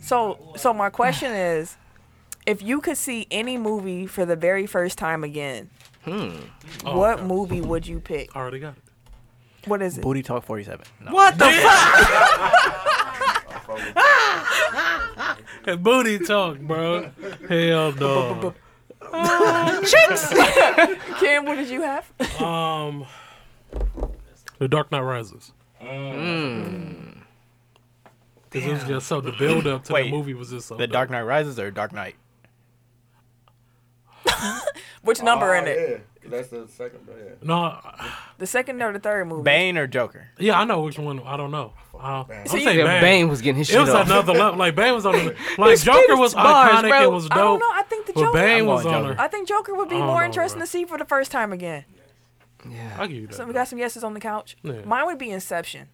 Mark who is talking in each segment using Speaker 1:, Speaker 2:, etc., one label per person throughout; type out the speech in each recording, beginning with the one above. Speaker 1: So, so my question is, if you could see any movie for the very first time again,
Speaker 2: Hmm. Oh,
Speaker 1: what movie would you pick?
Speaker 2: I already got it.
Speaker 1: What is it?
Speaker 3: Booty Talk 47. No.
Speaker 2: What the fuck? Booty talk, bro. Hell no.
Speaker 1: Kim, what did you have?
Speaker 2: Um, The Dark Knight Rises.
Speaker 1: Mm.
Speaker 2: Because it was just so the build up to
Speaker 3: Wait,
Speaker 2: the movie was just so
Speaker 3: The
Speaker 2: dope.
Speaker 3: Dark Knight Rises or Dark Knight?
Speaker 1: Which number in
Speaker 2: Oh,
Speaker 1: it?
Speaker 4: Oh, Yeah, that's the second. But yeah.
Speaker 2: No, I-
Speaker 1: The second or the third movie?
Speaker 3: Bane or Joker?
Speaker 2: yeah, I know which one. I don't know. Uh, I'm
Speaker 1: See,
Speaker 2: saying
Speaker 5: Yeah,
Speaker 2: Bane.
Speaker 5: Bane was getting his
Speaker 2: It
Speaker 5: shit
Speaker 2: was
Speaker 5: off.
Speaker 2: another level. Like Bane was on. The, like Joker was
Speaker 5: bars,
Speaker 2: iconic.
Speaker 5: bro.
Speaker 2: It was dope.
Speaker 1: I don't know. I think the
Speaker 2: But
Speaker 1: Joker.
Speaker 2: Bane
Speaker 3: I'm
Speaker 2: was
Speaker 3: going
Speaker 2: on
Speaker 3: Joker.
Speaker 2: her.
Speaker 1: I think Joker would be
Speaker 2: I don't
Speaker 1: more
Speaker 2: know,
Speaker 1: interesting
Speaker 2: bro.
Speaker 1: to see for the first time again.
Speaker 2: I'll give you that.
Speaker 1: So we got some yeses on the couch.
Speaker 2: Yeah.
Speaker 1: Mine would be Inception.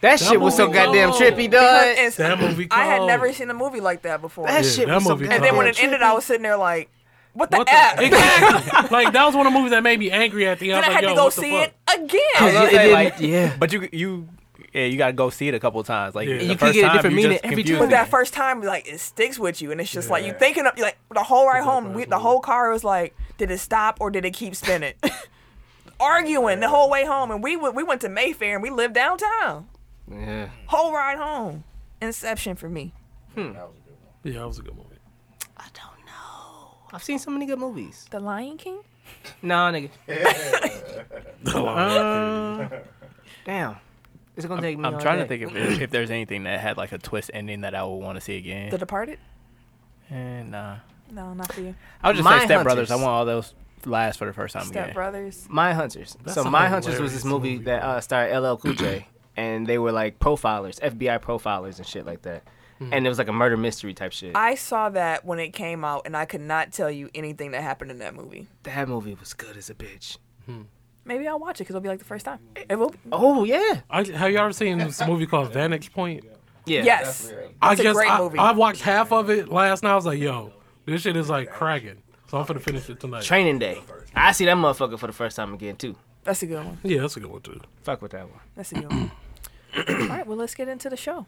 Speaker 5: That shit was so
Speaker 2: movie
Speaker 5: goddamn
Speaker 2: cold.
Speaker 5: trippy,
Speaker 1: Because
Speaker 5: dog.
Speaker 1: it's-
Speaker 2: that movie
Speaker 1: I had
Speaker 2: cold.
Speaker 1: never seen a movie like that before.
Speaker 5: That
Speaker 2: Yeah,
Speaker 5: shit
Speaker 2: that
Speaker 5: was so
Speaker 2: movie
Speaker 5: goddamn
Speaker 1: and then when it
Speaker 5: trippy.
Speaker 1: ended, I was sitting there like, "What the
Speaker 2: What
Speaker 1: f?"
Speaker 2: the? Exactly. like that was one of the movies that made me angry at the end.
Speaker 1: then I had
Speaker 2: like, Yo,
Speaker 1: to go
Speaker 2: what the
Speaker 1: see
Speaker 2: fuck?
Speaker 1: it again.
Speaker 5: It
Speaker 3: I was gonna
Speaker 5: didn't-
Speaker 3: say, like-
Speaker 5: yeah.
Speaker 3: But you you yeah, you gotta go see it a couple times. Like
Speaker 2: Yeah.
Speaker 3: the
Speaker 2: You
Speaker 5: could
Speaker 3: first
Speaker 5: get a
Speaker 3: time,
Speaker 5: different
Speaker 3: you
Speaker 5: meaning
Speaker 3: just
Speaker 5: every
Speaker 3: confused.
Speaker 1: But
Speaker 5: time.
Speaker 1: that first time, like it sticks with you, and it's just like you thinking of like the whole ride home. We, the whole car was like, did it stop or did it keep spinning? Arguing the whole way home, and we w- we went to Mayfair and we lived downtown.
Speaker 5: Yeah.
Speaker 1: Whole ride home, Inception for me.
Speaker 4: That was a good one.
Speaker 2: Yeah, that was a good movie.
Speaker 5: I don't know. I've seen so many good movies.
Speaker 1: The Lion King.
Speaker 5: Nah, nigga.
Speaker 2: Uh,
Speaker 5: Damn. It's gonna take me.
Speaker 3: I'm
Speaker 5: all
Speaker 3: trying to
Speaker 5: day.
Speaker 3: think if, if there's anything that had like a twist ending that I would want to see again.
Speaker 1: The Departed.
Speaker 3: Eh, nah.
Speaker 1: No, not for you.
Speaker 3: I would just say
Speaker 5: Mindhunters.
Speaker 3: Step Brothers. I want all those last for the first time
Speaker 1: Step
Speaker 3: again.
Speaker 1: Brothers.
Speaker 5: My Hunters.
Speaker 2: That's
Speaker 5: so
Speaker 2: a
Speaker 5: My Hunters was this
Speaker 2: hilarious
Speaker 5: movie,
Speaker 2: movie,
Speaker 5: that
Speaker 2: bro.
Speaker 5: uh, starred LL Cool J, and they were like profilers, FBI profilers and shit like that. And it was like a murder mystery type shit.
Speaker 1: I saw that when it came out, and I could not tell you anything that happened in that movie.
Speaker 5: that movie was good as a bitch.
Speaker 1: Maybe I'll watch it because it'll be like the first time. It will. Be.
Speaker 5: Oh yeah,
Speaker 2: I, have y'all ever seen this movie called Vantage Point?
Speaker 5: yeah.
Speaker 1: Yes.
Speaker 2: I
Speaker 1: It's a
Speaker 2: guess
Speaker 1: great
Speaker 2: I,
Speaker 1: movie.
Speaker 2: I watched half of it last night. I was like, yo, this shit is like cracking. So I'm finna finish it tonight.
Speaker 5: Training Day. I see that motherfucker for the first time again too.
Speaker 1: That's a good one.
Speaker 2: Yeah, that's a good one too.
Speaker 5: Fuck with that one.
Speaker 1: That's a good one. All right. Well, let's get into the show.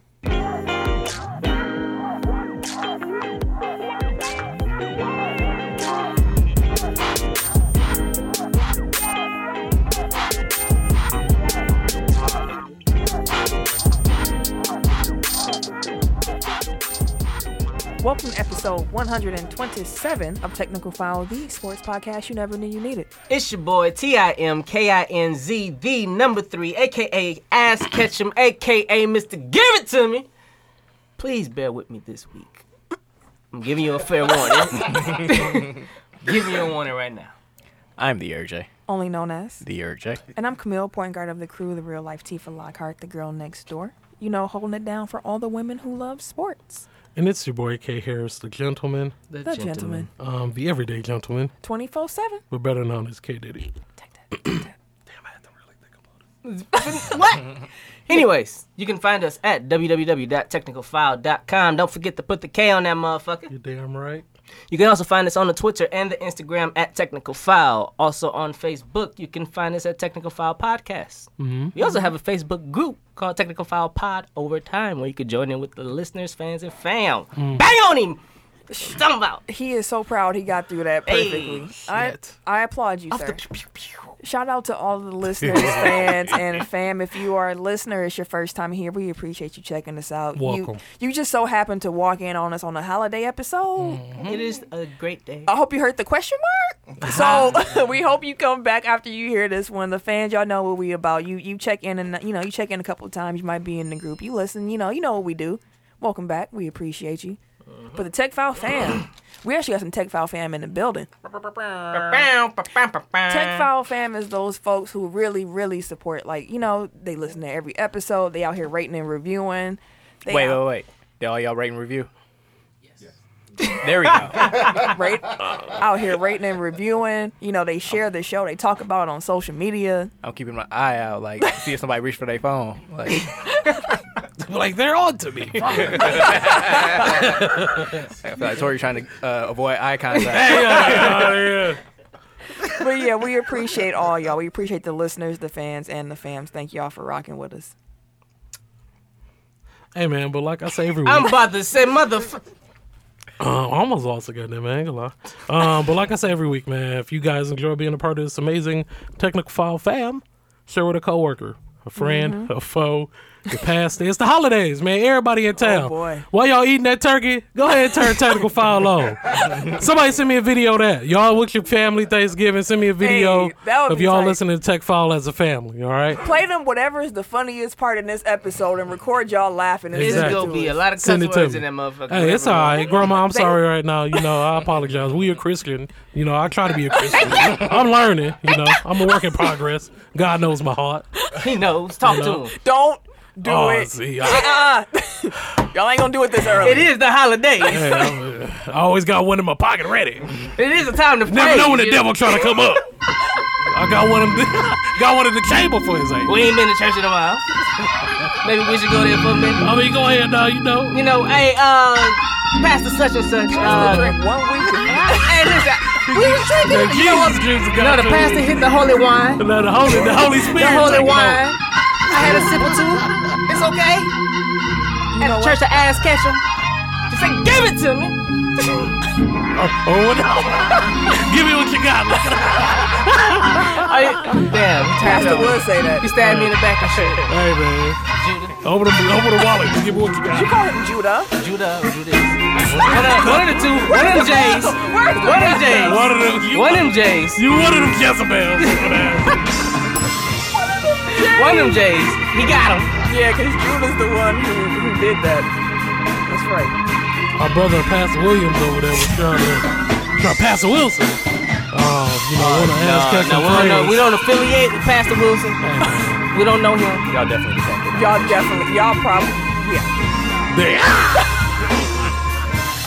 Speaker 1: Welcome to episode 127 of Technical File, the sports podcast you never knew you needed.
Speaker 5: It's your boy T I M K I N Z the number three, aka Ass Ketchum, aka Mr. Give It To Me. Please bear with me this week. I'm giving you a fair warning. giving you a warning right now.
Speaker 3: I'm the RJ.
Speaker 1: Only known as
Speaker 3: The RJ.
Speaker 1: And I'm Camille, point guard of the crew, the real life Tifa Lockhart, the girl next door. You know, holding it down for all the women who love sports.
Speaker 2: And it's your boy K Harris, the gentleman,
Speaker 1: The gentleman.
Speaker 2: um, the everyday gentleman,
Speaker 1: 24 7.
Speaker 2: but better known as K Diddy. Damn, I had to really think about it.
Speaker 5: Anyways, you can find us at www.technicalfile.com. Don't forget to put the K on that motherfucker.
Speaker 2: You damn right.
Speaker 5: You can also find us on the Twitter and the Instagram at Technical File. Also on Facebook, you can find us at Technical File Podcast.
Speaker 2: Mm-hmm.
Speaker 5: We also have a Facebook group called Technical File Pod Over Time where you can join in with the listeners, fans, and fam.
Speaker 2: Mm.
Speaker 5: Bang on him! Something about
Speaker 1: He is so proud he got through that perfectly. I,
Speaker 2: shit.
Speaker 1: I applaud you,
Speaker 5: off the
Speaker 1: sir.
Speaker 5: pew, pew, pew.
Speaker 1: Shout out to all the listeners, fans, and fam. If you are a listener, it's your first time here. We appreciate you checking us out.
Speaker 2: Welcome.
Speaker 1: You, you just so happened to walk in on us on a holiday episode.
Speaker 5: It is a great day.
Speaker 1: I hope you heard the question mark. So we hope you come back after you hear this one. The fans, y'all know what we about. You you check in and you know you check in a couple of times. You might be in the group. You listen. You know you know what we do. Welcome back. We appreciate you. But the Tech File fam, we actually got some Tech File fam in the building. Tech File fam is those folks who really really support. Like you know they listen to every episode. They out here rating and reviewing. They
Speaker 3: Wait, wait,
Speaker 1: out
Speaker 3: wait. Did all y'all rate and review? There we go.
Speaker 1: rate, out here rating and reviewing. You know they share the show. They talk about it on social media.
Speaker 3: I'm keeping my eye out, like see if somebody reach for their phone. Like
Speaker 2: Like they're on to me. Fuck.
Speaker 3: I feel like Tori trying to uh, avoid eye contact.
Speaker 2: yeah, yeah.
Speaker 1: but yeah, we appreciate all y'all. We appreciate the listeners, the fans, and the fams. Thank y'all for rocking with us.
Speaker 2: Hey man, but like I say every week,
Speaker 5: I'm about to say, motherfucker.
Speaker 2: Uh, I almost lost again, man. I ain't gonna lie. Um, but like I say every week, man, if you guys enjoy being a part of this amazing technical file fam, share with a coworker, a friend,
Speaker 1: Mm-hmm.
Speaker 2: a foe, your past. It's the holidays, man. Everybody in town.
Speaker 1: Oh, boy.
Speaker 2: While y'all eating that turkey, go ahead and turn technical file on. Somebody send me a video of that. Y'all with your family Thanksgiving, send me a video
Speaker 1: Hey, that would
Speaker 2: of
Speaker 1: be
Speaker 2: y'all
Speaker 1: tight.
Speaker 2: listening to Tech File as a family, all right?
Speaker 1: Play them whatever is the funniest part in this episode and record y'all laughing. And
Speaker 5: It's
Speaker 2: Exactly.
Speaker 5: gonna be a lot of cuss
Speaker 2: Send it to
Speaker 5: words
Speaker 2: me.
Speaker 5: in that motherfucker.
Speaker 2: Hey, it's all right, Grandma. I'm
Speaker 1: They-
Speaker 2: sorry right now. You know, I apologize. We a Christian. You know, I try to be a Christian. I'm learning. You know, I'm a work in progress. God knows my heart.
Speaker 5: He knows. Talk to him.
Speaker 1: Don't do
Speaker 2: Oh,
Speaker 1: it.
Speaker 2: see, I,
Speaker 1: Y'all ain't gonna do it this early.
Speaker 5: It is the holidays.
Speaker 2: hey, I'm, uh, I always got one in my pocket ready.
Speaker 5: It is a time to
Speaker 2: Never
Speaker 5: pray.
Speaker 2: know when the
Speaker 5: you
Speaker 2: devil trying to come up. I got one. In the, got one in the chamber for his ass.
Speaker 5: We ain't been to church in a while. Maybe we should go there for a minute.
Speaker 2: I mean, go ahead now. You know.
Speaker 5: You know, hey, uh, Pastor such and such. Uh,
Speaker 1: Drink one week.
Speaker 5: hey, listen. We was
Speaker 2: The
Speaker 5: drinking. You know,
Speaker 2: Jesus juice is God.
Speaker 5: no, the pastor hit the holy wine. The
Speaker 2: No, the holy, the Holy Spirit.
Speaker 5: holy
Speaker 2: taking
Speaker 5: wine.
Speaker 2: over.
Speaker 5: I had a sip or two. It's okay. At the church, the ass catcher. Just say, give it to me.
Speaker 2: Oh no! Give me what you got.
Speaker 5: I, damn, you turned
Speaker 1: Pastor
Speaker 5: up.
Speaker 1: would say that.
Speaker 5: You stabbed me in the back and shit.
Speaker 2: Hey man.
Speaker 5: Judah,
Speaker 2: Open the, open the wallet. Give me what you got.
Speaker 1: Call him Judah.
Speaker 5: Judah, or Judas. One of, one of the two. One of the J's. One of the J's.
Speaker 2: One of them. You,
Speaker 5: One of them J's.
Speaker 2: you one of them Jezebels. looking ass.
Speaker 5: One of them J's. He got him.
Speaker 1: Yeah, because Judah's the one who, who did that. That's right.
Speaker 2: My brother Pastor Williams over there was trying to try Pastor Wilson. Oh, you know, one of ass catching
Speaker 5: Uh, we, don't know, we don't affiliate with Pastor Wilson. We don't know him.
Speaker 3: Y'all definitely fucked
Speaker 1: Y'all definitely, y'all probably, yeah.
Speaker 2: They-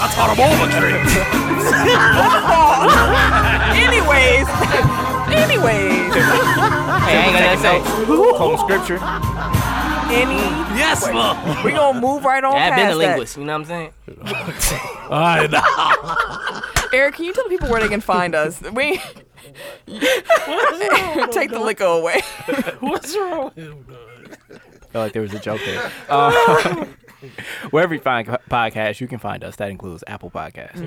Speaker 2: I taught him all the tricks.
Speaker 1: Anyways, anyways,
Speaker 5: Hey, I ain't got nothing to say.
Speaker 3: it. Home scripture.
Speaker 1: any.
Speaker 2: Yes, Lord.
Speaker 1: We gonna move right on
Speaker 5: I've
Speaker 1: past
Speaker 5: been a
Speaker 1: that.
Speaker 5: linguist, you know what I'm saying?
Speaker 2: All right. nah.
Speaker 1: Eric, can you tell the people where they can find us? We take the liquor away.
Speaker 2: What's wrong with him, dog?
Speaker 3: felt like there was a joke there. Uh, wherever you find co- podcasts, you can find us. That includes Apple Podcasts,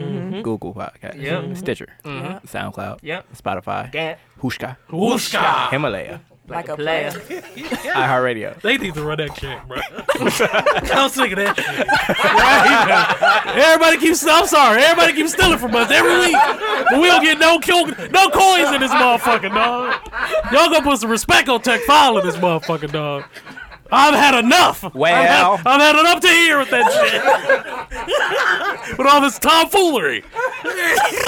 Speaker 3: Google Podcasts,
Speaker 5: Mm-hmm. Yep.
Speaker 3: Stitcher,
Speaker 5: Mhm.
Speaker 3: SoundCloud,
Speaker 5: Yep.
Speaker 3: Spotify,
Speaker 5: Gant.
Speaker 3: Hushka,
Speaker 2: Wooska.
Speaker 3: Himalaya,
Speaker 1: Like a
Speaker 5: Player.
Speaker 1: player.
Speaker 3: iHeartRadio.
Speaker 2: They need to run that check, bro. I was thinking that shit. Everybody keeps, I'm sorry, everybody keeps stealing from us every week. But we don't get no kill, no coins in this motherfucker, dog. Y'all gonna put some respect on Tech File in this motherfucker, dog. I've had enough. I've had-
Speaker 3: Well.
Speaker 2: I've had, enough to hear with that shit. with all this tomfoolery.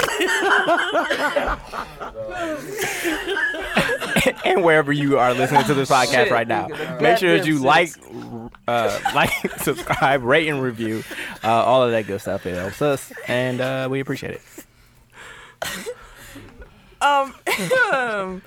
Speaker 3: and wherever you are listening to this podcast
Speaker 5: Shit,
Speaker 3: right now.
Speaker 5: nigga, the
Speaker 3: Make sure that you
Speaker 5: goddamn
Speaker 3: like, uh, like, subscribe, rate, and review. Uh, all of that good stuff. It helps us, and uh, we appreciate it.
Speaker 1: Um,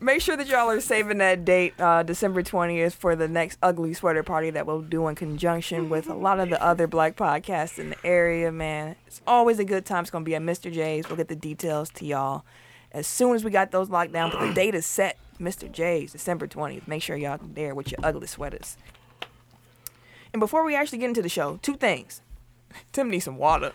Speaker 1: make sure that y'all are saving that date, uh, December 20th, for the next Ugly Sweater Party that we'll do in conjunction with a lot of the other black podcasts in the area, man. It's always a good time. It's going to be at Mr. J's. We'll get the details to y'all as soon as we got those locked down. But the date is set, Mr. J's, December 20th. Make sure y'all there with your ugly sweaters. And before we actually get into the show, two things. Tim needs some water.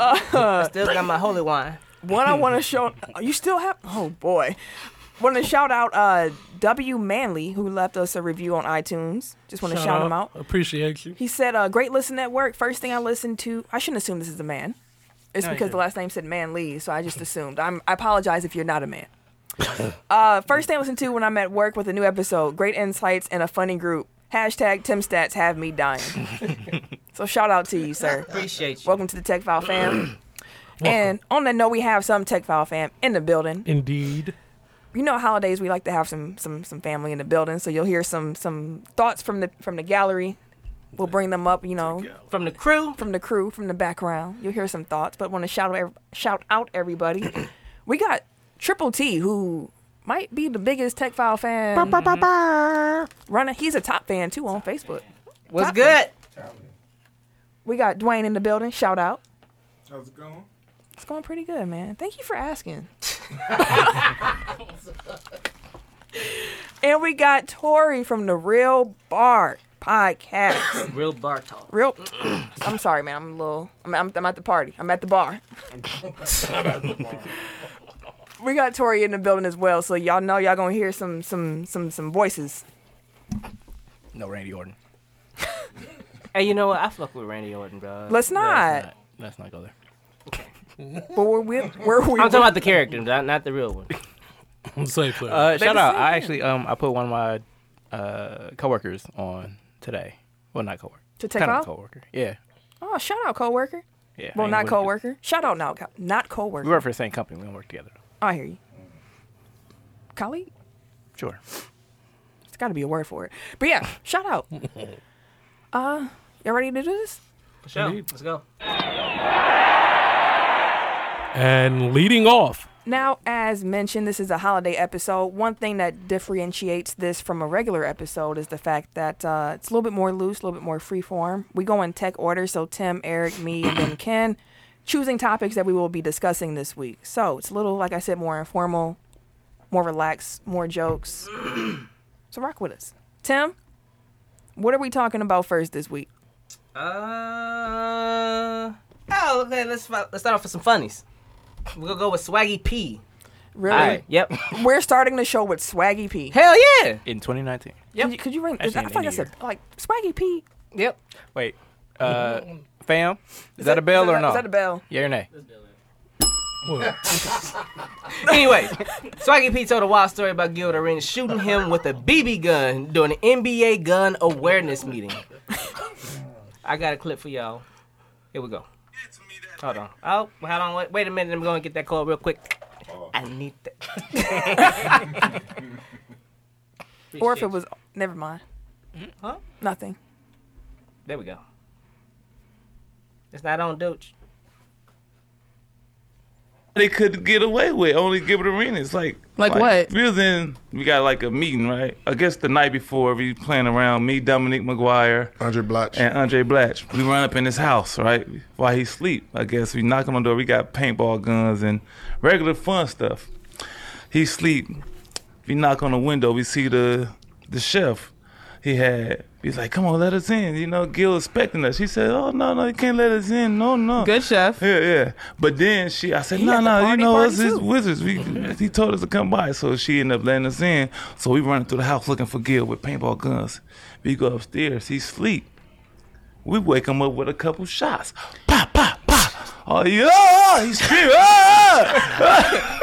Speaker 5: I still got my holy wine.
Speaker 1: One I want to show. You still have? Oh boy. Want to shout out uh, W Manley who left us a review on iTunes. Just want to shout, him out.
Speaker 2: Appreciate you.
Speaker 1: He said, uh, "Great listen at work. First thing I listened to. I shouldn't assume this is a man. It's because the last name said Manley, so I just assumed. I'm, I apologize if you're not a man." uh, first thing I listened to when I'm at work with a new episode. Great insights and a funny group. Hashtag Tim Stats have me dying. so shout out to you, sir.
Speaker 5: Appreciate you.
Speaker 1: Welcome to the Tech File fam. and on that note, we have some Tech File fam in the building.
Speaker 2: Indeed.
Speaker 1: You know, holidays we like to have some some some family in the building, so you'll hear some some thoughts from the from the gallery. We'll bring them up, you know,
Speaker 5: From the crew,
Speaker 1: from the crew, from the background. You'll hear some thoughts, but want to shout out ev- shout out everybody. we got Triple T, who might be the biggest Tech File fan. Running, he's a top fan too on Facebook.
Speaker 5: what's
Speaker 1: Top
Speaker 5: good?
Speaker 1: We got Dwayne in the building. Shout out.
Speaker 4: How's it going?
Speaker 1: It's going pretty good, man. Thank you for asking. And we got Tori from the Real Bar podcast.
Speaker 5: Real bar talk.
Speaker 1: Real, I'm sorry, man. I'm a little. I'm, I'm, I'm at the party. I'm at the bar. we got Tori in the building as well, so y'all know y'all gonna hear some some some some voices.
Speaker 3: No Randy Orton.
Speaker 5: Hey, you know what? I fuck with Randy Orton, bro.
Speaker 1: Let's not.
Speaker 3: Let's not, let's not go there.
Speaker 1: But we're we we're we.
Speaker 5: I'm talking about the character, not, not the real one.
Speaker 2: Same player.
Speaker 3: Uh,
Speaker 1: They
Speaker 3: shout
Speaker 1: the
Speaker 3: out!
Speaker 1: same
Speaker 3: I
Speaker 1: thing.
Speaker 3: actually um I put one of my uh coworkers on today. Well, not coworker.
Speaker 1: To take
Speaker 3: kind
Speaker 1: off?
Speaker 3: of a coworker. Yeah,
Speaker 1: Oh, shout out coworker.
Speaker 3: yeah.
Speaker 1: Well,
Speaker 3: I ain't
Speaker 1: not
Speaker 3: with-
Speaker 1: coworker. Shout out now, co- not coworker.
Speaker 3: We work for the same company. We don't work together.
Speaker 1: I hear you. Colleague?
Speaker 3: Sure.
Speaker 1: It's got to be a word for it. But yeah, shout out. Uh, y'all ready to do this?
Speaker 5: Sure. Let's go.
Speaker 2: and leading off,
Speaker 1: Now, as mentioned, this is a holiday episode. One thing that differentiates this from a regular episode is the fact that uh, it's a little bit more loose, a little bit more freeform. We go in tech order, so Tim, Eric, me, and then Ken, choosing topics that we will be discussing this week. So it's a little, like I said, more informal, more relaxed, more jokes. so rock with us. Tim, what are we talking about first this week?
Speaker 5: Uh. Oh, okay. Let's fi- let's start off with some funnies. We're gonna go with Swaggy P.
Speaker 1: Really?
Speaker 5: All right. Yep.
Speaker 1: We're starting the show with Swaggy P.
Speaker 5: Hell yeah.
Speaker 3: In 2019.
Speaker 1: Could, you, could you ring? I
Speaker 3: Actually,
Speaker 1: feel like
Speaker 3: in
Speaker 1: I
Speaker 3: the
Speaker 1: said, like, Swaggy P.
Speaker 5: Yep.
Speaker 3: Wait, uh, fam, is, that, a bell
Speaker 1: is that-
Speaker 3: or no?
Speaker 1: Is that a bell?
Speaker 3: Yeah or nay?
Speaker 2: Well,
Speaker 5: Anyway, Swaggy P told a wild story about Gilbert Arenas shooting him with a BB gun during an NBA gun awareness meeting. I got a clip for y'all. Here we go. Hold on. Oh, hold on. Wait, wait a minute. I'm going to get that call real quick. I need that.
Speaker 1: Or if it was, never mind.
Speaker 3: Mm-hmm.
Speaker 5: Huh?
Speaker 1: Nothing.
Speaker 5: There we go. It's not on Dooch.
Speaker 6: they could get away with only give it a ring. It's like
Speaker 1: Like what?
Speaker 6: We was in we got like a meeting, right? I guess the night before we playing around, me, Dominique McGuire,
Speaker 4: Andre Blatch.
Speaker 6: and Andre Blatch. We run up in his house, right? While he sleep, I guess we knock on the door. We got paintball guns and regular fun stuff. He sleep. We knock on the window. We see the the chef. He had. He's like, come on, let us in. You know, Gil expecting us. He said, oh no, no, you can't let us in. No, no.
Speaker 7: Good chef.
Speaker 6: Yeah, yeah. But then she, I said,
Speaker 1: at
Speaker 6: no,
Speaker 1: the
Speaker 6: no, you
Speaker 1: party
Speaker 6: know,
Speaker 1: party
Speaker 6: us is
Speaker 1: too."
Speaker 6: wizards. We, he told us to come by, so she ended up letting us in. So we running through the house looking for Gil with paintball guns. We go upstairs. He sleep. We wake him up with a couple shots. Pop, pop, pop. Oh yeah! He's screaming. "Ah!"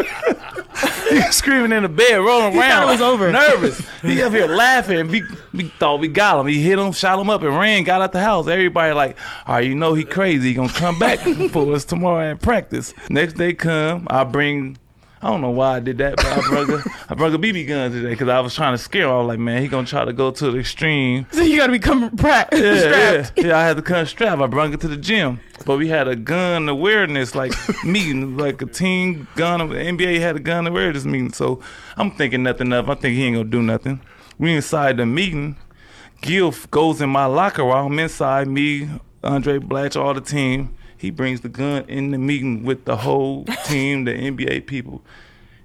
Speaker 6: He's screaming in the bed, rolling around.
Speaker 7: it was over.
Speaker 6: Nervous. He up here laughing. We, we thought we got him. He hit him, shot him up, and ran. Got out the house. Everybody like, all right, you know he crazy. He gonna come back for us tomorrow in practice. Next day come. I bring. I don't know why I did that, but I brought a, I brought a BB gun today because I was trying to scare him. I was like, man, he gonna try to go to the extreme
Speaker 7: So you gotta become prac.
Speaker 6: yeah, yeah, yeah. I had to come strapped. I brought it to the gym, but we had a gun awareness like meeting, like a team gun. NBA had a gun awareness meeting, so I'm thinking nothing of. I think he ain't gonna do nothing. We inside the meeting. Gil f- goes in my locker while I'm inside. Me, Andre Blatch, all the team. He brings the gun in the meeting with the whole team, the NBA people.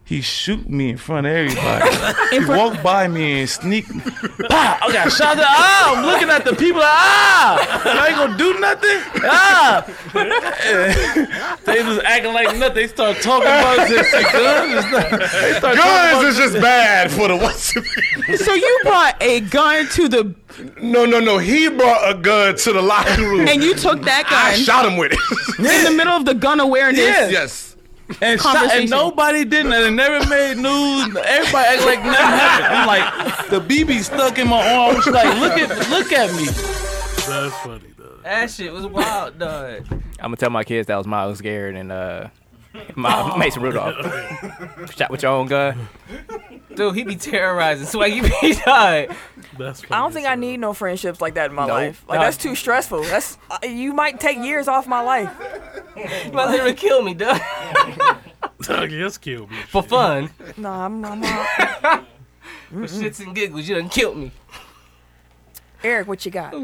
Speaker 6: He shoot me in front of everybody. he walked by me and sneak. Pop! I got shot in the eye. I'm looking at the people. Ah! Y'all ain't gonna do nothing. Ah! they just acting like nothing. They start talking about this and guns. and stuff. They start talking about
Speaker 4: Guns is just bad for the what's
Speaker 7: so you brought a gun to the
Speaker 4: No, no, no. He brought a gun to the locker room.
Speaker 7: and you took that
Speaker 4: I
Speaker 7: gun
Speaker 4: shot him with it.
Speaker 7: in the middle of the gun awareness.
Speaker 6: Yeah.
Speaker 4: yes.
Speaker 6: and, shot,
Speaker 7: conversation.
Speaker 6: and nobody didn't, and it never made news. Everybody act like nothing happened. I'm like, the BB stuck in my arm. She's like, look at, look at me.
Speaker 2: that's funny though.
Speaker 5: That shit was wild, dog.
Speaker 3: I'm gonna tell my kids that was Miles Garrett and uh, my Mason Rudolph. Shot with your own gun.
Speaker 5: Dude, he be terrorizing Swaggy P, dog.
Speaker 2: That's funny.
Speaker 1: I don't think I need no friendships like that in my
Speaker 3: No.
Speaker 1: life. Like
Speaker 3: No.
Speaker 1: that's too stressful. That's uh, you might take years off my life.
Speaker 5: He about to kill me, dog.
Speaker 2: Doug, that's killed me.
Speaker 5: For fun.
Speaker 1: Nah, I'm, I'm out.
Speaker 5: Mm. For shits and giggles, you done killed me.
Speaker 1: Eric, what you got?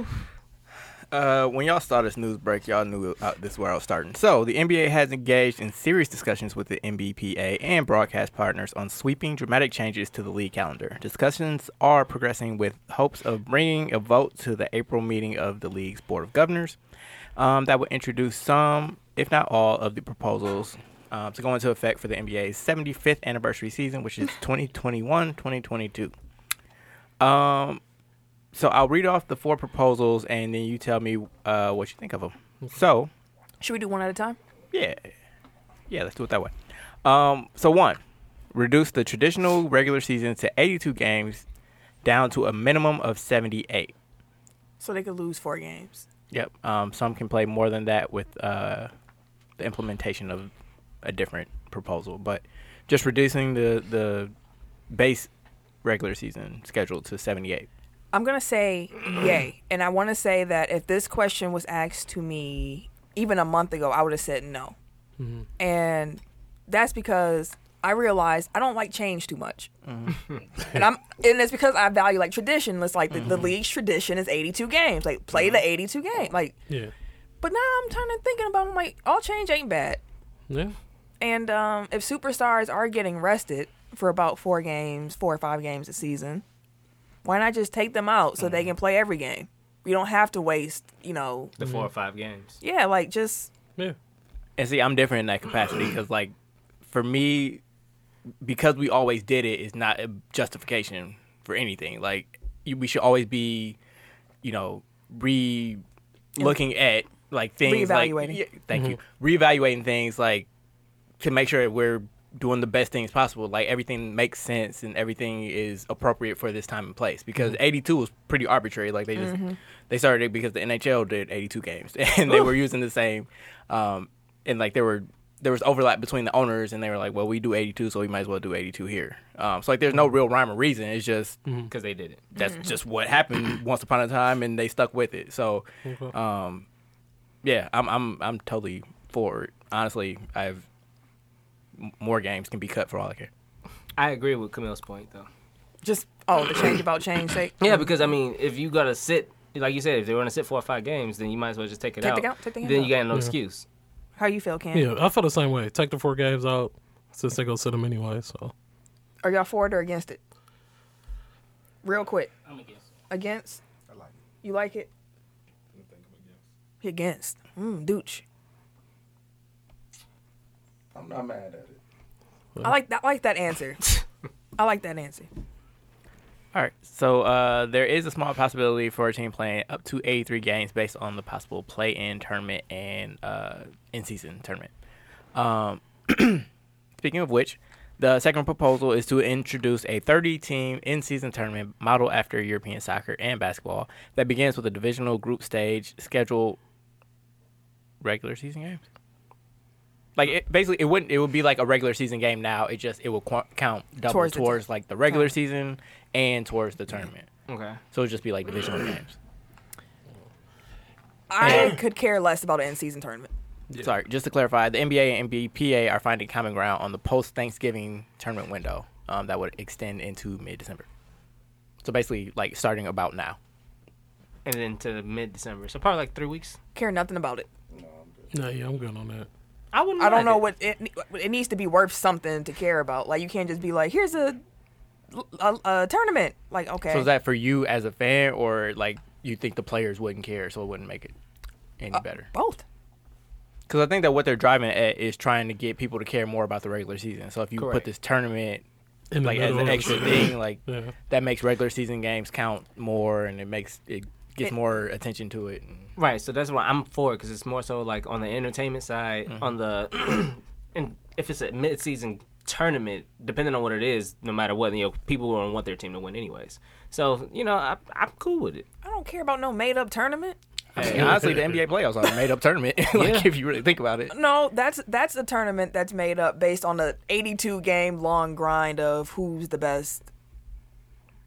Speaker 3: Uh, when y'all started this news break, y'all knew uh, this is where I was starting. So, the NBA has engaged in serious discussions with the NBPA and broadcast partners on sweeping, dramatic changes to the league calendar. Discussions are progressing with hopes of bringing a vote to the April meeting of the league's Board of Governors um, that will introduce some, if not all, of the proposals uh, to go into effect for the NBA's 75th anniversary season, which is 2021 2022. Um, so I'll read off the four proposals, and then you tell me uh, what you think of them. So,
Speaker 1: Should we do one at a time?
Speaker 3: yeah, yeah, let's do it that way. Um, so one, reduce the traditional regular season to 82 games, down to a minimum of 78.
Speaker 1: So they could lose four games.
Speaker 3: Yep. Um, some can play more than that with uh, the implementation of a different proposal, but just reducing the the base regular season schedule to 78.
Speaker 1: I'm gonna say yay, and I want to say that if this question was asked to me even a month ago, I would have said no, and that's because I realized I don't like change too much, and I'm and it's because I value like tradition. It's like the, the league's tradition is 82 games, like play the 82 game, like.
Speaker 2: Yeah.
Speaker 1: But now I'm turning thinking about it, I'm like all change ain't bad,
Speaker 2: Yeah.
Speaker 1: and um, if superstars are getting rested for about four games, four or five games a season, why not just take them out so they can play every game? You don't have to waste, you know.
Speaker 5: The four or five games.
Speaker 1: Yeah, like just
Speaker 2: Yeah.
Speaker 3: And see, I'm different in that capacity because, like, for me, because we always did it, it's not a justification for anything. Like, you, we should always be, you know, re looking at like things, like-
Speaker 1: Reevaluating.
Speaker 3: yeah, thank you, reevaluating things like to make sure we're doing the best things possible. Like everything makes sense and everything is appropriate for this time and place. Because 82 was pretty arbitrary. Like they just they started it because the NHL did 82 games and they were using the same. Um, and like there were there was overlap between the owners and they were like, well, we do 82, so we might as well do 82 here. Um, so like there's no real rhyme or reason. It's just
Speaker 5: Because Mm. they did it.
Speaker 3: that's just what happened once upon a time and they stuck with it. So um yeah, I'm I'm I'm totally for it. Honestly, I've m- more games can be cut for all I care.
Speaker 5: I agree with Camille's point, though. Mm.
Speaker 1: just oh the change about change sake.
Speaker 5: Yeah, because I mean, if you gotta sit, like you said, if they're gonna sit four or five games, then you might as well just take it
Speaker 1: Take
Speaker 5: out.
Speaker 1: the count- take the
Speaker 5: then
Speaker 1: count
Speaker 5: you got no excuse.
Speaker 1: How you feel, Cam?
Speaker 2: Yeah. I feel the same way. Take the four games out since they go sit them anyway. So
Speaker 1: Are y'all for it or against it? Real quick. I'm against. Against? I like it. You like it? I think I'm against. against. Mm, douche.
Speaker 4: I'm not mad at it.
Speaker 1: I like that I like that answer. I like that answer.
Speaker 3: All right. So uh, there is a small possibility for a team playing up to 83 games based on the possible play-in tournament and uh, in-season tournament. Um, speaking of which, the second proposal is to introduce a 30-team in-season tournament modeled after European soccer and basketball that begins with a divisional group stage schedule regular season games. Like it, basically, it wouldn't. It would be like a regular season game now. It just it will qu- count double
Speaker 1: Towards
Speaker 3: towards,
Speaker 1: the t-
Speaker 3: like the regular season and towards the tournament.
Speaker 5: Okay.
Speaker 3: So it'd just be like divisional games.
Speaker 1: I could care less about an end season tournament.
Speaker 3: Sorry, just to clarify, the NBA and NBPA are finding common ground on the post Thanksgiving tournament window um, that would extend into mid December. So basically, like starting about now.
Speaker 5: And then to mid December, so probably like three weeks.
Speaker 1: Care nothing about it.
Speaker 2: no, yeah, I'm good on that.
Speaker 5: I wouldn't.
Speaker 1: I don't
Speaker 5: mind
Speaker 1: know
Speaker 5: it.
Speaker 1: what it it needs to be worth something to care about. Like you can't just be like, here's a a, a tournament. Like okay,
Speaker 3: So is that for you as a fan, or like you think the players wouldn't care, so it wouldn't make it any better?
Speaker 1: both.
Speaker 3: Because I think that what they're driving at is trying to get people to care more about the regular season. So if you put
Speaker 5: Correct.
Speaker 3: this tournament
Speaker 2: In the
Speaker 3: like as
Speaker 2: middle of
Speaker 3: an
Speaker 2: the
Speaker 3: extra
Speaker 2: season.
Speaker 3: thing, like
Speaker 2: Yeah.
Speaker 3: that makes regular season games count more, and it makes it gets
Speaker 1: It-
Speaker 3: more attention to it.
Speaker 5: Right. So that's why I'm for it because it's more so like on the entertainment side, on the, and if it's a mid season tournament, depending on what it is, no matter what, you know, people will want their team to win anyways. So you know, I, I'm cool with it.
Speaker 1: I don't care about no made up tournament.
Speaker 3: Hey, honestly, the NBA playoffs are a made up tournament. like
Speaker 5: Yeah.
Speaker 3: if you really think about it,
Speaker 1: No, that's that's a tournament that's made up based on the 82 game long grind of who's the best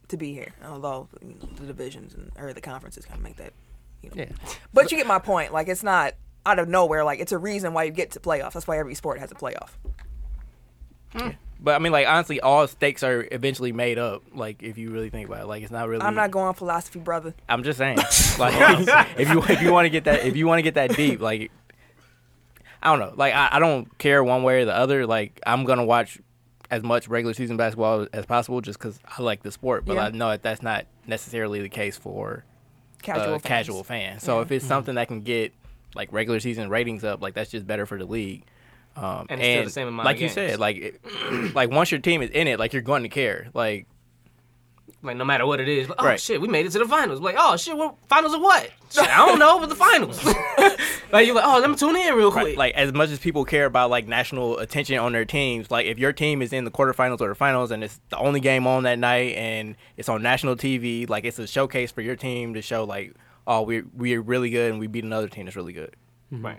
Speaker 1: to be here. Although you know, the divisions and or the conferences kind of make that, you know. But you get my point. Like it's not out of nowhere. Like it's a reason why you get to playoffs. That's why every sport has a playoff.
Speaker 3: But I mean, like honestly, all stakes are eventually made up. Like if you really think about it, like it's not really.
Speaker 1: I'm not going philosophy, brother.
Speaker 3: I'm just saying. Like if you if you want to get that if you want to get that deep, like I don't know. Like I, I don't care one way or the other. Like I'm gonna watch as much regular season basketball as possible just because I like the sport. But
Speaker 1: Yeah.
Speaker 3: I know that that's not necessarily the case for
Speaker 1: Casual.
Speaker 3: a
Speaker 1: fans.
Speaker 3: Uh, casual fan. So if it's something that can get like regular season ratings up, like that's just better for the league. Um,
Speaker 5: And it's still the same amount
Speaker 3: like
Speaker 5: of
Speaker 3: you
Speaker 5: games.
Speaker 3: said, like it, like once your team is in it, like you're going to care. Like
Speaker 5: Like no matter what it is, like, oh
Speaker 3: Right.
Speaker 5: shit, we made it to the finals. Like oh shit, what finals of what? Shit, I don't know, but the finals. like you're like oh, let me tune in real quick.
Speaker 3: like as much as people care about like national attention on their teams, like if your team is in the quarterfinals or the finals and it's the only game on that night and it's on national TV, like it's a showcase for your team to show like, oh, we we're really good and we beat another team that's really good.
Speaker 5: right.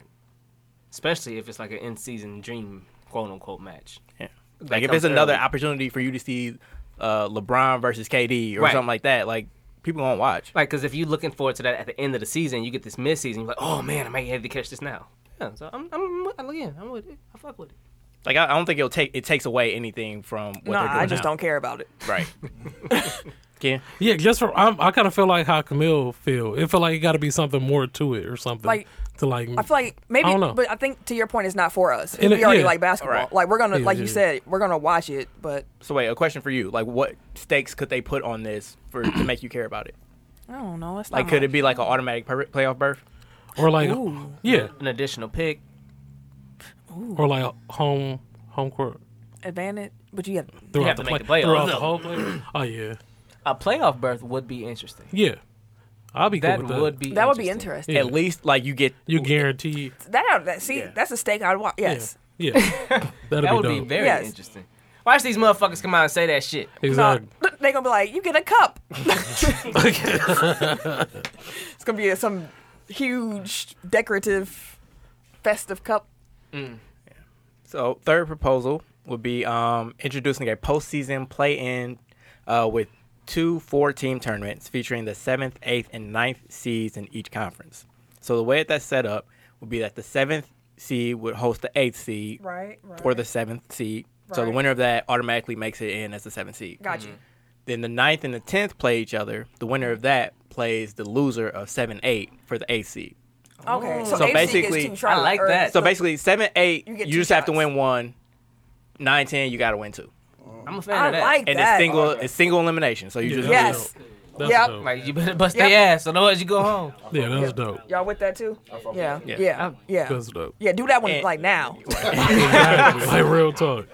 Speaker 5: Especially if it's like an in season dream quote unquote match.
Speaker 3: Yeah.
Speaker 5: That
Speaker 3: Like if
Speaker 5: comes
Speaker 3: it's another
Speaker 5: early.
Speaker 3: opportunity for you to see uh, LeBron versus KD or
Speaker 5: Right.
Speaker 3: something like that, like people won't watch.
Speaker 5: Like, because if you're looking forward to that at the end of the season, you get this midseason. You're like, oh man, I might have to catch this now. Yeah, so I'm, I'm, I'm, again, I'm with it. I fuck with it.
Speaker 3: Like I, I don't think it'll take it takes away anything from what
Speaker 1: No,
Speaker 3: they're doing.
Speaker 1: I just
Speaker 3: now.
Speaker 1: don't care about it.
Speaker 3: Right. Ken?
Speaker 2: Yeah, just for I'm, I kind of feel like how Camille feel. It feel like it got to be something more to it or something.
Speaker 1: Like,
Speaker 2: to like,
Speaker 1: I feel like maybe,
Speaker 2: I don't know.
Speaker 1: but I think to your point, it's not for us.
Speaker 2: And
Speaker 1: we
Speaker 2: it-
Speaker 1: already
Speaker 2: yeah.
Speaker 1: like basketball.
Speaker 3: Alright.
Speaker 1: Like we're gonna,
Speaker 2: Yeah,
Speaker 1: like you
Speaker 2: yeah.
Speaker 1: said, we're gonna watch it. But
Speaker 3: So wait, a question for you. Like what stakes could they put on this for to make you care about it?
Speaker 1: I don't know. It's
Speaker 3: Like
Speaker 1: not
Speaker 3: could
Speaker 1: my-
Speaker 3: it be like an automatic per- playoff berth?
Speaker 2: or like, yeah,
Speaker 5: An additional pick.
Speaker 2: or like home home court
Speaker 1: advantage? But you have
Speaker 2: throughout
Speaker 5: have
Speaker 2: the
Speaker 5: to make
Speaker 2: play-
Speaker 5: the playoffs.
Speaker 2: throughout the whole play. Oh yeah,
Speaker 5: A playoff berth would be interesting.
Speaker 2: yeah. I'll be
Speaker 5: That
Speaker 2: cool with
Speaker 5: would
Speaker 2: that.
Speaker 5: be.
Speaker 1: that would be interesting.
Speaker 2: Yeah.
Speaker 3: At least like you get
Speaker 2: You guaranteed.
Speaker 1: That out that see that's a stake I'd want.
Speaker 2: Yeah,
Speaker 1: Yes.
Speaker 2: yeah. That'd
Speaker 5: That
Speaker 2: be
Speaker 5: would be
Speaker 2: dope.
Speaker 5: very
Speaker 1: Yes.
Speaker 5: interesting. Watch these motherfuckers come out and say that shit.
Speaker 1: No,
Speaker 2: exactly.
Speaker 1: they gonna be like, you get a cup. it's gonna be some huge decorative festive cup.
Speaker 3: So third proposal would be um, introducing a postseason play-in uh, with two four-team tournaments featuring the seventh, eighth, and ninth seeds in each conference. So the way that that's set up would be that the seventh seed would host the eighth seed
Speaker 1: Right, right.
Speaker 3: or the seventh seed. So the
Speaker 1: Right.
Speaker 3: winner of that automatically makes it in as the seventh seed.
Speaker 1: Got you.
Speaker 3: Then the ninth and the tenth play each other. The winner of that plays the loser of seven, eight for the eighth seed.
Speaker 1: Okay. So,
Speaker 3: So basically-
Speaker 1: basically, two tries,
Speaker 5: I like
Speaker 1: or-
Speaker 5: that.
Speaker 3: So basically, seven, eight, you,
Speaker 1: You get two
Speaker 3: just have to
Speaker 1: shots.
Speaker 3: win one. Nine, ten, you got to win two.
Speaker 5: I'm a fan
Speaker 1: I
Speaker 5: of that.
Speaker 1: like
Speaker 3: and
Speaker 1: that.
Speaker 3: it's single it's single elimination. So you just
Speaker 1: Yes.
Speaker 2: That's
Speaker 1: Yep.
Speaker 2: dope.
Speaker 5: Like you better bust
Speaker 1: Yep.
Speaker 5: their ass, otherwise you go home.
Speaker 2: Yeah, that's dope.
Speaker 1: Y'all with that too? Yeah.
Speaker 3: Yeah.
Speaker 1: Yeah. Yeah. Yeah.
Speaker 2: That's dope.
Speaker 1: do that one
Speaker 3: And-
Speaker 1: like now.
Speaker 2: like real talk,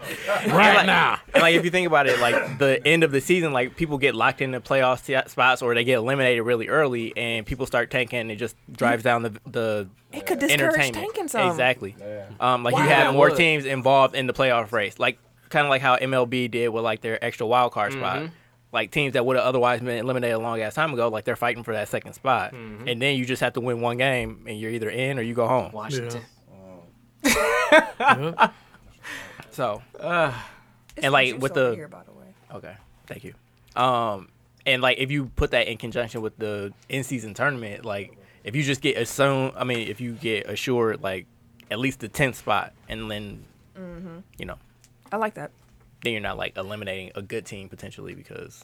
Speaker 2: right now.
Speaker 3: and like if you think about it, like the end of the season, like people get locked into playoff se- spots or they get eliminated really early, and people start tanking, and it just drives down the the
Speaker 1: It could discourage
Speaker 3: entertainment.
Speaker 1: tanking some.
Speaker 3: Exactly. Um, like you
Speaker 5: Wow.
Speaker 3: have more
Speaker 5: Would.
Speaker 3: teams involved in the playoff race, like kind of like how MLB did with like their extra wild card spot. Like teams that would have otherwise been eliminated a long ass time ago, like they're fighting for that second spot, and then you just have to win one game, and you're either in or you go home.
Speaker 5: Washington.
Speaker 2: Yeah.
Speaker 3: So
Speaker 1: It's
Speaker 3: And, like,
Speaker 1: juice
Speaker 3: with
Speaker 1: over
Speaker 3: the-
Speaker 1: here, by the way.
Speaker 3: Okay, thank you. Um, and like if you put that in conjunction with the in season tournament, like if you just get assumed, I mean, if you get assured like at least the tenth spot, and then
Speaker 1: Mm-hmm.
Speaker 3: you know,
Speaker 1: I like that.
Speaker 3: then you're not like eliminating a good team potentially because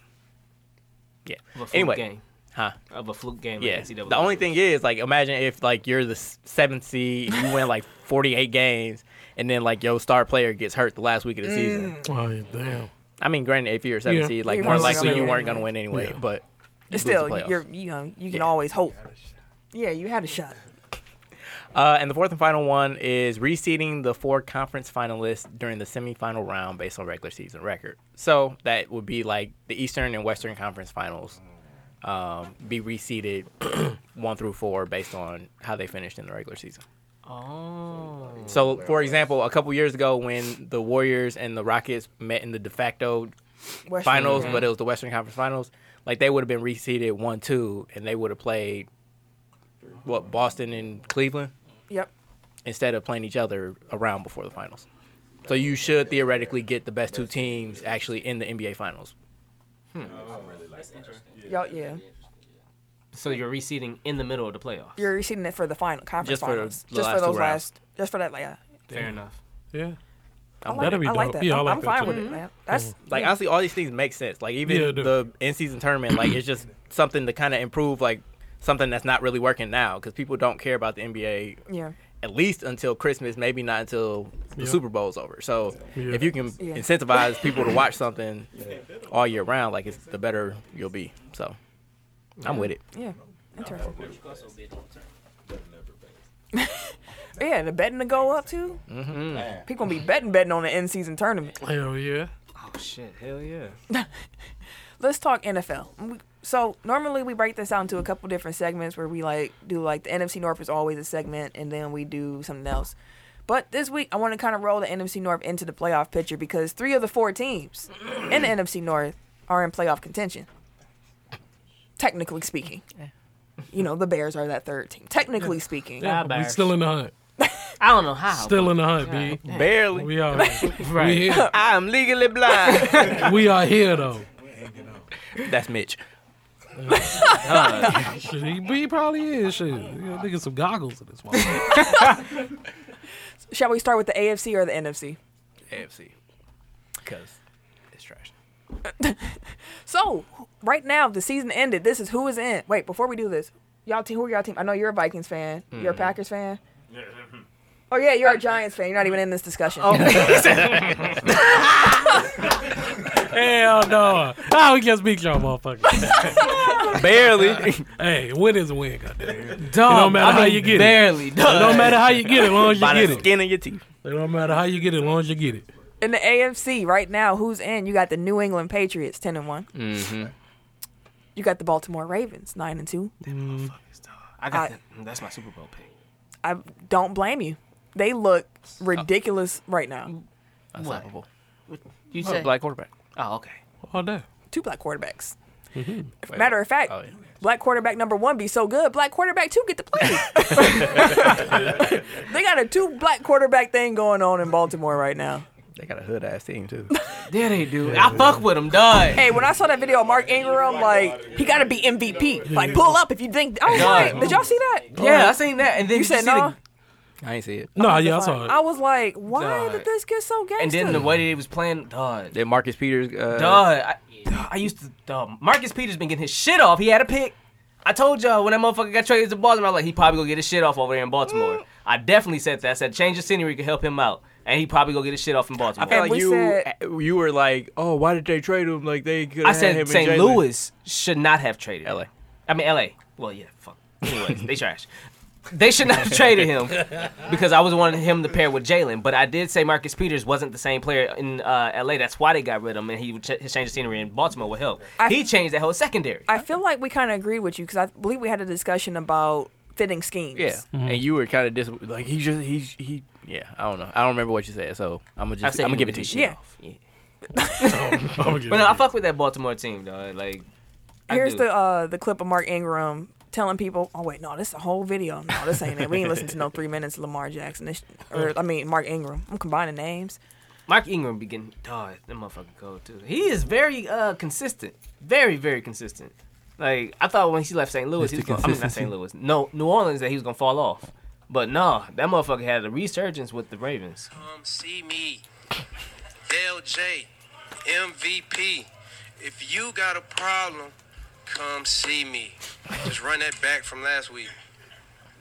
Speaker 3: yeah.
Speaker 5: Of a fluke
Speaker 3: Anyway,
Speaker 5: game.
Speaker 3: huh?
Speaker 5: Of a fluke game. E
Speaker 3: Yeah.
Speaker 5: at NCAA.
Speaker 3: The only thing is, like, imagine if like you're the s- seventh seed, you win like 48 games, and then like your star player gets hurt the last week of the season.
Speaker 2: Oh yeah, damn.
Speaker 3: I mean, granted, if you're seventh
Speaker 2: Yeah.
Speaker 3: seed, like
Speaker 1: Mm. You're
Speaker 3: more
Speaker 1: gonna
Speaker 3: likely
Speaker 1: win.
Speaker 3: you weren't gonna win anyway,
Speaker 2: Yeah.
Speaker 3: but. you lose the
Speaker 1: Still,
Speaker 3: playoffs.
Speaker 1: you're you know you can always hope. Yeah, you had a shot.
Speaker 3: Uh, and the fourth and final one is reseeding the four conference finalists during the semifinal round based on regular season record. So that would be like the Eastern and Western Conference finals um, be reseeded one through four based on how they finished in the regular season.
Speaker 5: Oh.
Speaker 3: So, for example, a couple years ago when the Warriors and the Rockets met in the de facto
Speaker 1: Western
Speaker 3: finals,
Speaker 1: Union.
Speaker 3: but it was the Western Conference finals, like they would have been reseeded 1 2, and they would have played, what, Boston and Cleveland?
Speaker 1: Yep.
Speaker 3: instead of playing each other a round before the finals. So you should theoretically get the best two teams actually in the NBA finals.
Speaker 1: Y'all, yeah.
Speaker 5: So you're reseeding in the middle of the playoffs.
Speaker 1: You're receiving it for the final conference
Speaker 3: Just for
Speaker 1: finals.
Speaker 3: the last two rounds.
Speaker 1: just for that, like, yeah.
Speaker 5: Fair enough.
Speaker 2: Yeah.
Speaker 1: I like
Speaker 2: That'd
Speaker 1: it.
Speaker 2: be
Speaker 1: I like
Speaker 2: dope.
Speaker 1: that.
Speaker 2: Yeah, I
Speaker 1: I'm,
Speaker 2: like
Speaker 1: I'm
Speaker 2: that
Speaker 1: fine
Speaker 2: too.
Speaker 1: with it, man. That's
Speaker 3: Mm-hmm. Like honestly, all these things make sense. Like even
Speaker 2: Yeah, it do.
Speaker 3: the in-season tournament, like it's just something to kind of improve, like something that's not really working now because people don't care about the NBA
Speaker 1: yeah.
Speaker 3: at least until Christmas, maybe not until the
Speaker 2: Yeah.
Speaker 3: Super Bowl's over. So
Speaker 2: Yeah.
Speaker 3: if you can
Speaker 1: Yeah.
Speaker 3: incentivize people to watch something all year round, like it's the better you'll be. So I'm with it.
Speaker 1: Yeah. Interesting. yeah, the betting to go up too. Mm-hmm. People gonna be betting betting on the end season tournament.
Speaker 2: Hell yeah.
Speaker 5: Oh shit, hell yeah.
Speaker 1: Let's talk NFL. We- So normally we break this out into a couple different segments where we like do like the NFC North is always a segment, and then we do something else. But this week I want to kind of roll the NFC North into the playoff picture because three of the four teams in the NFC North are in playoff contention. Technically speaking, you know the Bears are that third team. Technically speaking,
Speaker 5: Yeah,
Speaker 2: We
Speaker 5: Bears.
Speaker 2: still in the hunt.
Speaker 5: I don't know how.
Speaker 2: Still in the hunt, B.
Speaker 3: Barely.
Speaker 2: We are. We
Speaker 5: right.
Speaker 2: here.
Speaker 3: I'm legally blind.
Speaker 2: We are here though.
Speaker 3: that's Mitch.
Speaker 2: Shit, he, he probably is. Shit, Yeah, nigga, some goggles in this one.
Speaker 1: shall we start with the AFC or the NFC?
Speaker 3: AFC. Because it's trash.
Speaker 1: So right now the season ended. This is who is in. Wait, before we do this, y'all team. Who are y'all team? I know you're a Vikings fan.
Speaker 3: Mm-hmm.
Speaker 1: You're a Packers fan. Oh yeah, you're a Giants fan. You're not even in this discussion.
Speaker 3: Oh.
Speaker 2: Hell no. How we can speak to y'all motherfuckers?
Speaker 3: Barely.
Speaker 2: hey, win is a win, goddamn. It
Speaker 5: Dumb.
Speaker 2: don't matter
Speaker 5: I
Speaker 2: how
Speaker 5: mean,
Speaker 2: you get it.
Speaker 5: barely it. Barely.
Speaker 2: don't matter how you get it, as long as you
Speaker 3: By
Speaker 2: get
Speaker 3: the
Speaker 2: it.
Speaker 3: skin of your teeth.
Speaker 2: It don't matter how you get it, as long as you get it.
Speaker 1: In the AFC right now, who's in? You got the New England Patriots, ten and one.
Speaker 3: Mm.
Speaker 1: You got the Baltimore Ravens, nine and two.
Speaker 5: I got
Speaker 1: I-
Speaker 5: that. That's my Super Bowl pick.
Speaker 1: I don't blame you. They look ridiculous right now.
Speaker 3: Unstoppable.
Speaker 5: You said
Speaker 3: Black quarterback.
Speaker 5: Oh, okay.
Speaker 2: All day.
Speaker 1: Two black quarterbacks. Matter of fact,
Speaker 3: Oh, yeah.
Speaker 1: black quarterback number one be so good, black quarterback two get to play. they got a two black quarterback thing going on in Baltimore right now.
Speaker 3: They got a hood ass team too.
Speaker 5: There they do. I fuck with them, dog.
Speaker 1: Hey, when I saw that video of Mark Ingram, like he got to be MVP. Like pull up if you think. I was like, did y'all see that?
Speaker 5: Yeah, I seen that. And then
Speaker 1: You said
Speaker 5: see
Speaker 1: no.
Speaker 5: The,
Speaker 3: I ain't see it.
Speaker 2: No, yeah, I saw it.
Speaker 1: I was like, why
Speaker 5: Dog.
Speaker 1: did this get so gangster?
Speaker 5: and then the way they was playing, dog.
Speaker 3: Did Marcus Peters uh
Speaker 5: Dog, I, dog, I used to. Dog, Marcus Peters been getting his shit off. He had a pick. I told y'all when that motherfucker got traded to Baltimore, I was like, he probably gonna get his shit off over there in Baltimore.
Speaker 3: Mm.
Speaker 5: I definitely said that. I said change the scenery could help him out, and he probably gonna get his shit off in Baltimore.
Speaker 3: I feel
Speaker 1: And
Speaker 3: like
Speaker 1: we
Speaker 3: you
Speaker 1: said-
Speaker 3: you were like, oh, why did they trade him? Like they could.
Speaker 5: I
Speaker 3: him
Speaker 5: said
Speaker 3: and
Speaker 5: St.
Speaker 3: Jalen.
Speaker 5: Louis should not have traded. him.
Speaker 3: LA.
Speaker 5: I mean L.A. Well, yeah, fuck. Anyways, they trash. They should not have traded him because I was wanting him to pair with Jalen. But I did say Marcus Peters wasn't the same player in uh, L.A. That's why they got rid of him, and he would ch- his change of scenery in Baltimore would help.
Speaker 1: I-
Speaker 5: he changed that whole secondary.
Speaker 1: I feel like we kind of agreed with you because I believe we had a discussion about fitting schemes.
Speaker 3: Yeah, and you were kind of dis like he just he he. Yeah, I don't know. I don't remember what you said, so I'm gonna
Speaker 5: I
Speaker 3: just
Speaker 5: said
Speaker 3: I'm gonna
Speaker 5: he
Speaker 3: give it
Speaker 5: would
Speaker 3: to
Speaker 5: get
Speaker 1: Yeah.
Speaker 3: you.
Speaker 5: shit off.
Speaker 2: I'm gonna
Speaker 5: But no,
Speaker 2: get
Speaker 5: I
Speaker 2: it.
Speaker 5: fuck with that Baltimore team, though. Like, I
Speaker 1: Here's
Speaker 5: do.
Speaker 1: the uh, the clip of Mark Ingram telling people, "Oh wait, no, this is a whole video. No, this ain't it. We ain't listen to no three minutes of Lamar Jackson, this, or I mean Mark Ingram. I'm combining names.
Speaker 5: Mark Ingram begin. Dog, that motherfucker cold too. He is very uh consistent, very very consistent. Like I thought when he left St. Louis, he was
Speaker 3: the
Speaker 5: gonna, I mean not
Speaker 3: consistency.
Speaker 5: St. Louis, no New Orleans, that he was gonna fall off. But no, that motherfucker had a resurgence with the Ravens.
Speaker 8: Come see me, LJ, MVP. If you got a problem, come see me. Just run that back from last week.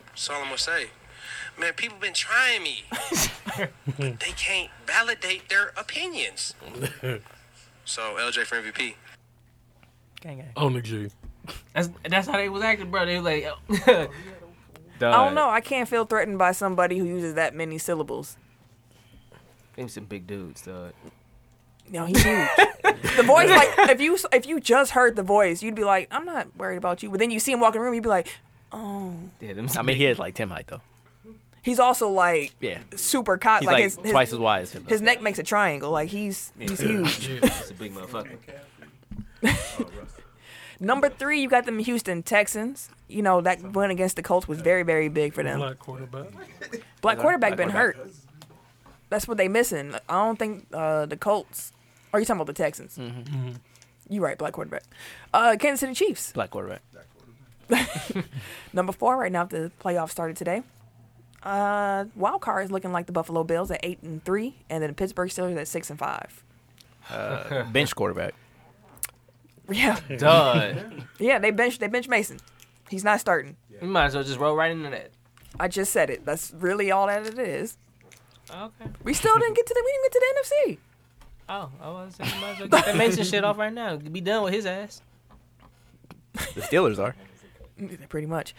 Speaker 8: That's all I'm gonna say. Man, people been trying me. but they can't validate their opinions. So LJ for MVP.
Speaker 2: on the G.
Speaker 5: That's that's how they was acting, bro. They was like, oh.
Speaker 1: I don't know. I can't feel threatened by somebody who uses that many syllables.
Speaker 5: They was some big dudes, dog.
Speaker 1: No, he's huge. the voice, like if you if you just heard the voice, you'd be like, I'm not worried about you. But then you see him walk in the room, you'd be like,
Speaker 5: Yeah, them.
Speaker 3: I mean, he is like Tim height though.
Speaker 1: he's also like
Speaker 3: Yeah,
Speaker 1: super cock.
Speaker 3: he's
Speaker 1: like,
Speaker 3: like,
Speaker 1: his, his
Speaker 3: twice as wide as him.
Speaker 1: his neck makes a triangle. Like he's he's huge.
Speaker 5: It's a big motherfucker.
Speaker 1: Number three, you got them Houston Texans. You know that win against the Colts was very, very big for them. Black,
Speaker 2: Black quarterback.
Speaker 1: quarterback
Speaker 3: black
Speaker 1: been
Speaker 3: quarterback.
Speaker 1: hurt. That's what they missing. I don't think uh, the Colts. Are you talking about the Texans? Mm-hmm. You right, black quarterback. Uh, Kansas City Chiefs,
Speaker 3: black quarterback.
Speaker 1: number four right now. If the playoffs started today, Uh, wild card is looking like the Buffalo Bills at eight and three, and then the Pittsburgh Steelers at six and five.
Speaker 3: Bench quarterback.
Speaker 1: Yeah,
Speaker 5: Done.
Speaker 1: yeah. They bench they bench Mason. He's not starting.
Speaker 5: you might as well just roll right into that.
Speaker 1: I just said it. That's really all that it is.
Speaker 5: Okay.
Speaker 1: We still didn't get to the we didn't get to the NFC.
Speaker 5: Oh, I was saying, you might as well get that Mason shit off right now. Be done with his ass.
Speaker 3: The Steelers are.
Speaker 1: pretty much.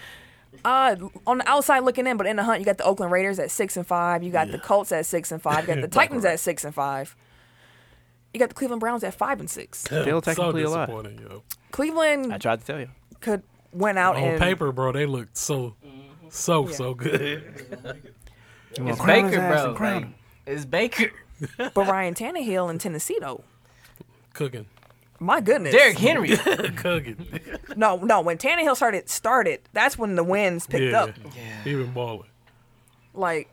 Speaker 1: Uh, on the outside looking in, but in the hunt, you got the Oakland Raiders at six and five. You got the Colts at six and five. You got the Titans at six and five. You got the Cleveland Browns at five and six.
Speaker 3: Still technically
Speaker 2: so
Speaker 3: alive.
Speaker 2: disappointing, yo.
Speaker 3: I
Speaker 1: Cleveland
Speaker 3: tried to tell you.
Speaker 1: could went out
Speaker 2: On
Speaker 1: and
Speaker 2: paper, bro, they looked so, so, so good.
Speaker 5: It's Baker, bro. Like, it's Baker.
Speaker 1: but Ryan Tannehill in Tennessee though.
Speaker 2: Cooking,
Speaker 1: My goodness,
Speaker 5: Derrick Henry. Uh,
Speaker 2: cooking.
Speaker 1: no, no. When Tannehill started started, that's when the wins picked
Speaker 2: Yeah.
Speaker 1: up.
Speaker 2: even balling.
Speaker 1: Like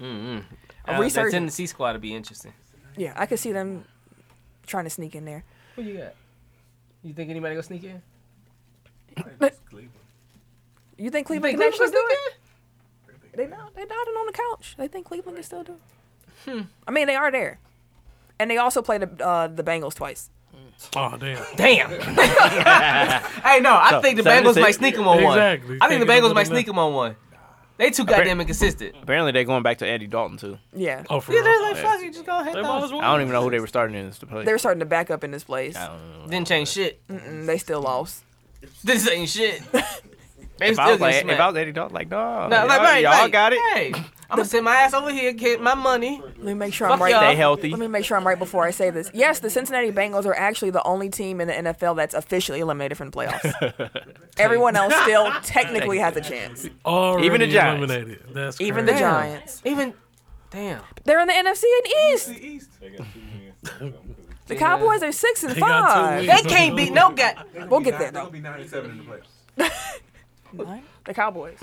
Speaker 5: Uh, that
Speaker 1: resurgence.
Speaker 5: Tennessee squad would be interesting.
Speaker 1: yeah, I could see them trying to sneak in there.
Speaker 5: Who you got? You think anybody gonna sneak in?
Speaker 1: You think
Speaker 5: You
Speaker 1: Cleveland can
Speaker 5: think Cleveland
Speaker 1: actually do
Speaker 5: sneak
Speaker 1: it?
Speaker 5: in?
Speaker 1: They not they nodding on the couch. They think Cleveland can still do. it. I mean, they are there, and they also played the uh, the Bengals twice.
Speaker 2: Oh damn!
Speaker 5: Damn. hey, no, I think the
Speaker 3: seven to
Speaker 5: Bengals might
Speaker 3: six.
Speaker 5: sneak him on
Speaker 2: Exactly.
Speaker 5: one. I think
Speaker 2: Can't
Speaker 5: the
Speaker 2: get
Speaker 5: Bengals
Speaker 2: no
Speaker 5: might
Speaker 2: good
Speaker 5: sneak him on one. They too goddamn inconsistent.
Speaker 3: Apparently they're going back to Andy Dalton too.
Speaker 1: Yeah,
Speaker 2: Oh, for
Speaker 5: Yeah,
Speaker 2: real.
Speaker 5: they're like, fuck it, just go ahead.
Speaker 2: They might
Speaker 5: dog.
Speaker 2: as well.
Speaker 3: I don't even know who they were starting in this to play.
Speaker 1: they're starting to back up in this place.
Speaker 5: Didn't change shit.
Speaker 1: Mm, they still lost.
Speaker 5: This ain't shit. They
Speaker 3: if,
Speaker 5: still
Speaker 3: I was
Speaker 5: getting
Speaker 3: like, if
Speaker 5: smacked.
Speaker 3: I was Andy Dalton, like, no,
Speaker 5: No,
Speaker 3: y'all,
Speaker 5: like, right,
Speaker 3: y'all
Speaker 5: right.
Speaker 3: got it.
Speaker 5: Hey, I'm gonna sit my ass over here, get my money.
Speaker 1: Let me make sure
Speaker 5: Fuck
Speaker 1: I'm right.
Speaker 5: y'all.
Speaker 3: Stay healthy.
Speaker 1: Let me make sure I'm right before I say this. Yes, the Cincinnati Bengals are actually the only team in the NFL that's officially eliminated from the playoffs. Everyone else still technically has a chance.
Speaker 2: Already
Speaker 3: Even the Giants.
Speaker 2: eliminated. That's
Speaker 1: Even the
Speaker 2: crazy.
Speaker 1: Giants.
Speaker 5: Even, damn.
Speaker 1: They're in the NFC and East. The Cowboys are six and
Speaker 2: They got two
Speaker 1: five.
Speaker 2: wins.
Speaker 5: They can't beat no guy.
Speaker 1: We'll get there though. The Cowboys.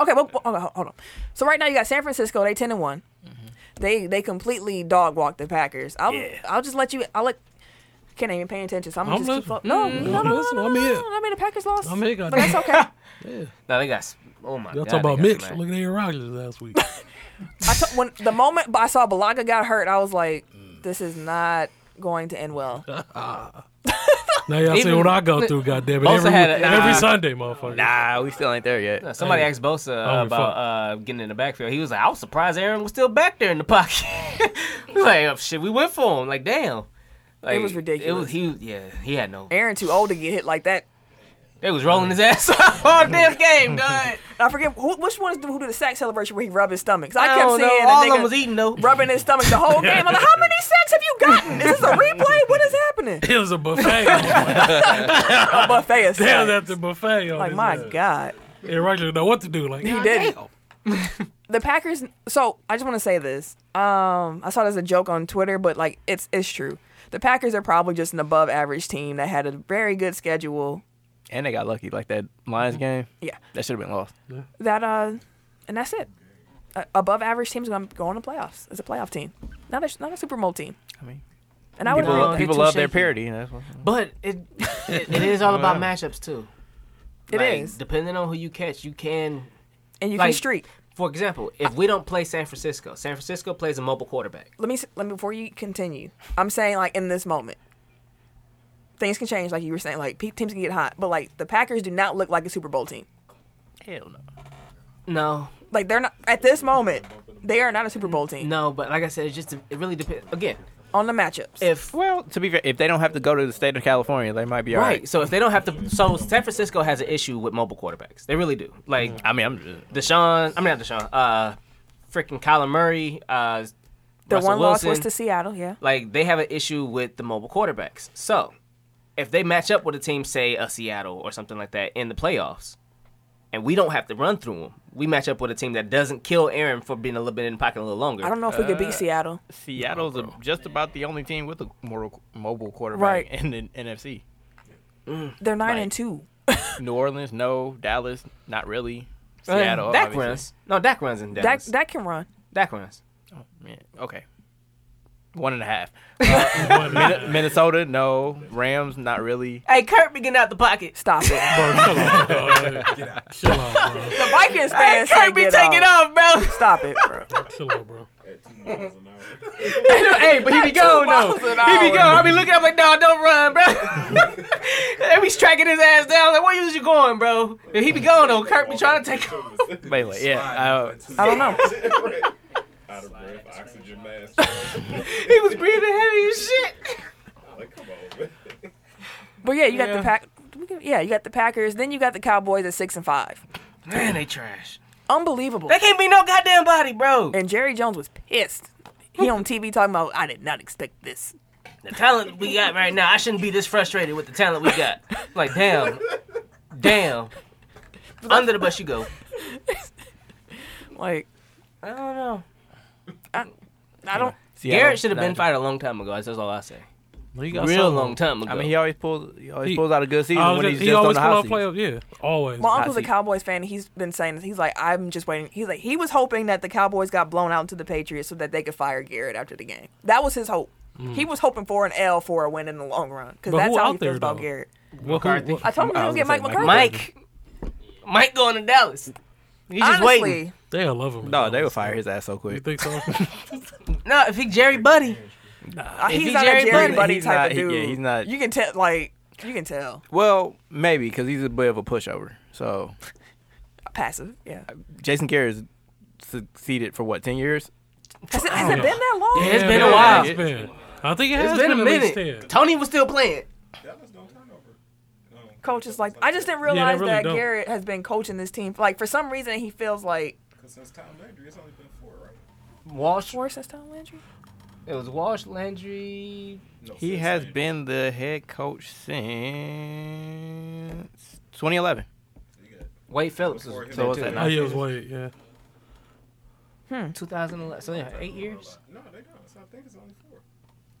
Speaker 1: Okay, well, well, hold on, hold on. So right now you got San Francisco. They ten and one. They they completely dog walked the Packers. I'll I'll just let you. I'll let. Can't even pay attention. So I'm gonna
Speaker 2: I'm
Speaker 1: just keep.
Speaker 2: listening.
Speaker 1: no, no, no,
Speaker 2: I'm
Speaker 1: no, no,
Speaker 2: listening.
Speaker 1: no,
Speaker 2: I'm
Speaker 1: no,
Speaker 2: here.
Speaker 1: no, I mean the Packers lost.
Speaker 2: I'm here,
Speaker 1: but
Speaker 2: goddamn.
Speaker 1: that's okay.
Speaker 5: No, they got. s- Oh my
Speaker 2: Y'all
Speaker 5: god.
Speaker 2: talking about
Speaker 5: they
Speaker 2: Mitch?
Speaker 5: got smacked.
Speaker 2: Look at Aaron Rodgers last week.
Speaker 1: I t- when the moment I saw Balaga got hurt, I was like, this is not going to end well.
Speaker 2: now y'all see
Speaker 5: Even-
Speaker 2: what I go through. Goddamn it!
Speaker 5: Bosa
Speaker 2: Every,
Speaker 5: had a-
Speaker 2: every
Speaker 5: nah.
Speaker 2: Sunday, motherfucker.
Speaker 3: Nah, we still ain't there yet.
Speaker 5: No, Somebody
Speaker 2: Hey.
Speaker 5: asked Bosa
Speaker 2: Oh,
Speaker 5: uh,
Speaker 2: we
Speaker 5: about
Speaker 2: fucked.
Speaker 5: uh, getting in the backfield. He was like, I was surprised Aaron was still back there in the pocket. We like, oh, shit, we went for him. Like, damn. Like,
Speaker 1: was ridiculous.
Speaker 5: It was he. Yeah, he had no.
Speaker 1: Aaron too old to get hit like that.
Speaker 5: They was rolling his ass off all damn game, dog.
Speaker 1: I forget who, which one's the, who did the sack celebration where he rubbed his stomach. 'Cause I,
Speaker 5: I
Speaker 1: kept
Speaker 5: don't
Speaker 1: seeing
Speaker 5: know.
Speaker 1: that
Speaker 5: All
Speaker 1: nigga
Speaker 5: of them was eating though.
Speaker 1: rubbing his stomach the whole game. I'm like, how many sacks have you gotten? Is this a replay? What is happening?
Speaker 2: It was a buffet. Damn,
Speaker 1: A buffet of sacks.
Speaker 2: at the buffet. On
Speaker 1: Like
Speaker 2: his
Speaker 1: my
Speaker 2: ass.
Speaker 1: God,
Speaker 2: Aaron Rodgers know what to do. Like
Speaker 1: he did. not the Packers. So I just want to say this. Um, I saw it as a joke on Twitter, but like it's it's true. The Packers are probably just an above average team that had a very good schedule.
Speaker 3: And they got lucky, like that Lions game.
Speaker 1: Yeah,
Speaker 3: That should have been lost.
Speaker 1: that uh, and that's it. A above average team's gonna go on the playoffs. It's a playoff team, not a not a Super Bowl team.
Speaker 3: I mean,
Speaker 1: And I would agree
Speaker 5: Well,
Speaker 1: with that.
Speaker 3: people, people
Speaker 5: too
Speaker 3: love their
Speaker 5: shaky.
Speaker 3: parody. and That's what,
Speaker 5: But it, it, it is all about matchups too.
Speaker 1: It
Speaker 5: like,
Speaker 1: is.
Speaker 5: Depending on who you catch, you can.
Speaker 1: and you can
Speaker 5: like-
Speaker 1: streak.
Speaker 5: For example, if we don't play San Francisco, San Francisco plays a mobile quarterback.
Speaker 1: Let me s- let me before you continue. I'm saying like in this moment, things can change. Like you were saying, like pe- teams can get hot, but like the Packers do not look like a Super Bowl team.
Speaker 3: hell no.
Speaker 5: No,
Speaker 1: Like they're not at this moment. They are not a Super Bowl team
Speaker 5: no. But like I said, it just it really depends. Again,
Speaker 1: on the matchups.
Speaker 5: if
Speaker 3: Well, to be fair, if they don't have to go to the state of California, they might be all
Speaker 5: right.
Speaker 3: right.
Speaker 5: So if they don't have to, so San Francisco has an issue with mobile quarterbacks. They really do. Like
Speaker 3: Mm-hmm. I mean, I'm just.
Speaker 5: Deshaun, I mean not Deshaun. Uh, freaking Kyler Murray. Uh,
Speaker 1: the
Speaker 5: Russell
Speaker 1: one
Speaker 5: Wilson,
Speaker 1: loss was to Seattle, yeah.
Speaker 5: like they have an issue with the mobile quarterbacks. So, if they match up with a team, say a Seattle or something like that, in the playoffs, and we don't have to run through them, we match up with a team that doesn't kill Aaron for being a little bit in the pocket a little longer.
Speaker 1: I don't know if we
Speaker 5: Uh,
Speaker 1: could beat Seattle.
Speaker 3: Seattle's a, just about the only team with a moral, mobile quarterback
Speaker 1: Right.
Speaker 3: in the NFC.
Speaker 1: They're nine
Speaker 3: like-
Speaker 1: and two.
Speaker 3: New Orleans, no. Dallas, not really.
Speaker 5: Uh,
Speaker 3: Seattle,
Speaker 5: Dak
Speaker 3: obviously.
Speaker 5: runs. No, Dak runs in
Speaker 1: That
Speaker 5: Dallas. Dak,
Speaker 1: that can run.
Speaker 5: Dak runs.
Speaker 3: Yeah, okay. One and a half. Uh, Min- Minnesota, no. Rams, not really.
Speaker 5: Hey, Kurt be getting out the pocket.
Speaker 1: Stop it.
Speaker 2: Bro, chill out, bro. Get out. Chill out, bro.
Speaker 1: The Vikings fans
Speaker 5: Kurt
Speaker 1: say
Speaker 5: be
Speaker 1: get
Speaker 5: taking off, bro.
Speaker 1: Stop it, bro.
Speaker 2: Chill out, bro.
Speaker 5: hey, but he be going though. He be going. I be looking. I'm like, no, don't run, bro. and he's tracking his ass down. Like, where was you going, bro? And he be going though. Kurt be trying to take. off.
Speaker 3: But anyway, yeah. Uh,
Speaker 1: I don't know.
Speaker 9: Out of breath, oxygen mask.
Speaker 5: he was breathing heavy as shit.
Speaker 9: Like, come on, man.
Speaker 1: But yeah, you got
Speaker 5: Yeah.
Speaker 1: the pack. Yeah, you got the Packers. Then you got the Cowboys at six and five.
Speaker 5: Man, they trash.
Speaker 1: Unbelievable.
Speaker 5: That can't be no goddamn body, bro.
Speaker 1: And Jerry Jones was pissed. He on TV talking about I did not expect this.
Speaker 5: The talent we got right now, I shouldn't be this frustrated with the talent we got. Like, damn, damn. Under the bus you go.
Speaker 1: Like
Speaker 5: I don't know.
Speaker 1: I don't.
Speaker 3: Seattle,
Speaker 5: Garrett should have
Speaker 3: not-
Speaker 5: been fired a long time ago. That's all I say.
Speaker 2: Well, you got
Speaker 5: Real
Speaker 2: something.
Speaker 5: long time ago.
Speaker 3: I mean, he always pulls. He always
Speaker 2: He-
Speaker 3: pulls out a good season
Speaker 2: I was
Speaker 3: when
Speaker 2: just-
Speaker 3: he's
Speaker 2: he
Speaker 3: just on
Speaker 2: always
Speaker 3: the
Speaker 2: pull
Speaker 3: hot
Speaker 2: out
Speaker 3: seat.
Speaker 2: playoff. Yeah, always.
Speaker 1: My uncle's a
Speaker 3: seat.
Speaker 1: Cowboys fan. and He's been saying this. He's like, I'm just waiting. He's like, he was hoping that the Cowboys got blown out to the Patriots so that they could fire Garrett after the game. That was his hope. He was hoping for an L for a win in the long run because
Speaker 2: But
Speaker 1: that's
Speaker 2: who
Speaker 1: how
Speaker 2: out
Speaker 1: he
Speaker 2: there,
Speaker 1: feels about
Speaker 2: though?
Speaker 1: Garrett.
Speaker 2: Well, who-
Speaker 3: McCarthy.
Speaker 2: what-
Speaker 1: I told him
Speaker 3: I
Speaker 1: he don't
Speaker 3: was
Speaker 1: get
Speaker 3: gonna
Speaker 1: Mike
Speaker 3: say
Speaker 1: McCarthy.
Speaker 5: Mike, Mike going to Dallas. He's just
Speaker 1: honestly,
Speaker 5: waiting.
Speaker 2: they love him.
Speaker 3: No, they would fire his ass so
Speaker 2: You
Speaker 3: quick.
Speaker 2: think so?
Speaker 5: No, if he Jerry Buddy,
Speaker 1: uh, he's
Speaker 5: he's
Speaker 1: not a
Speaker 5: Jerry
Speaker 1: Jerry
Speaker 5: Buddy,
Speaker 1: Buddy,
Speaker 3: he's
Speaker 1: type
Speaker 3: not-
Speaker 1: of
Speaker 3: he- yeah,
Speaker 1: dude.
Speaker 3: he's not-
Speaker 1: You can tell. Like you can tell.
Speaker 3: Well, maybe because he's a bit of a pushover. So
Speaker 1: Passive. Yeah.
Speaker 3: Jason Garrett has succeeded for what ten years?
Speaker 1: Has it, has it been that long?
Speaker 5: it's been
Speaker 2: Yeah,
Speaker 5: a while.
Speaker 2: It's been. I think it has
Speaker 5: It's been a
Speaker 2: at least
Speaker 5: minute.
Speaker 2: 10.
Speaker 5: Tony was still playing.
Speaker 9: Dallas don't turn over.
Speaker 1: Coach is like, I just didn't
Speaker 2: they
Speaker 1: realize
Speaker 2: really
Speaker 1: that
Speaker 2: don't.
Speaker 1: Garrett has been coaching this team. Like for some reason, he feels like
Speaker 9: Because since Tom Landry, it's only been four, right?
Speaker 5: Walsh.
Speaker 1: worse since Tom Landry.
Speaker 5: It was Walsh, Landry.
Speaker 9: No,
Speaker 3: He
Speaker 9: since
Speaker 3: has
Speaker 9: Landry.
Speaker 3: been the head coach since 2011.
Speaker 5: Wade Phillips was
Speaker 3: So what's
Speaker 5: there,
Speaker 3: that
Speaker 5: too.
Speaker 2: Oh, yeah, it was Wade. Yeah.
Speaker 5: 2011. So yeah, eight years.
Speaker 9: No, they don't. So I think it's only four.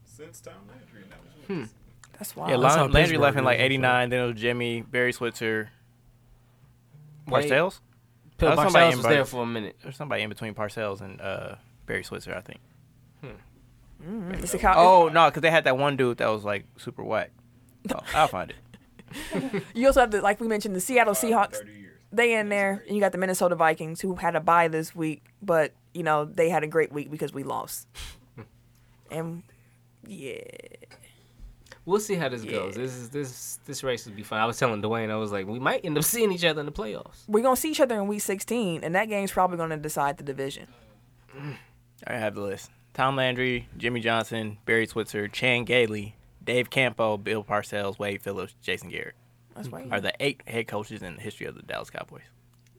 Speaker 9: Since Tom Landry, and that was
Speaker 10: Hmm.
Speaker 9: what it
Speaker 1: Oh, That's wild.
Speaker 3: yeah,
Speaker 2: that's how
Speaker 3: Lon- Landry
Speaker 2: Pittsburgh
Speaker 3: left in like
Speaker 2: is, so.
Speaker 3: '89. Then it was Jimmy, Barry Switzer,
Speaker 5: Wait.
Speaker 3: Parcells,
Speaker 5: Phil
Speaker 3: That was somebody
Speaker 5: Parcells
Speaker 3: in
Speaker 5: was
Speaker 3: Buddy.
Speaker 5: there for a minute.
Speaker 3: or somebody in between Parcells and uh, Barry Switzer, I think.
Speaker 1: It's the Cow-
Speaker 3: Oh no, because they had that one dude that was like super whack. Oh, I'll find it.
Speaker 1: You also have the like we mentioned the Seattle Seahawks.
Speaker 9: was. Thirty years.
Speaker 1: They in there, and you got the Minnesota Vikings who had a bye this week, but you know they had a great week because we lost. and yeah,
Speaker 5: We'll see how this goes. This is this this race will be fun. I was telling Dwayne, I was like, we might end up seeing each other in the playoffs.
Speaker 1: we're gonna see each other in Week 16, and that game's probably gonna decide the division.
Speaker 3: I have the list. Tom Landry, Jimmy Johnson, Barry Switzer, Chan Gailey, Dave Campo, Bill Parcells, Wade Phillips, Jason Garrett
Speaker 1: That's right.
Speaker 3: are the eight head coaches in the history of the Dallas Cowboys.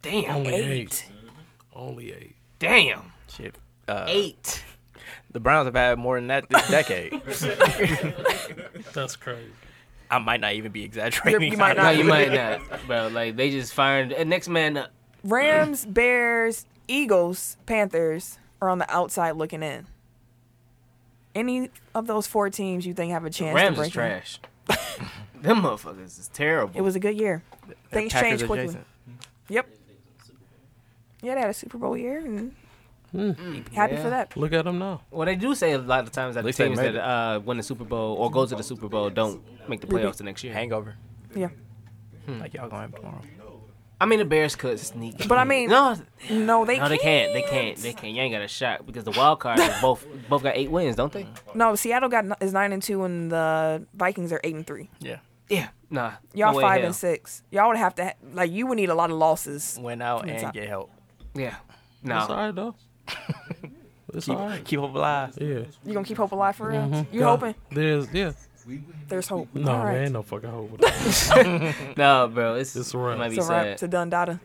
Speaker 5: Damn,
Speaker 2: Only
Speaker 1: Eight.
Speaker 2: eight. Only eight.
Speaker 5: damn,
Speaker 3: Shit. Uh,
Speaker 5: eight.
Speaker 3: The Browns have had more than that this decade.
Speaker 2: That's crazy.
Speaker 3: I might not even be exaggerating.
Speaker 1: You might
Speaker 5: No,
Speaker 1: not.
Speaker 5: you might not, bro. Like they just firing uh, next man up.
Speaker 1: Rams, Bears, Eagles, Panthers are on the outside looking in. Any of those four teams you think have a chance
Speaker 5: Rams
Speaker 1: to
Speaker 5: is
Speaker 1: break? in?
Speaker 5: trash. Them motherfuckers is terrible.
Speaker 1: It was a good year. Things
Speaker 3: Packers
Speaker 1: changed quickly.
Speaker 3: adjacent.
Speaker 1: Yep. Yeah, they had a Super Bowl year, and happy
Speaker 5: yeah.
Speaker 1: for that.
Speaker 2: Look at them now.
Speaker 5: Well, they do say a lot of times that the
Speaker 3: least they
Speaker 5: teams
Speaker 3: made
Speaker 5: that
Speaker 3: it.
Speaker 5: uh, win the Super Bowl or go to the Super Bowl don't make the playoffs the next year.
Speaker 3: Hangover. Hmm.
Speaker 1: Yeah.
Speaker 3: Like y'all going tomorrow.
Speaker 5: I mean, the Bears could sneak.
Speaker 1: But I
Speaker 5: in.
Speaker 1: mean-
Speaker 5: no,
Speaker 1: No, they
Speaker 5: no, they can't.
Speaker 1: can't.
Speaker 5: They can't. They can't. You ain't got a shot because the wild card is both both got eight wins, don't they?
Speaker 1: No, Seattle got n- is nine and two, and the Vikings are eight and three.
Speaker 3: Yeah.
Speaker 5: Yeah. Nah.
Speaker 1: Y'all
Speaker 5: no way in
Speaker 1: five
Speaker 5: hell.
Speaker 1: and six. Y'all would have to ha- like you would need a lot of losses.
Speaker 3: Went out
Speaker 1: From the
Speaker 3: and
Speaker 1: top.
Speaker 3: get help.
Speaker 5: Yeah.
Speaker 2: It's all
Speaker 5: No.
Speaker 2: right though. It's all right.
Speaker 3: Keep up alive.
Speaker 2: Yeah.
Speaker 1: You gonna keep hope alive for real? You
Speaker 2: God,
Speaker 1: hoping?
Speaker 2: There's yeah.
Speaker 1: There's hope.
Speaker 2: No,
Speaker 1: All right.
Speaker 2: man, no fucking hope. with that.
Speaker 5: No, bro. It's
Speaker 2: It's a wrap.
Speaker 5: It might be
Speaker 1: It's a wrap.
Speaker 5: sad.
Speaker 1: It's a done data.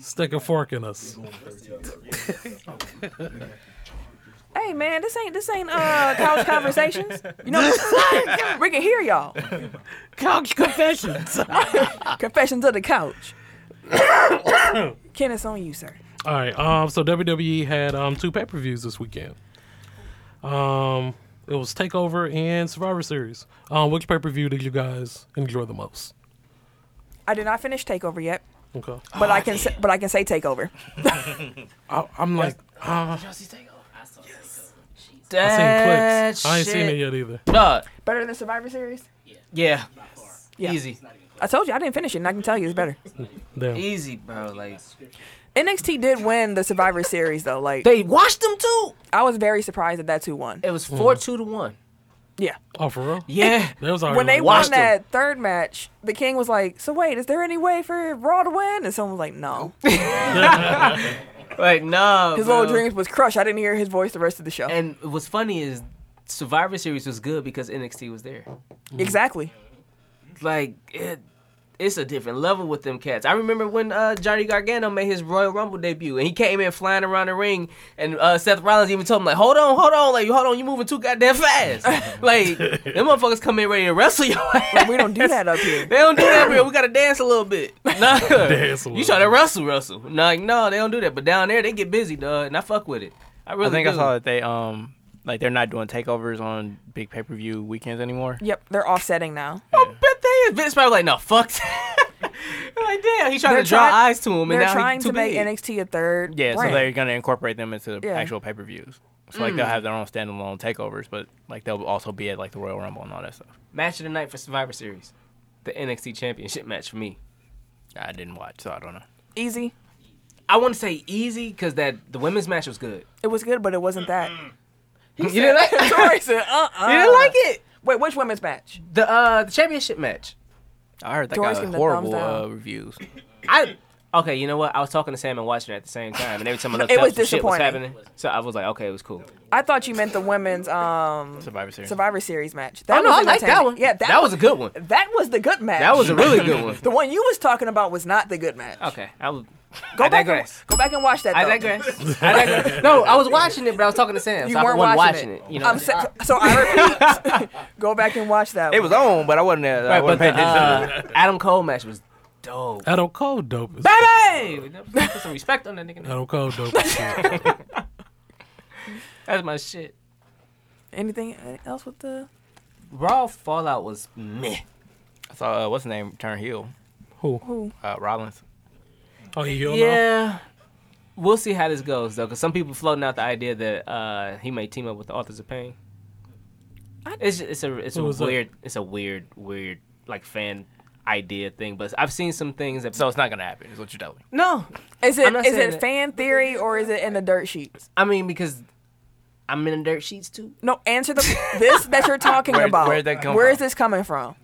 Speaker 2: Stick a fork in us.
Speaker 1: Hey man, this ain't this ain't uh college conversations. You know, we can hear y'all.
Speaker 2: Couch confessions.
Speaker 1: Confessions of the couch. Ken, it's on you, sir.
Speaker 2: All right. Um. So WWE had um two pay per views this weekend. Um. It was Takeover and Survivor Series. Um. Which pay per view did you guys enjoy the most?
Speaker 1: I did not finish takeover yet,
Speaker 2: Okay.
Speaker 1: but I can say, but I can say takeover.
Speaker 2: I, I'm like, uh,
Speaker 5: Y'all see Takeover? I saw Takeover.
Speaker 2: I seen
Speaker 5: That
Speaker 2: clips. I ain't seen
Speaker 5: shit.
Speaker 2: it yet either.
Speaker 5: No.
Speaker 1: Better than Survivor Series?
Speaker 5: Yeah.
Speaker 1: Yeah.
Speaker 5: Easy.
Speaker 1: I told you I didn't finish it, and I can tell you it's better.
Speaker 2: Damn.
Speaker 5: Easy, bro. Like
Speaker 1: NXT did win the Survivor Series though. Like
Speaker 5: they washed them too.
Speaker 1: I was very surprised that that's who won.
Speaker 5: It was four two to one.
Speaker 1: Yeah.
Speaker 2: Oh, for real?
Speaker 5: Yeah.
Speaker 2: That was already
Speaker 1: When they
Speaker 2: like-
Speaker 1: won
Speaker 5: Oh, Watched them.
Speaker 1: that third match, the King was like, "So wait, is there any way for Raw to win?" And someone was like, "No."
Speaker 5: Like no.
Speaker 1: His
Speaker 5: bro.
Speaker 1: little dreams was crushed. I didn't hear his voice the rest of the show.
Speaker 5: And what's funny is Survivor Series was good because NXT was there.
Speaker 1: exactly.
Speaker 5: Like it, it's a different level with them cats. I remember when uh, Johnny Gargano made his Royal Rumble debut and he came in flying around the ring and uh, Seth Rollins even told him like, "Hold on, hold on, like hold on, you moving too goddamn fast." like them motherfuckers come in ready to wrestle your ass.
Speaker 1: Like, we don't do that up here.
Speaker 5: They don't do that, bro. We gotta dance a little bit. Nah,
Speaker 2: Dance a
Speaker 5: you
Speaker 2: little
Speaker 5: trying to wrestle, wrestle? Nah, Like, no, they don't do that. But down there, they get busy, dog, and I fuck with it. I really
Speaker 3: I think
Speaker 5: do.
Speaker 3: I saw that they um like they're not doing takeovers on big pay per view weekends anymore.
Speaker 1: Yep, they're offsetting now.
Speaker 5: I bet they is. Vince probably like, no, fuck. that." like, damn, he trying
Speaker 1: They're
Speaker 5: to draw
Speaker 1: trying-
Speaker 5: eyes to him, and
Speaker 1: They're
Speaker 5: now
Speaker 1: trying
Speaker 5: he too
Speaker 1: to make
Speaker 5: big.
Speaker 1: NXT a third.
Speaker 3: Yeah,
Speaker 1: brand.
Speaker 3: so they're gonna incorporate them into the
Speaker 1: Yeah.
Speaker 3: actual pay per views. So like they'll have their own standalone takeovers, but like they'll also be at like the Royal Rumble and all that stuff.
Speaker 5: match of the night for Survivor Series, the NXT Championship match for me.
Speaker 3: I didn't watch, so I don't know.
Speaker 1: easy.
Speaker 5: I want to say easy because that the women's match was good.
Speaker 1: It was good, but it wasn't that.
Speaker 5: You didn't like it?
Speaker 1: Tori said, uh-uh.
Speaker 5: You didn't like it?
Speaker 1: Wait, which women's match?
Speaker 5: The uh the championship match.
Speaker 3: I heard that
Speaker 1: Doris
Speaker 3: got
Speaker 1: giving the
Speaker 3: horrible
Speaker 1: thumbs down.
Speaker 3: uh, reviews.
Speaker 5: I okay, you know what? I was talking to Sam and watching it at the same time, and every time I looked
Speaker 1: It
Speaker 5: up,
Speaker 1: was
Speaker 5: some shit was
Speaker 1: disappointing.
Speaker 5: happening. So I was like, okay, it was cool.
Speaker 1: I thought you meant the women's um
Speaker 3: Survivor Series.
Speaker 1: Survivor Series match.
Speaker 5: Oh
Speaker 1: That
Speaker 5: no,
Speaker 1: was
Speaker 5: I like that
Speaker 1: entertaining.
Speaker 5: one.
Speaker 1: Yeah,
Speaker 5: that, was a good one.
Speaker 1: that was the good match.
Speaker 5: That was a really good one.
Speaker 1: the one you was talking about was not the good match.
Speaker 5: Okay, I was.
Speaker 1: go
Speaker 5: I
Speaker 1: back. And,
Speaker 5: digress.
Speaker 1: go back and watch that.
Speaker 5: I
Speaker 1: though.
Speaker 5: digress. I digress. No, I was watching it, but I was talking to Sam.
Speaker 1: You
Speaker 5: so
Speaker 1: weren't
Speaker 5: I wasn't
Speaker 1: watching, it.
Speaker 5: You know,
Speaker 1: I'm sa- so I repeat, go back and watch that.
Speaker 3: It
Speaker 1: one.
Speaker 3: was on, but I wasn't there. I
Speaker 5: Right, but
Speaker 3: wasn't
Speaker 5: the
Speaker 3: paying attention.
Speaker 5: uh, Adam Cole match was dope.
Speaker 2: Adam Cole dope. as-
Speaker 5: Baby, put some respect on that nigga.
Speaker 2: Adam Cole dope. as shit.
Speaker 5: That's my shit.
Speaker 1: Anything else with the?
Speaker 5: Raw Fallout was meh.
Speaker 3: I saw uh, what's his name turn heel.
Speaker 2: Who?
Speaker 3: Uh, Rollins.
Speaker 2: Oh, he healed now?
Speaker 5: Yeah. We'll see how this goes though, because some people floating out the idea that uh, he may team up with the Authors of Pain. It's it's a it's a
Speaker 2: Who was that?
Speaker 5: weird it's a weird weird like fan idea thing, but I've seen some things that
Speaker 3: So it's not gonna happen. Is what you're telling me.
Speaker 5: no,
Speaker 1: Is
Speaker 5: I'm
Speaker 1: it
Speaker 5: not
Speaker 1: is
Speaker 5: saying
Speaker 1: it
Speaker 5: that.
Speaker 1: fan theory or is it in the dirt sheets?
Speaker 5: I mean because I'm in the dirt sheets too.
Speaker 1: No, answer the this that you're talking
Speaker 3: Where-
Speaker 1: about.
Speaker 3: where'd that come
Speaker 1: Where
Speaker 3: from?
Speaker 1: is this coming from?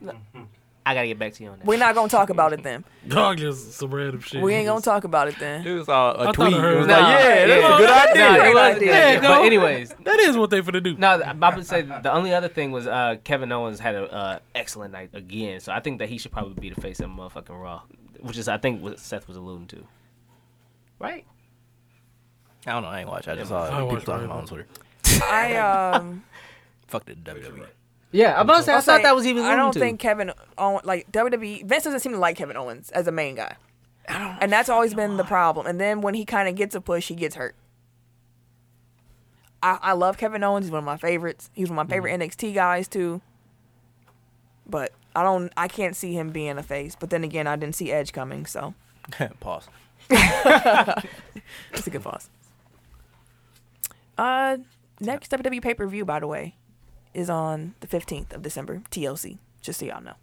Speaker 5: I gotta get back to you on that.
Speaker 1: We're not gonna talk about it then.
Speaker 2: Dog just some random shit.
Speaker 1: We ain't gonna talk about it then.
Speaker 3: Dude saw a
Speaker 2: I thought I
Speaker 3: tweet. It
Speaker 2: heard-
Speaker 3: was
Speaker 2: Nah,
Speaker 3: like, yeah, that's
Speaker 5: yeah.
Speaker 3: a good idea.
Speaker 5: No, it was,
Speaker 1: idea.
Speaker 2: There you
Speaker 5: but
Speaker 2: go.
Speaker 5: anyways,
Speaker 2: That is what they finna do.
Speaker 5: No, th- I would say the only other thing was uh, Kevin Owens had an uh, excellent night again, so I think that he should probably be the face of motherfucking Raw, which is I think what Seth was alluding to. Right?
Speaker 3: I don't know. I ain't watch. I just
Speaker 2: I
Speaker 3: saw
Speaker 2: watched
Speaker 3: people talking
Speaker 2: it.
Speaker 3: about it on Twitter.
Speaker 1: I um
Speaker 3: Fuck the WWE.
Speaker 5: Yeah, I'm about to say I
Speaker 1: I'll
Speaker 5: thought
Speaker 1: say,
Speaker 5: that was even.
Speaker 1: I don't think Kevin Owens like WWE Vince doesn't seem to like Kevin Owens as a main guy. And that's always been the problem. And then when he kind of gets a push, he gets hurt. I, I love Kevin Owens. He's one of my favorites. He's one of my
Speaker 5: Mm-hmm.
Speaker 1: favorite NXT guys too. But I don't. I can't see him being a face. But then again, I didn't see Edge coming, so
Speaker 3: Pause.
Speaker 1: It's a good pause. Uh, next WWE pay per view, by the way, is on the fifteenth of December. TLC. Just so y'all know.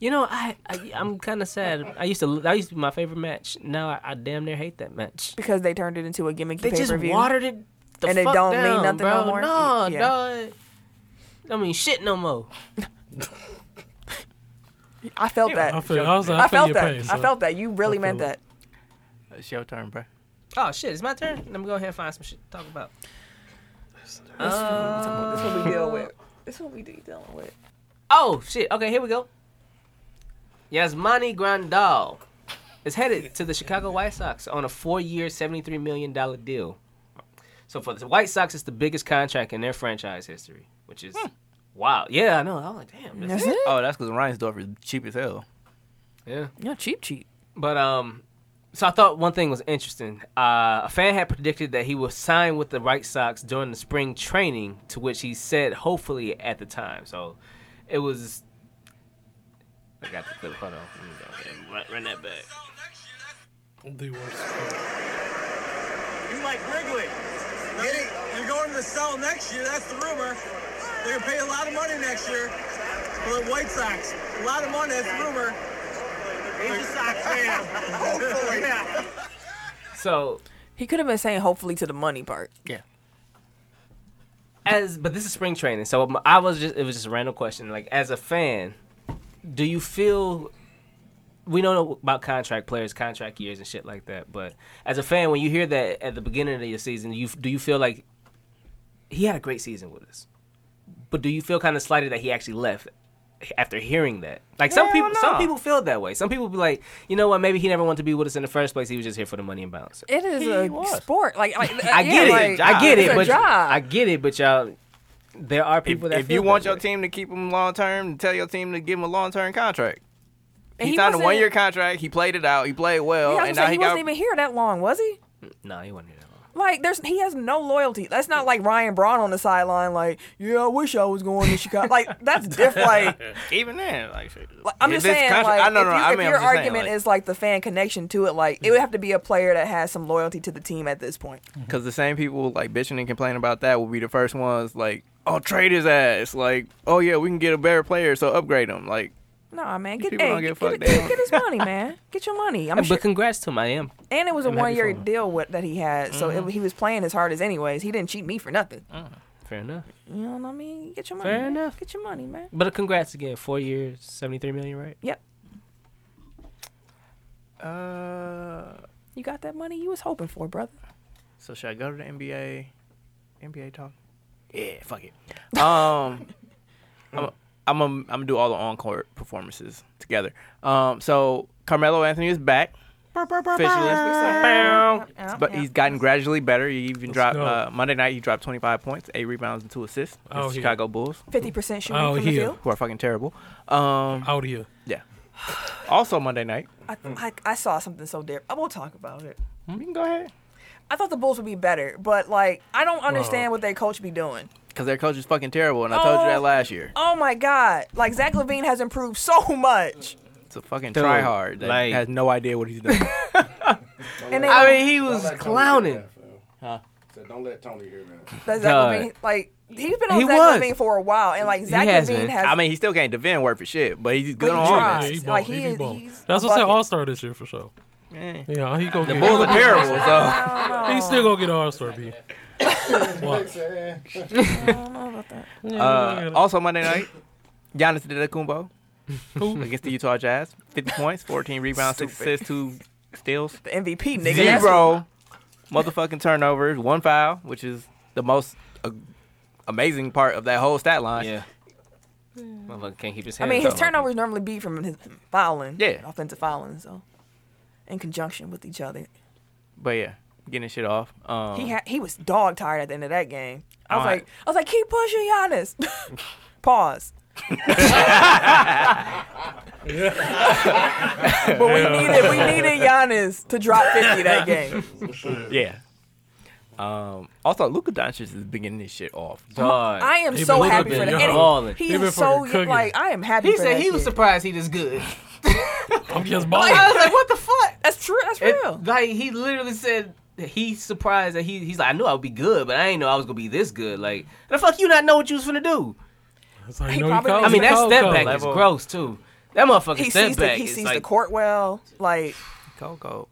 Speaker 5: you know I, I I'm kind of sad. I used to that used to be my favorite match. Now I, I damn near hate that match.
Speaker 1: Because they turned it into a gimmicky
Speaker 5: They
Speaker 1: pay per
Speaker 5: just
Speaker 1: view.
Speaker 5: watered it. The
Speaker 1: And it
Speaker 5: fuck
Speaker 1: don't mean
Speaker 5: down,
Speaker 1: nothing
Speaker 5: bro.
Speaker 1: no more?
Speaker 5: No,
Speaker 1: Yeah.
Speaker 5: dog. I mean shit no more.
Speaker 1: I felt that.
Speaker 2: I
Speaker 1: I,
Speaker 2: feel, I, was, like, I, feel
Speaker 1: felt
Speaker 2: your
Speaker 1: that.
Speaker 2: Pain,
Speaker 1: I
Speaker 2: son.
Speaker 1: felt that. You really meant
Speaker 2: feel
Speaker 1: that.
Speaker 2: it.
Speaker 3: It's your turn, bro.
Speaker 5: Oh shit, it's my turn. Let me go ahead and find some shit to talk about.
Speaker 1: This is what we deal with. This is what we de- dealing with.
Speaker 5: Oh shit. Okay, here we go. Yasmani Grandal is headed to the Chicago White Sox on a four-year, seventy-three million dollar deal. So for the White Sox, it's the biggest contract in their franchise history, which is wow. Yeah, I know. I'm like, damn. That's
Speaker 1: That's
Speaker 5: it.
Speaker 1: it.
Speaker 3: Oh, that's because Reinsdorf is cheap as hell.
Speaker 5: Yeah.
Speaker 1: Yeah, cheap, cheap.
Speaker 5: But um, so I thought one thing was interesting. Uh, a fan had predicted that he would sign with the White Sox during the spring training, to which he said hopefully at the time. So it was. I got the clip. Hold on. Let me go ahead and run, run that back.
Speaker 2: The worst.
Speaker 11: He's like Wrigley. Getting, they're going to the cell next year. That's the rumor. They're gonna pay a lot of money next year for the White Sox. A lot of money. That's the rumor. He's a Sox fan. Hopefully. yeah.
Speaker 5: So
Speaker 1: he could have been saying hopefully to the money part.
Speaker 5: Yeah. as but this is spring training, so m- I was just it was just a random question. Like as a fan, do you feel we don't know about contract players, contract years, and shit like that. But as a fan, when you hear that at the beginning of your season, you f- do you feel like he had a great season with us? But do you feel kind of slighted that he actually left after hearing that? Like some
Speaker 11: Hell
Speaker 5: people, some
Speaker 11: no.
Speaker 5: people feel that way. Some people be like, you know what? Maybe he never wanted to be with us in the first place. He was just here for the money and bounce.
Speaker 1: It is a sport. Like, like
Speaker 5: I get
Speaker 1: yeah,
Speaker 5: it.
Speaker 1: like,
Speaker 5: I get
Speaker 1: it's
Speaker 5: it.
Speaker 1: a
Speaker 5: But
Speaker 1: job.
Speaker 5: I get it. But y'all, there are people that
Speaker 3: if
Speaker 5: feel
Speaker 3: you
Speaker 5: that
Speaker 3: want
Speaker 5: way.
Speaker 3: your team to keep him long term, tell your team to give him a long term contract.
Speaker 1: And
Speaker 3: he
Speaker 1: he
Speaker 3: signed a
Speaker 1: wasn't-
Speaker 3: one year contract. He played it out. He played well,
Speaker 1: yeah, I was
Speaker 3: oh, and
Speaker 1: gonna
Speaker 3: now
Speaker 1: say,
Speaker 3: he,
Speaker 1: he
Speaker 3: got
Speaker 1: wasn't even here that long, was he?
Speaker 5: No, he wasn't here. that long.
Speaker 1: Like, there's he has no loyalty. That's not like Ryan Braun on the sideline. Like, yeah, I wish I was going to Chicago. like, that's different. Like,
Speaker 3: even then. Like, shit.
Speaker 1: Like, I'm
Speaker 3: If
Speaker 1: just
Speaker 3: this
Speaker 1: saying,
Speaker 3: contra-
Speaker 1: like,
Speaker 3: I know,
Speaker 1: if,
Speaker 3: no,
Speaker 1: you-
Speaker 3: I
Speaker 1: if
Speaker 3: mean, I'm
Speaker 1: your
Speaker 3: just saying,
Speaker 1: argument
Speaker 3: like-
Speaker 1: is like the fan connection to it, like it would have to be a player that has some loyalty to the team at this point.
Speaker 3: Because the same people like bitching and complaining about that will be the first ones like, oh, trade his ass. Like, oh yeah, we can get a better player, so upgrade him. Like,
Speaker 1: Nah, man, get,
Speaker 3: people
Speaker 1: hey,
Speaker 3: don't give a
Speaker 1: get,
Speaker 3: fuck,
Speaker 1: get,
Speaker 3: they don't-
Speaker 1: get his money, man. Get your money. I'm
Speaker 5: But
Speaker 1: sure.
Speaker 5: congrats to him. I am.
Speaker 1: And it was a
Speaker 5: I'm happy
Speaker 1: one year
Speaker 5: for him.
Speaker 1: deal with, that he had, so
Speaker 3: Mm-hmm.
Speaker 1: it, he was playing as hard as anyways. He didn't cheat me for nothing.
Speaker 3: Mm.
Speaker 5: Fair enough.
Speaker 1: You know what I mean? Get your money.
Speaker 5: Fair
Speaker 1: man.
Speaker 5: enough.
Speaker 1: Get your money, man.
Speaker 5: But congrats again. Four years, seventy-three million, right?
Speaker 1: Yep.
Speaker 3: uh,
Speaker 1: You got that money you was hoping for, brother.
Speaker 3: so should I go to the NBA? NBA talk. Yeah, fuck it. Um, I'm I'm gonna I'm gonna do all the encore performances together. Um, so Carmelo Anthey is back. Officially, but he's gotten gradually better. He even dropped
Speaker 2: go.
Speaker 3: uh, Monday night. He dropped 25 points, eight rebounds, and two assists.
Speaker 2: Oh,
Speaker 3: Oh,
Speaker 2: yeah.
Speaker 3: Chicago Bulls,
Speaker 1: Fifty percent shooting
Speaker 2: Oh,
Speaker 1: from the
Speaker 2: yeah.
Speaker 1: field.
Speaker 3: who are fucking terrible. Um,
Speaker 2: Out here.
Speaker 3: yeah. Also Monday night.
Speaker 1: I, I, I saw something so different. I will talk about it.
Speaker 3: You can go ahead.
Speaker 1: I thought the Bulls would be better, but like I don't understand what their coach be doing.
Speaker 3: Because their coach is fucking terrible, and I told you
Speaker 1: Oh.
Speaker 3: that last year.
Speaker 1: Oh my God! Like Zach Levine has improved so much,
Speaker 3: It's a fucking
Speaker 5: Dude,
Speaker 3: tryhard that
Speaker 5: like-
Speaker 3: has no idea what he's doing.
Speaker 1: and they,
Speaker 5: I mean, he was clowning.
Speaker 9: Said, don't let Tony hear that.
Speaker 1: that Zach
Speaker 5: God.
Speaker 1: Levine, like he's been on
Speaker 5: He
Speaker 1: Zach
Speaker 5: was.
Speaker 1: Levine for a while, and like Zach
Speaker 5: has
Speaker 1: Levine
Speaker 5: been.
Speaker 1: has.
Speaker 3: I mean, he still can't defend worth for shit, but he's good
Speaker 1: he
Speaker 3: on
Speaker 1: tries.
Speaker 2: Yeah,
Speaker 3: offense.
Speaker 2: he
Speaker 1: Like, he
Speaker 2: ball. he,
Speaker 1: is-
Speaker 2: be ball.
Speaker 1: he's
Speaker 2: That's
Speaker 1: a
Speaker 2: what's that
Speaker 1: bucket.
Speaker 2: All Star this year for sure. Yeah, he go
Speaker 3: The
Speaker 2: get.
Speaker 3: Bulls are terrible, so
Speaker 1: I don't know.
Speaker 2: He still gonna get All Star B.
Speaker 3: uh, also Monday night, Giannis Antetokounmpo against the Utah Jazz, 50 points, 14 rebounds, six assists, two steals,
Speaker 1: the MVP nigga. That's-
Speaker 3: zero motherfucking turnovers, one foul, which is the most uh, amazing part of that whole stat line.
Speaker 5: Yeah. Motherfucker can't keep his
Speaker 1: I
Speaker 5: hands.
Speaker 1: mean, his
Speaker 5: up.
Speaker 1: turnovers normally be from his fouling,
Speaker 3: Yeah.
Speaker 1: offensive fouling. So, in conjunction with each other,
Speaker 3: But yeah, getting his shit off. Um,
Speaker 1: he had he was dog tired at the end of that game. I was
Speaker 3: All right.
Speaker 1: like, I was like, keep pushing Giannis. Pause. but we needed we needed Giannis to drop fifty that game.
Speaker 3: Yeah. Um, also, Luka Doncic is beginning this shit off.
Speaker 5: Oh, Dog.
Speaker 1: I am
Speaker 2: He
Speaker 1: so
Speaker 2: been
Speaker 1: happy for
Speaker 2: looking
Speaker 1: that.
Speaker 2: good.
Speaker 1: And he- He
Speaker 2: He been
Speaker 1: is so
Speaker 2: fucking cooking.
Speaker 1: like I am happy.
Speaker 5: he
Speaker 1: for
Speaker 5: said
Speaker 1: that
Speaker 5: he was
Speaker 1: kid.
Speaker 5: surprised he was good.
Speaker 2: I'm just
Speaker 5: I
Speaker 2: balling.
Speaker 5: was like, what the fuck?
Speaker 1: That's true. That's
Speaker 5: It-
Speaker 1: real.
Speaker 5: like he literally said that he surprised that he he's like, I knew I would be good, but I ain't know I was gonna be this good. Like the fuck you not know what you was finna do.
Speaker 2: That's how you
Speaker 1: He
Speaker 2: know you
Speaker 1: probably-
Speaker 2: called
Speaker 5: I mean
Speaker 2: it.
Speaker 5: that
Speaker 2: Called
Speaker 5: step
Speaker 2: call.
Speaker 5: back
Speaker 3: level.
Speaker 5: is gross too. That motherfucker
Speaker 1: He
Speaker 5: step
Speaker 1: sees the
Speaker 5: back.
Speaker 1: he
Speaker 5: is
Speaker 1: sees the
Speaker 5: like,
Speaker 1: court well. Like
Speaker 3: Coco.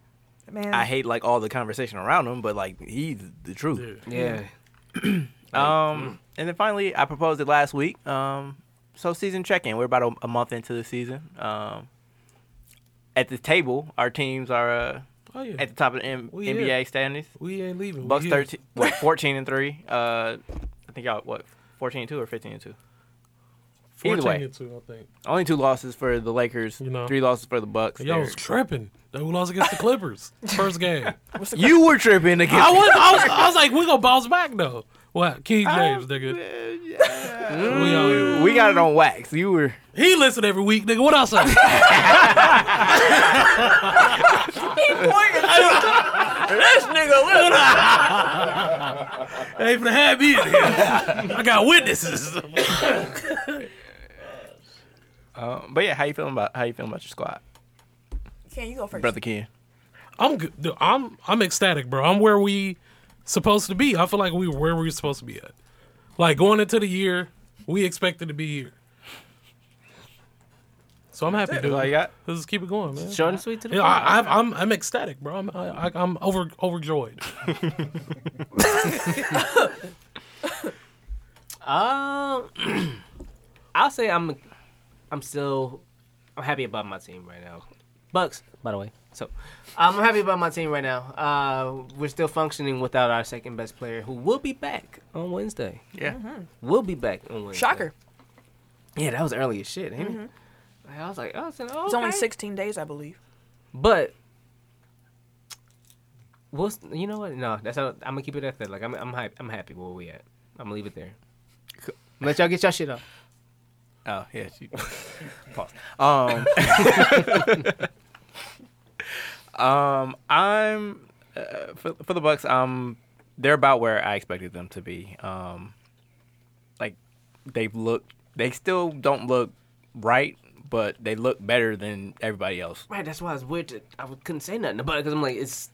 Speaker 1: man,
Speaker 3: I hate like all the conversation around him, but like he's the truth.
Speaker 5: Yeah.
Speaker 1: Mm-hmm.
Speaker 3: Um, and then finally, I proposed it last week. Um, so season check-in. We're about a, a month into the season. Um, at the table, our teams are uh,
Speaker 2: Oh yeah.
Speaker 3: at the top of the M-
Speaker 2: We
Speaker 3: NBA
Speaker 2: here.
Speaker 3: standings.
Speaker 2: We ain't leaving. We
Speaker 3: Bucks
Speaker 2: here.
Speaker 3: thirteen, what, fourteen and three. Uh, I think y'all what fourteen and two or fifteen and two. Either
Speaker 2: 14
Speaker 3: way,
Speaker 2: and two, I think.
Speaker 3: only two losses for the Lakers.
Speaker 2: You know.
Speaker 3: three losses for the Bucks.
Speaker 2: Y'all was
Speaker 3: They're-
Speaker 2: tripping. They lost against the Clippers. First game.
Speaker 3: You were tripping against.
Speaker 2: I was, I was, I was like, we gonna bounce back though. What? King James, nigga. We out here.
Speaker 3: We got it on wax. You were.
Speaker 2: He listen every week, nigga. What I say?
Speaker 1: this nigga look.
Speaker 2: They finna have me in here. I got witnesses.
Speaker 3: Um, but yeah, how you feeling about how you feeling about your squad,
Speaker 1: Can you go first?
Speaker 3: brother Ken?
Speaker 2: I'm good. Dude, I'm I'm ecstatic, bro. I'm where we supposed to be. I feel like we were where we were supposed to be at. Like going into the year, we expected to be here. So I'm happy,
Speaker 3: That's it.
Speaker 2: dude.
Speaker 3: That's all you got?
Speaker 2: Let's just keep it going, man.
Speaker 5: Short and sweet to the
Speaker 2: Yeah, I,
Speaker 5: point.
Speaker 2: I'm, I'm I'm ecstatic, bro. I'm I, I- I'm over overjoyed.
Speaker 5: Um, I'll say I'm, I'm still, I'm happy about my team right now. Bucks, by the way. So, I'm happy about my team right now. Uh, we're still functioning without our second best player, who will be back on Wednesday.
Speaker 3: Yeah.
Speaker 5: will be back on Wednesday.
Speaker 1: Shocker. Mm-hmm.
Speaker 5: Yeah, that was early as shit, ain't it? I was like, oh, it's,
Speaker 1: It's only 16 days, I believe.
Speaker 5: But we'll, s- you know what? No, that's how I'm gonna keep it at that. Like I'm, I'm hype. I'm happy where we at. I'm gonna leave it there. Let y'all get y'all shit off.
Speaker 3: Oh yeah. She, pause. Um, um, I'm uh, for for the Bucks. Um, they're about where I expected them to be. Um, like they've looked. They still don't look right, but they look better than everybody else.
Speaker 5: Right. That's why it's weird. To, I w- couldn't say nothing about it because I'm like, it's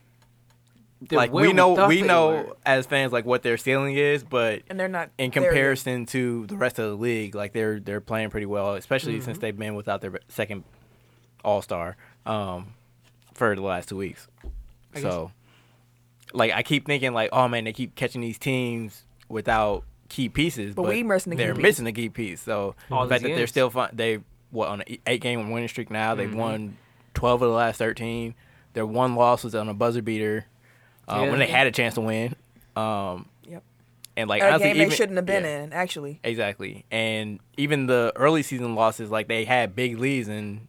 Speaker 5: they're
Speaker 3: like
Speaker 5: where
Speaker 3: we know
Speaker 5: thought
Speaker 3: we
Speaker 5: they
Speaker 3: know
Speaker 5: were.
Speaker 3: as fans like what their ceiling is, but
Speaker 1: And they're not
Speaker 3: in
Speaker 1: there yet.
Speaker 3: comparison to the rest of the league. Like they're they're playing pretty well, especially
Speaker 1: Mm-hmm.
Speaker 3: since they've been without their second All Star um, for the last two weeks.
Speaker 5: I guess.
Speaker 3: So, like I keep thinking like, oh man, they keep catching these teams without key pieces,
Speaker 1: But
Speaker 3: but,
Speaker 1: we missing the key
Speaker 3: they're
Speaker 1: piece.
Speaker 3: missing the key piece. So
Speaker 5: All
Speaker 3: the fact
Speaker 5: these
Speaker 3: that they're
Speaker 5: games.
Speaker 3: still fun, they what on an e, eight game winning streak now. They've
Speaker 1: Mm-hmm.
Speaker 3: won twelve of the last thirteen. Their one loss was on a buzzer beater uh,
Speaker 5: Yeah.
Speaker 3: when they had a chance to win. Um,
Speaker 1: Yep.
Speaker 3: and like
Speaker 1: a
Speaker 3: honestly,
Speaker 1: game
Speaker 3: even,
Speaker 1: they shouldn't have been
Speaker 3: yeah.
Speaker 1: in, actually.
Speaker 3: Exactly. And even the early season losses, like they had big leads and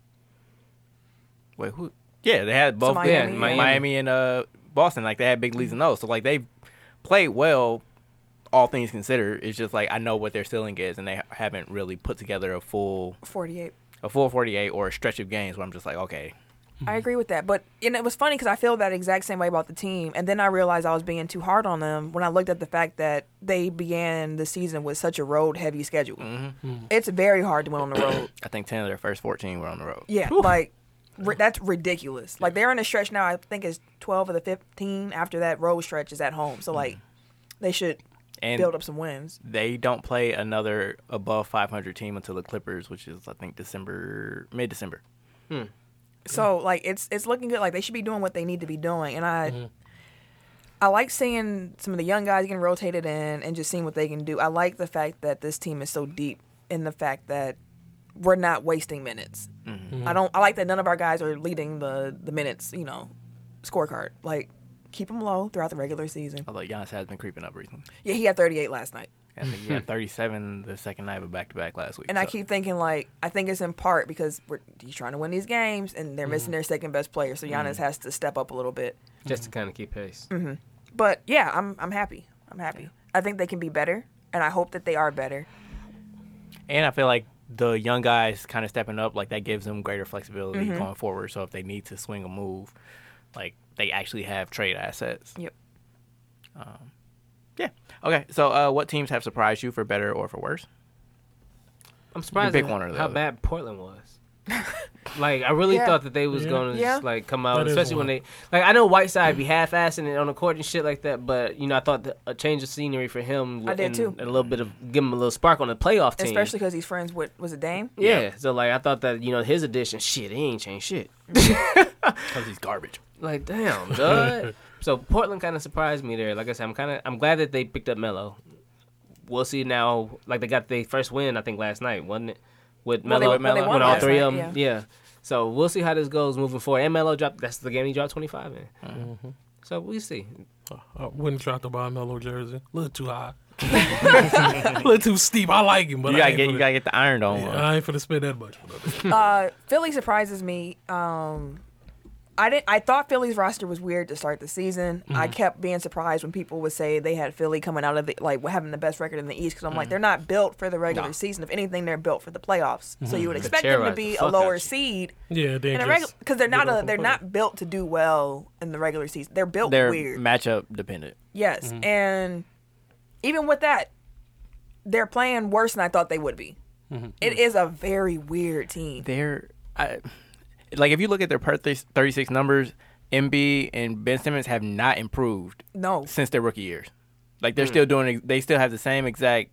Speaker 3: wait, who? Yeah, they had both
Speaker 1: Miami,
Speaker 3: yeah,
Speaker 1: yeah.
Speaker 3: Miami. and uh, Boston. Like they had big leads in those. So like they played well, all things considered. It's just like I know what their ceiling is, and they haven't really put together a full
Speaker 1: 48.
Speaker 3: a full forty eight or a stretch of games where I'm just like, okay,
Speaker 1: I agree with that. But and it was funny because I feel that exact same way about the team. And then I realized I was being too hard on them when I looked at the fact that they began the season with such a road heavy schedule. It's very hard to win on the road.
Speaker 3: I think ten of their first fourteen were on the road.
Speaker 1: Yeah, like ri- that's ridiculous. Like they're in a stretch now. I think it's twelve of the fifteen after that road stretch is at home. So like, they should
Speaker 3: And
Speaker 1: build up some wins.
Speaker 3: they don't play another above 500 team until the Clippers, which is I think December, mid December.
Speaker 1: So like it's it's looking good. Like they should be doing what they need to be doing. And I I like seeing some of the young guys getting rotated in and just seeing what they can do. I like the fact that this team is so deep in the fact that we're not wasting minutes. I don't I like that none of our guys are leading the the minutes, you know, scorecard. Like keep them low throughout the regular season.
Speaker 3: Although Giannis has been creeping up recently.
Speaker 1: Yeah, he had 38 last night.
Speaker 3: I think he had 37 the second night of a back to back last week.
Speaker 1: And I
Speaker 3: so-
Speaker 1: keep thinking like I think it's in part because we're he's trying to win these games and they're missing their second best player, so Giannis has to step up a little bit.
Speaker 5: just to kind of keep pace.
Speaker 1: But yeah, I'm I'm happy. I'm happy. I think they can be better, and I hope that they are better.
Speaker 3: and I feel like the young guys kind of stepping up, like that gives them greater flexibility
Speaker 1: Mm-hmm.
Speaker 3: going forward. So if they need to swing a move, like they actually have trade assets.
Speaker 1: Yep.
Speaker 3: Yeah. Okay. So uh, what teams have surprised you for better or for worse?
Speaker 5: I'm surprised
Speaker 3: pick
Speaker 5: at
Speaker 3: one or the
Speaker 5: how
Speaker 3: other.
Speaker 5: bad Portland was. like I really
Speaker 1: Yeah.
Speaker 5: thought that they was
Speaker 2: Yeah.
Speaker 5: gonna
Speaker 1: Yeah.
Speaker 5: just like come out,
Speaker 2: That is
Speaker 5: especially when
Speaker 2: one.
Speaker 5: they like I know Whiteside be half assing it on the court and shit like that, but you know I thought that a change of scenery for him
Speaker 1: I did
Speaker 5: and,
Speaker 1: too.
Speaker 5: and a little bit of give him a little spark on the playoff team,
Speaker 1: Especially because he's friends with was it Dame?
Speaker 5: Yeah. so like I thought that you know his addition, shit, he ain't changed shit.
Speaker 3: Because he's garbage.
Speaker 5: Like damn, dude. so Portland kind of surprised me there. Like I said, I'm kind of I'm glad that they picked up Melo. We'll see now. Like they got their first win, I think last night, wasn't it? With
Speaker 1: Well, they-
Speaker 5: Melo,
Speaker 1: well, they won
Speaker 5: with all
Speaker 1: last
Speaker 5: three of
Speaker 1: night,
Speaker 5: them. Yeah. So we'll see how this goes moving forward. And Melo dropped. That's the game he dropped 25 in. So we see.
Speaker 2: I Uh, wouldn't try to buy a mellow jersey. A little too high. a little too steep. I like him, but
Speaker 3: You
Speaker 2: I
Speaker 3: gotta
Speaker 2: ain't
Speaker 3: get
Speaker 2: finna-
Speaker 3: you gotta get the iron dome.
Speaker 2: yeah,
Speaker 3: one.
Speaker 2: I ain't finna spend that much. For that.
Speaker 1: Uh, Philly surprises me. Um, I didn't. I thought Philly's roster was weird to start the season.
Speaker 5: Mm-hmm.
Speaker 1: I kept being surprised when people would say they had Philly coming out of the like having the best record in the East because I'm
Speaker 5: Mm.
Speaker 1: like they're not built for the regular season. If anything, they're built for the playoffs. So you would expect them to
Speaker 5: terrorize
Speaker 1: be
Speaker 5: Mm-hmm. the
Speaker 1: a
Speaker 5: fuck out
Speaker 1: lower
Speaker 5: you.
Speaker 1: seed.
Speaker 2: yeah, they
Speaker 1: in a
Speaker 2: just
Speaker 1: regular because they're
Speaker 2: get
Speaker 1: not
Speaker 2: off
Speaker 1: a
Speaker 2: and
Speaker 1: they're
Speaker 2: play.
Speaker 1: not built to do well in the regular season. They're built
Speaker 3: They're
Speaker 1: weird.
Speaker 3: matchup dependent.
Speaker 1: Yes,
Speaker 5: Mm-hmm.
Speaker 1: and even with that, they're playing worse than I thought they would be.
Speaker 5: Mm-hmm.
Speaker 1: It is a very weird team.
Speaker 3: they're I, like if you look at their per thirty six numbers, Embiid and Ben Simmons have not improved
Speaker 1: No.
Speaker 3: since their rookie years. Like they're
Speaker 1: Mm.
Speaker 3: still doing they still have the same exact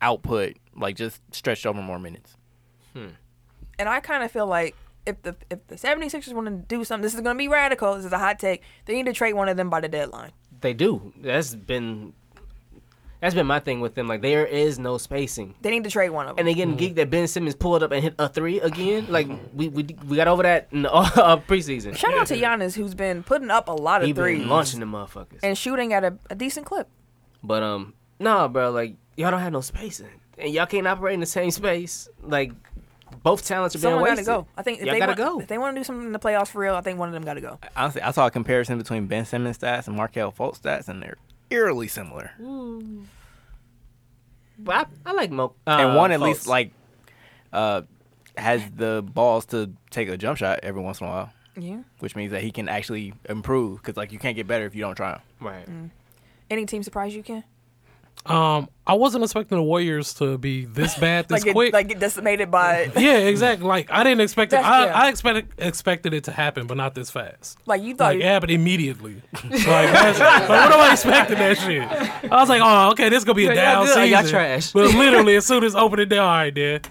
Speaker 3: output, like just stretched over more minutes.
Speaker 1: And I kind of feel like if the if the 76ers want to do something, this is going to be radical. This is a hot take. They need to trade one of them by the deadline.
Speaker 5: They do. That's been that's been my thing with them. Like there is no spacing.
Speaker 1: They need to trade one of them.
Speaker 5: And they getting geeked that Ben Simmons pulled up and hit a three again. Like we we, we got over that in the uh, preseason.
Speaker 1: Shout out to Giannis, who's been putting up a lot of
Speaker 5: He
Speaker 1: threes
Speaker 5: been launching the motherfuckers.
Speaker 1: and shooting at a, a decent clip.
Speaker 5: But um, nah, bro. Like y'all don't have no spacing, and y'all can't operate in the same space. Like both talents are being
Speaker 1: Someone got to
Speaker 5: wasted.
Speaker 1: go. I think if
Speaker 5: y'all
Speaker 1: they
Speaker 5: gotta
Speaker 1: want,
Speaker 5: go.
Speaker 1: If they want to do something in the playoffs for real, I think one of them got to go.
Speaker 3: Honestly, I saw a comparison between Ben Simmons stats and Markel Fultz stats, and they're eerily similar.
Speaker 5: But I, I like Mo. Uh,
Speaker 3: and one at
Speaker 5: Fultz.
Speaker 3: least like uh, has the balls to take a jump shot every once in a while.
Speaker 1: Yeah.
Speaker 3: Which means that he can actually improve because like you can't get better if you don't try.
Speaker 5: Right.
Speaker 1: Mm. Any team surprise you can?
Speaker 2: Um, I wasn't expecting the Warriors to be this bad this
Speaker 1: like get,
Speaker 2: quick.
Speaker 1: like get decimated by
Speaker 2: yeah, exactly. Like I didn't expect it.
Speaker 1: That's-
Speaker 2: I,
Speaker 1: yeah.
Speaker 2: I expected expected it to happen, but not this fast.
Speaker 1: like you thought.
Speaker 2: Like, it
Speaker 5: eh.
Speaker 2: happened immediately. like, that's, like, what am I expecting that shit? I was like, oh, okay, this gonna be a
Speaker 5: Yeah,
Speaker 2: down
Speaker 5: yeah,
Speaker 2: season.
Speaker 5: yeah, y'all trash.
Speaker 2: But literally, as soon as opening day, all right, then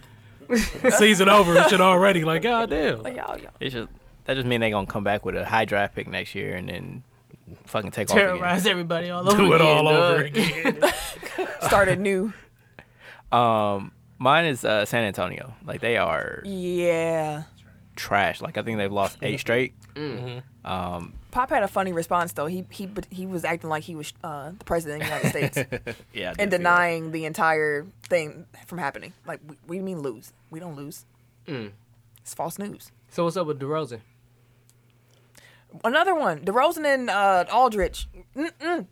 Speaker 2: season over, and shit already. Like, goddamn.
Speaker 1: Like, y'all, y'all.
Speaker 3: It's just that just mean they gonna come back with a high draft pick next year and then fucking take
Speaker 5: terrorize everybody all over.
Speaker 2: Do it
Speaker 5: again,
Speaker 2: all
Speaker 5: dog.
Speaker 2: over again.
Speaker 1: started new.
Speaker 3: off again. Um, mine is uh, San Antonio. Like they are
Speaker 1: Yeah.
Speaker 3: trash. Like I think they've lost eight straight.
Speaker 1: Pop had a funny response though. He he but he was acting like he was uh, the president of the United States
Speaker 3: Yeah, I did
Speaker 1: and
Speaker 3: see
Speaker 1: denying the entire thing from happening. Like we, we mean lose. We don't lose.
Speaker 3: Mm.
Speaker 1: It's false news.
Speaker 5: So what's up with DeRozan?
Speaker 1: Another one. DeRozan and uh, Aldrich. Mm-mm.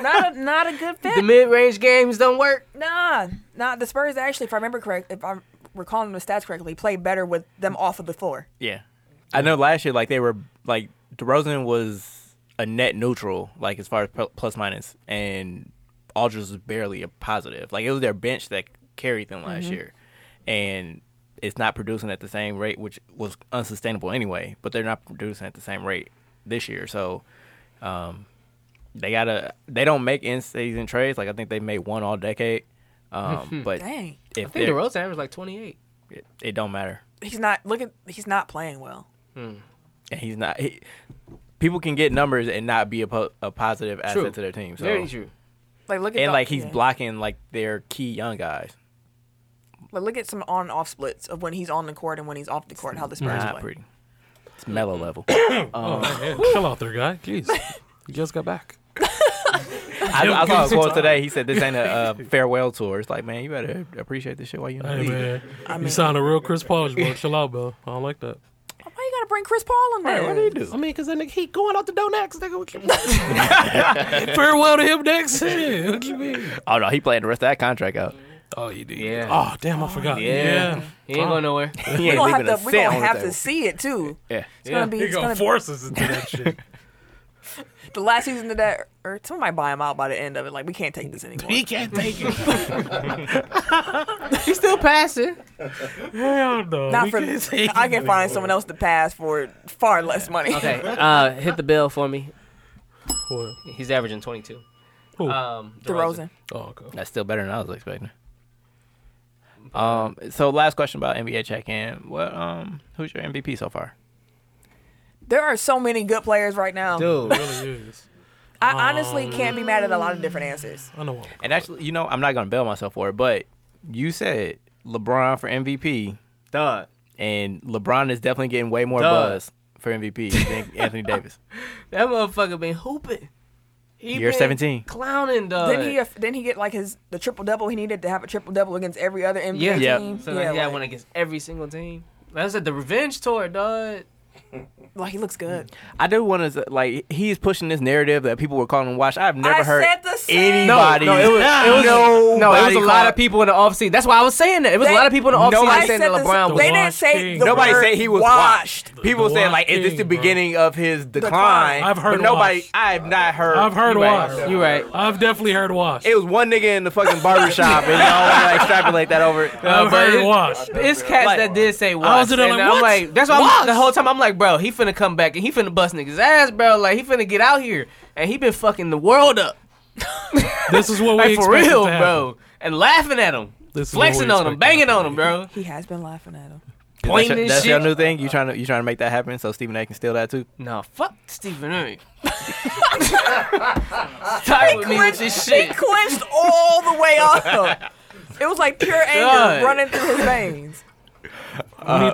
Speaker 1: not a, not a good
Speaker 5: The
Speaker 1: fit.
Speaker 5: mid-range games don't work.
Speaker 1: Nah, nah. The Spurs actually, if I remember correct, if I'm recalling the stats correctly, played better with them off of the floor.
Speaker 3: that. Yeah, I know. Last year, like they were like DeRozan was a net neutral, like as far as pl- plus minus, and Aldridge was barely a positive. Like it was their bench that carried them last
Speaker 1: Mm-hmm.
Speaker 3: year, and it's not producing at the same rate, which was unsustainable anyway. But they're not producing at the same rate this year, so. Um, they gotta. They don't make in-season trades. Like I think they made one all decade. Um, but
Speaker 1: Dang,
Speaker 3: if
Speaker 5: I think
Speaker 3: they're-
Speaker 5: DeRozan averaged like 28.
Speaker 3: it, it don't matter.
Speaker 1: he's not. Look at he's not playing well.
Speaker 3: and he's not. He, people can get numbers and not be a, po- a positive asset
Speaker 5: True.
Speaker 3: to their team. So
Speaker 5: Very true.
Speaker 1: Like look at
Speaker 3: and
Speaker 1: the-
Speaker 3: like he's
Speaker 1: yeah.
Speaker 3: blocking like their key young guys.
Speaker 1: Like look at some on off splits of when he's on the court and when he's off the court. How the Spurs
Speaker 3: Not
Speaker 1: play.
Speaker 3: pretty. It's mellow level.
Speaker 2: Yeah, Oh, chill out there, guy. Jeez, you just got back.
Speaker 3: I, I saw a quote today. He said this ain't a, a farewell tour. It's like man, you better appreciate this shit while you in the
Speaker 2: Hey
Speaker 3: league.
Speaker 2: man, you sound a real Chris Paul, bro. Chill out, bro. I don't like that.
Speaker 1: Why you gotta bring Chris Paul in there?
Speaker 2: I mean, cause that nigga he going out the door next. Nigga, farewell to him next. Yeah, what you mean?
Speaker 3: Oh no, he played the rest of that contract out.
Speaker 2: Oh, you did.
Speaker 5: Yeah.
Speaker 2: Oh, damn, I forgot. Yeah.
Speaker 5: He ain't going nowhere.
Speaker 1: We're
Speaker 3: He ain't
Speaker 1: gonna
Speaker 3: leaving
Speaker 1: have
Speaker 3: a
Speaker 1: to, we're
Speaker 3: cent
Speaker 1: gonna
Speaker 3: on the
Speaker 1: have to
Speaker 3: table.
Speaker 1: see it too.
Speaker 3: Yeah.
Speaker 1: It's gonna be
Speaker 2: He
Speaker 1: it's
Speaker 2: gonna
Speaker 1: gonna
Speaker 2: force us into that shit.
Speaker 1: be the last season of that or someone might buy him out by the end of it. Like we can't take this anymore.
Speaker 2: He can't take it.
Speaker 5: He's still passing.
Speaker 2: Hell no.
Speaker 1: Not
Speaker 2: we
Speaker 1: for
Speaker 2: can't take
Speaker 1: I
Speaker 2: it.
Speaker 1: can find someone else to pass for far less money.
Speaker 5: Okay, uh, hit the bell for me.
Speaker 2: What?
Speaker 5: He's averaging 22.
Speaker 2: Who?
Speaker 5: Um, DeRozan.
Speaker 1: DeRozan.
Speaker 2: Oh, okay.
Speaker 3: That's still better than I was expecting. Um. So last question about NBA check-in. What? Um. Who's your MVP so far?
Speaker 1: There are so many good players right now.
Speaker 5: Dude,
Speaker 2: Really is.
Speaker 1: I honestly can't be mad at a lot of different answers.
Speaker 2: I know. What
Speaker 3: And actually, you know, I'm not gonna bail myself for it, but you said LeBron for MVP,
Speaker 5: Duh.
Speaker 3: and LeBron is definitely getting way more
Speaker 5: Duh.
Speaker 3: buzz for MVP than Anthony Davis.
Speaker 5: That motherfucker been hooping. He
Speaker 3: Year
Speaker 5: been
Speaker 3: 17.
Speaker 5: Clowning, dog.
Speaker 1: Didn't he? Didn't he get like his the triple double he needed to have a triple double against every other NBA
Speaker 5: Yeah.
Speaker 3: Yeah.
Speaker 1: team?
Speaker 5: So like, he had
Speaker 1: like,
Speaker 5: one against every single team. That was at the revenge tour, dog.
Speaker 1: like, he looks good.
Speaker 3: I do want to like he's pushing this narrative that people were calling him washed. I've never
Speaker 1: I
Speaker 3: heard
Speaker 1: said the
Speaker 3: anybody.
Speaker 5: No, no, it was, it was no, it was
Speaker 3: Nobody
Speaker 5: a lot
Speaker 3: called-
Speaker 5: of people in the offseason. That's why I was saying that. It was a lot of people in the offseason saying that LeBron. was-
Speaker 3: nobody said he was washed. People
Speaker 5: the
Speaker 3: said like, "Is this the beginning of his decline?"
Speaker 2: I've heard
Speaker 3: But nobody.
Speaker 2: washed.
Speaker 3: I have not heard.
Speaker 2: I've heard
Speaker 3: you
Speaker 2: wash.
Speaker 3: Right.
Speaker 5: You right.
Speaker 2: I've definitely heard wash.
Speaker 3: It was one nigga in the fucking barber shop, and y'all want to extrapolate that over.
Speaker 5: Uh,
Speaker 2: I've
Speaker 5: but
Speaker 2: heard
Speaker 5: it-
Speaker 2: wash.
Speaker 5: It's cats that did say wash.
Speaker 2: was in there
Speaker 5: and
Speaker 2: like,
Speaker 5: I'm
Speaker 2: what?
Speaker 5: like, that's why
Speaker 2: Wash?
Speaker 5: I'm, the whole time I'm like, bro, he finna come back and he finna bust niggas ass, bro. Like he finna get out here and he been fucking the world up.
Speaker 2: This is what we
Speaker 5: Like for
Speaker 2: expected
Speaker 5: real,
Speaker 2: to happen.
Speaker 5: bro. And laughing at him,
Speaker 2: This is what we
Speaker 5: flexing on him,
Speaker 2: expected.
Speaker 5: banging on him, bro.
Speaker 1: He has been laughing at him.
Speaker 3: That's,
Speaker 5: Pointing
Speaker 3: your,
Speaker 5: and
Speaker 3: that's your
Speaker 5: shit.
Speaker 3: new thing. You trying to you trying to make that happen so Stephen A. can steal that too.
Speaker 5: No, fuck Stephen A. Tired with me with this
Speaker 1: He
Speaker 5: shit.
Speaker 1: clenched all the way up. It was like pure anger
Speaker 5: God.
Speaker 1: running through his veins.
Speaker 2: We need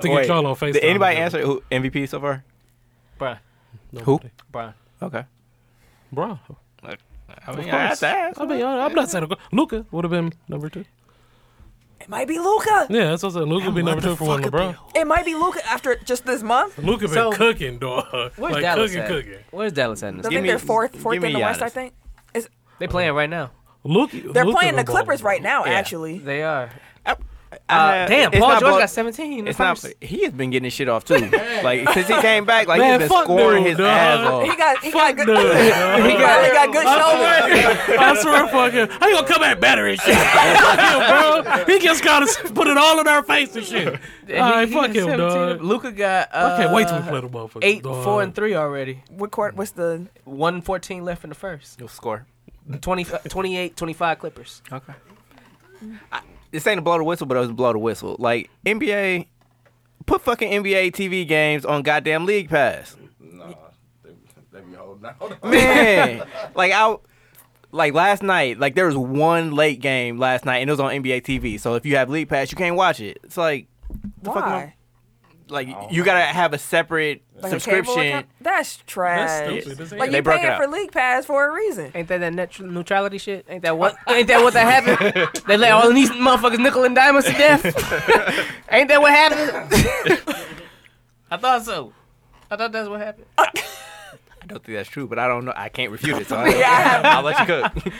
Speaker 2: to get
Speaker 3: Uh, wait,
Speaker 2: y'all on
Speaker 3: Did
Speaker 2: FaceTime
Speaker 3: anybody
Speaker 2: together.
Speaker 3: answer who MVP so far?
Speaker 5: Bruh,
Speaker 3: Who?
Speaker 5: bruh.
Speaker 3: Okay.
Speaker 2: Bro.
Speaker 3: I
Speaker 2: Of
Speaker 3: mean, Oh, I Uh, have
Speaker 2: course.
Speaker 3: to ask.
Speaker 2: I mean, I- I'm not saying Luca would have been number two.
Speaker 1: It might be Luca.
Speaker 2: Yeah, that's what I said. Luca would be number two for one, LeBron.
Speaker 1: It might be Luca after just this month.
Speaker 2: Luca been
Speaker 5: So-
Speaker 2: cooking, dog.
Speaker 5: Where's
Speaker 2: like
Speaker 5: Dallas
Speaker 2: cooking,
Speaker 5: at?
Speaker 2: cooking.
Speaker 5: Where's Dallas at? in this
Speaker 1: I
Speaker 3: Give
Speaker 1: think
Speaker 3: me-
Speaker 5: game?
Speaker 1: they're fourth,
Speaker 3: give
Speaker 1: fourth
Speaker 3: me
Speaker 1: in the West.
Speaker 3: Giannis.
Speaker 1: I think
Speaker 5: They playing right now.
Speaker 2: Luca,
Speaker 1: they're playing the Clippers right now. Actually,
Speaker 5: They are.
Speaker 3: I-
Speaker 5: Uh, damn,
Speaker 3: it's
Speaker 5: Paul
Speaker 3: not
Speaker 5: George
Speaker 3: about-
Speaker 5: got 17. in the
Speaker 3: It's not.
Speaker 5: first.
Speaker 3: He has been getting his shit off too. like since he came back, like
Speaker 2: Man,
Speaker 3: he's been
Speaker 2: fuck
Speaker 3: scoring
Speaker 2: dude,
Speaker 3: his
Speaker 2: dog.
Speaker 3: ass off.
Speaker 1: he got he got
Speaker 2: Fuck
Speaker 1: good.
Speaker 2: dude.
Speaker 1: He
Speaker 2: dog.
Speaker 1: got, he got good shoulders.
Speaker 2: I swear, I swear, fucking, how you gonna come at better and shit? fuck him, bro. He just gotta s- put it all in our face and shit.
Speaker 5: And
Speaker 2: all right,
Speaker 5: he- he
Speaker 2: fuck
Speaker 5: got
Speaker 2: him,
Speaker 5: 17.
Speaker 2: dog.
Speaker 5: Luca got. Uh,
Speaker 2: I can't wait till we play the motherfucker.
Speaker 5: Eight,
Speaker 2: dog.
Speaker 5: four, and three already.
Speaker 1: What court? What's the?
Speaker 5: One fourteen left in the first.
Speaker 3: He'll score.
Speaker 5: 20, 28, 25 Clippers.
Speaker 3: Okay. this ain't a blow the whistle, but it was a blow the whistle. Like NBA, put fucking NBA TV games on goddamn League Pass.
Speaker 9: They be holding out.
Speaker 3: Man, like I, like last night, like there was one late game last night, and it was on NBA TV. So if you have League Pass, you can't watch it. It's like, the fuck am I-
Speaker 1: Why?
Speaker 3: like you gotta have a separate
Speaker 1: Like a cable
Speaker 3: subscription.
Speaker 1: account? That's trash.
Speaker 2: stupid. This ain't-
Speaker 1: Like
Speaker 3: They
Speaker 1: you
Speaker 3: broke it
Speaker 1: paying
Speaker 3: out.
Speaker 1: for league pass for a reason.
Speaker 5: Ain't that that net neutrality shit? Ain't that what? Ain't that what that happened? they let all these motherfuckers nickel and dime us to death. ain't that what happened? I thought so. I thought that's what happened.
Speaker 3: I don't think that's true, but I don't know. I can't refute it. So I
Speaker 1: Yeah, I have-
Speaker 3: I'll let you cook.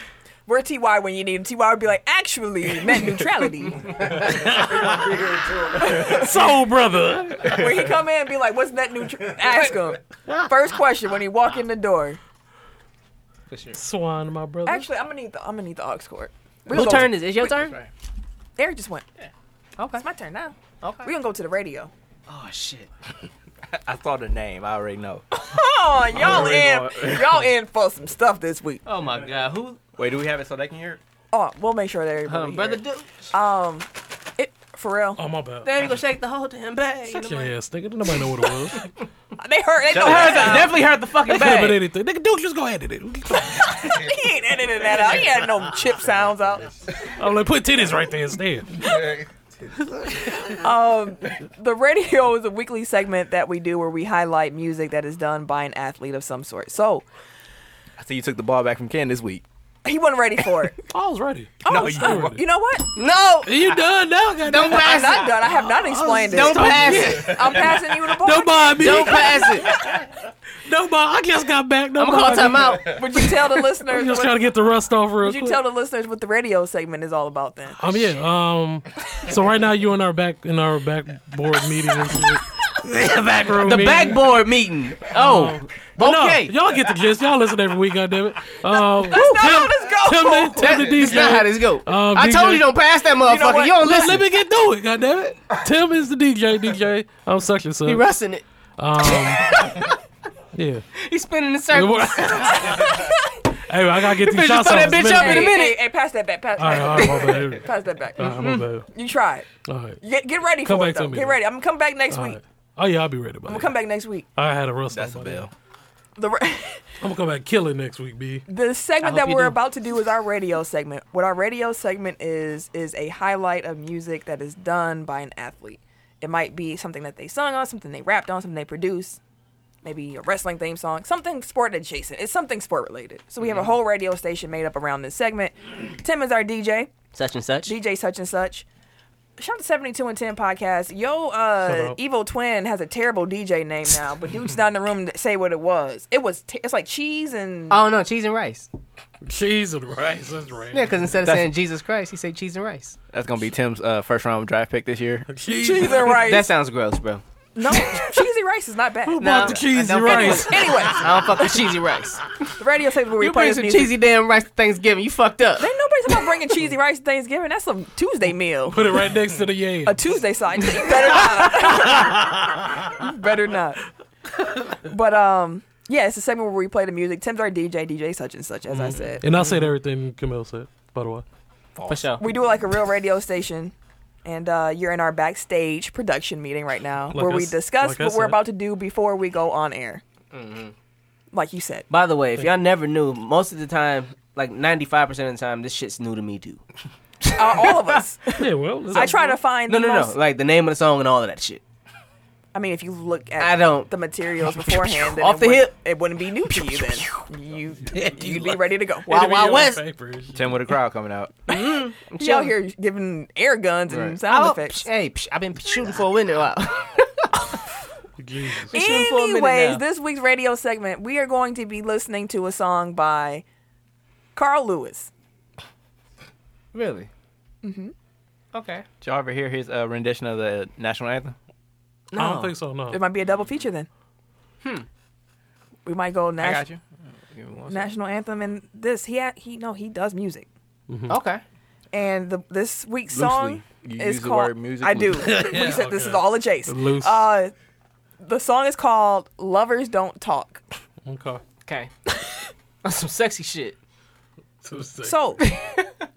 Speaker 1: We're TY when you need him. TY would be like, actually, net neutrality.
Speaker 2: Soul brother.
Speaker 1: when he come in and be like, what's net neutrality? Ask him. First question when he walk in the door.
Speaker 2: Swan, my brother.
Speaker 1: Actually, I'm gonna need the I'm gonna need the aux cord. We
Speaker 5: Who
Speaker 1: gonna-
Speaker 5: turn is? it? Is your turn?
Speaker 1: Eric just went.
Speaker 5: Okay.
Speaker 1: It's my turn now.
Speaker 5: Okay.
Speaker 1: We gonna go to the radio.
Speaker 5: Oh shit.
Speaker 3: I saw the name. I already know.
Speaker 1: Oh, y'all in y'all in for some stuff this week.
Speaker 5: Oh my god. Who?
Speaker 3: Wait, do we have it so they can hear it?
Speaker 1: Oh, we'll make sure that everybody.
Speaker 5: Um,
Speaker 1: hear
Speaker 5: brother
Speaker 1: it.
Speaker 5: Duke.
Speaker 1: Um, it for real.
Speaker 5: um,
Speaker 2: Oh my bad.
Speaker 5: Damn, you gonna shake the whole damn bag.
Speaker 2: Shut your ass, nigga. Nobody know what it was. Could
Speaker 1: They heard. They know
Speaker 5: Heard the-
Speaker 1: that.
Speaker 5: Oh, definitely heard the fucking
Speaker 2: have been
Speaker 5: bag.
Speaker 2: anything. Nigga, Duke, just go edit it.
Speaker 1: He ain't editing that out. He had no chip sounds out.
Speaker 2: I'm like, put titties right there instead.
Speaker 1: The radio is a weekly segment that we do where we highlight music that is done by an athlete of some sort. So
Speaker 3: I see you took the ball back from Ken this week.
Speaker 1: he wasn't ready for it.
Speaker 2: I was ready.
Speaker 3: No,
Speaker 1: Oh,
Speaker 3: you
Speaker 1: uh,
Speaker 2: weren't.
Speaker 1: You know what? No.
Speaker 2: You done now? goddamn.
Speaker 5: Don't
Speaker 1: I'm
Speaker 5: pass it.
Speaker 1: not done. I have not explained
Speaker 5: Don't
Speaker 1: it.
Speaker 5: pass it.
Speaker 1: I'm passing you the ball.
Speaker 2: Don't mind me.
Speaker 5: Don't pass it.
Speaker 2: Don't mind. I just got back. Don't
Speaker 5: I'm gonna call
Speaker 2: mind me.
Speaker 5: time out.
Speaker 1: Would you tell the
Speaker 2: I'm
Speaker 1: listeners?
Speaker 2: just
Speaker 1: what-
Speaker 2: trying to get the rust off real
Speaker 1: would you
Speaker 2: quick.
Speaker 1: tell the listeners what the radio segment is all about then?
Speaker 2: Um yeah. Um. So right now you in our back in our backboard meeting. and shit. back room.
Speaker 5: The
Speaker 2: meeting.
Speaker 5: backboard meeting. Oh,
Speaker 2: uh, No,
Speaker 5: okay.
Speaker 2: y'all get the gist. Y'all listen every week. Goddamn it. Um. That's
Speaker 1: not how this goes.
Speaker 2: Tim, the- Tim the
Speaker 5: That's not how
Speaker 2: DJ.
Speaker 5: this go.
Speaker 2: Um,
Speaker 5: I
Speaker 2: DJ.
Speaker 5: told you don't pass that motherfucker. You,
Speaker 1: what?
Speaker 5: don't
Speaker 2: Let,
Speaker 5: listen.
Speaker 2: let me get through it. Goddamn it. Tim is the DJ. DJ. I'm sucking
Speaker 5: He
Speaker 2: son.
Speaker 5: rushing it.
Speaker 2: Um. Yeah.
Speaker 5: He's spinning
Speaker 2: hey,
Speaker 5: in circles.
Speaker 2: I gotta get these
Speaker 5: Bitch,
Speaker 2: shots
Speaker 5: throw
Speaker 2: off.
Speaker 5: that bitch up in a
Speaker 1: Hey,
Speaker 2: All
Speaker 5: minute.
Speaker 1: hey, hey, pass that back. Pass,
Speaker 2: right, all right, my bad.
Speaker 1: pass that back.
Speaker 2: All right, my bad.
Speaker 1: You try it.
Speaker 2: All right.
Speaker 1: Get, get ready
Speaker 2: Come
Speaker 1: for
Speaker 2: back
Speaker 1: it
Speaker 2: to
Speaker 1: though.
Speaker 2: me
Speaker 1: get
Speaker 2: then.
Speaker 1: ready. I'm gonna come back next
Speaker 2: All
Speaker 1: week.
Speaker 2: right. Oh yeah, I'll be ready about
Speaker 1: I'm
Speaker 2: it.
Speaker 1: gonna come back next week.
Speaker 2: I had a rust. That's
Speaker 3: a bell.
Speaker 1: The re-
Speaker 2: I'm gonna come back killing next week, B.
Speaker 1: the segment
Speaker 5: hope
Speaker 1: that
Speaker 5: you
Speaker 1: we're
Speaker 5: do.
Speaker 1: about to do is our radio segment. What our radio segment is is a highlight of music that is done by an athlete. It might be something that they sung on, something they rapped on, something they produced, maybe a wrestling theme song, something sport adjacent. It's something sport related. So we have a
Speaker 5: Mm-hmm.
Speaker 1: whole radio station made up around this segment. Tim is our DJ,
Speaker 5: Such and such.
Speaker 1: DJ such and such. Shout out to 72 and 10 podcast. Yo, uh,
Speaker 2: out.
Speaker 1: Evil Twin has a terrible DJ name now, but dude's not in the room to say what it was. It was, t- it's like cheese and
Speaker 5: Oh no, cheese and rice.
Speaker 2: Cheese and rice. That's right.
Speaker 5: Yeah, because instead of
Speaker 3: That's-
Speaker 5: saying Jesus Christ, he said cheese and rice.
Speaker 3: That's gonna be Tim's uh, first round draft pick this year.
Speaker 1: Cheese and rice.
Speaker 5: That sounds gross, bro.
Speaker 1: No, cheesy rice is not bad. Who
Speaker 5: bought the cheesy rice?
Speaker 1: Anyway,
Speaker 5: I don't Uh, fuck with cheesy rice.
Speaker 1: the radio station where we
Speaker 5: You
Speaker 1: play
Speaker 5: bring
Speaker 1: this
Speaker 5: some
Speaker 1: music.
Speaker 5: cheesy damn rice to Thanksgiving. You fucked up.
Speaker 1: Ain't nobody's about bringing cheesy rice to Thanksgiving. That's a Tuesday meal.
Speaker 2: Put it right next to the yam.
Speaker 1: A Tuesday side. You better not. you better not. But um, yeah, it's a segment where we play the music. Tim's our DJ, DJ such and such,
Speaker 5: Mm.
Speaker 1: as I said.
Speaker 2: And I said everything Camille said, by the way.
Speaker 5: For sure.
Speaker 1: We do it like a real radio station. And uh, you're in our backstage production meeting right now
Speaker 5: Like
Speaker 1: where
Speaker 5: I
Speaker 1: we
Speaker 5: s-
Speaker 1: discuss
Speaker 5: like I
Speaker 1: what we're
Speaker 5: said.
Speaker 1: about to do before we go on air.
Speaker 5: Mm-hmm.
Speaker 1: Like you said.
Speaker 5: By the way, if y'all never knew, most of the time, like 95% of the time, this shit's new to me too.
Speaker 1: Uh, all of us.
Speaker 2: yeah, well,
Speaker 1: I try to find
Speaker 5: No,
Speaker 1: the
Speaker 5: no,
Speaker 1: most,
Speaker 5: no. Like the name of the song and all of that shit.
Speaker 1: I mean, if you look at
Speaker 5: I don't.
Speaker 1: the materials beforehand, then
Speaker 5: Off
Speaker 1: it
Speaker 5: the
Speaker 1: would,
Speaker 5: hip.
Speaker 1: it wouldn't be new to you. Then you you'd be ready to go.
Speaker 5: Wild Wild West.
Speaker 3: Tim with a crowd coming out.
Speaker 1: you out here giving air guns and
Speaker 3: Right.
Speaker 1: sound
Speaker 5: Oh,
Speaker 1: effects.
Speaker 5: psh, hey, psh, I've been shooting for a window out. Been shooting for a minute now.
Speaker 1: Anyways, this week's radio segment, we are going to be listening to a song by Carl Lewis.
Speaker 5: Really?
Speaker 1: hmm
Speaker 5: Okay.
Speaker 3: Did y'all ever hear his uh, rendition of the national anthem?
Speaker 2: I don't think so, no.
Speaker 1: It might be a double feature then.
Speaker 5: Hmm.
Speaker 1: We might go
Speaker 3: I
Speaker 1: national
Speaker 3: got you. Give me one second.
Speaker 1: national anthem and this. He ha- he no he does music.
Speaker 5: Okay.
Speaker 1: And the, this week's
Speaker 3: Loosely.
Speaker 1: song
Speaker 3: You
Speaker 1: is
Speaker 3: use the
Speaker 1: called.
Speaker 3: word music
Speaker 1: I do.
Speaker 3: loosely.
Speaker 1: we said this
Speaker 2: okay.
Speaker 1: is all a chase.
Speaker 2: Loose.
Speaker 1: Uh, the song is called "Lovers Don't Talk."
Speaker 2: Okay.
Speaker 5: Okay. That's some sexy shit.
Speaker 1: So,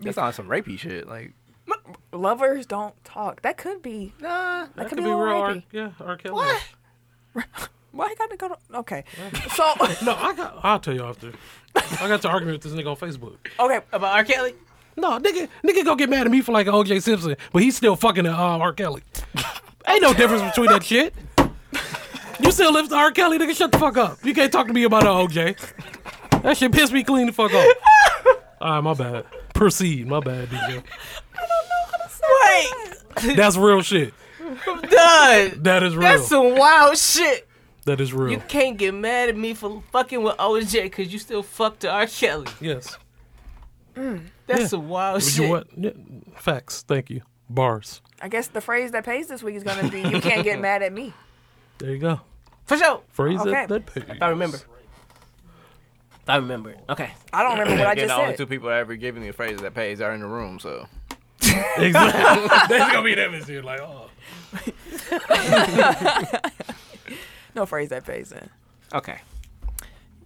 Speaker 3: That's on some rapey shit. Like
Speaker 1: lovers don't talk. That could be.
Speaker 5: Nah, that,
Speaker 1: could, be, real
Speaker 2: R,
Speaker 1: rapey.
Speaker 2: yeah, R. Kelly.
Speaker 1: What? Why I gotta go? To, okay. So
Speaker 2: No, I got. I'll tell you after. I got to argue with this nigga on Facebook.
Speaker 1: okay.
Speaker 5: About R. Kelly?
Speaker 2: No, nigga, nigga go get mad at me for like an OJ Simpson, but he's still fucking uh, R. Kelly. Ain't no difference between that shit. You still live to R. Kelly, nigga. Shut the fuck up. You can't talk to me about an OJ. That shit pissed me clean the fuck off. All right, my bad. Proceed, my bad, DJ.
Speaker 5: Wait.
Speaker 2: That's real shit.
Speaker 5: Done.
Speaker 2: That is real.
Speaker 5: That's some wild shit.
Speaker 2: that is real.
Speaker 5: You can't get mad at me for fucking with OJ because you still fucked to R. Kelly.
Speaker 2: yes.
Speaker 5: That's
Speaker 2: Yeah.
Speaker 5: some wild
Speaker 2: Would
Speaker 5: shit.
Speaker 2: you what? Yeah, Facts. Thank you. Bars.
Speaker 1: I guess the phrase that pays this week is gonna be "You can't get mad at me."
Speaker 2: There you go.
Speaker 5: For sure.
Speaker 2: Phrase
Speaker 1: Okay.
Speaker 2: that, that page.
Speaker 5: If I remember. If I remember. Okay.
Speaker 1: I don't remember what I
Speaker 3: Again,
Speaker 1: just
Speaker 3: the only
Speaker 1: said.
Speaker 3: two people that ever giving me a phrase that pays are in the room. So
Speaker 2: Exactly. That's gonna be them this year. Like, oh,
Speaker 1: No phrase that pays in.
Speaker 5: Okay.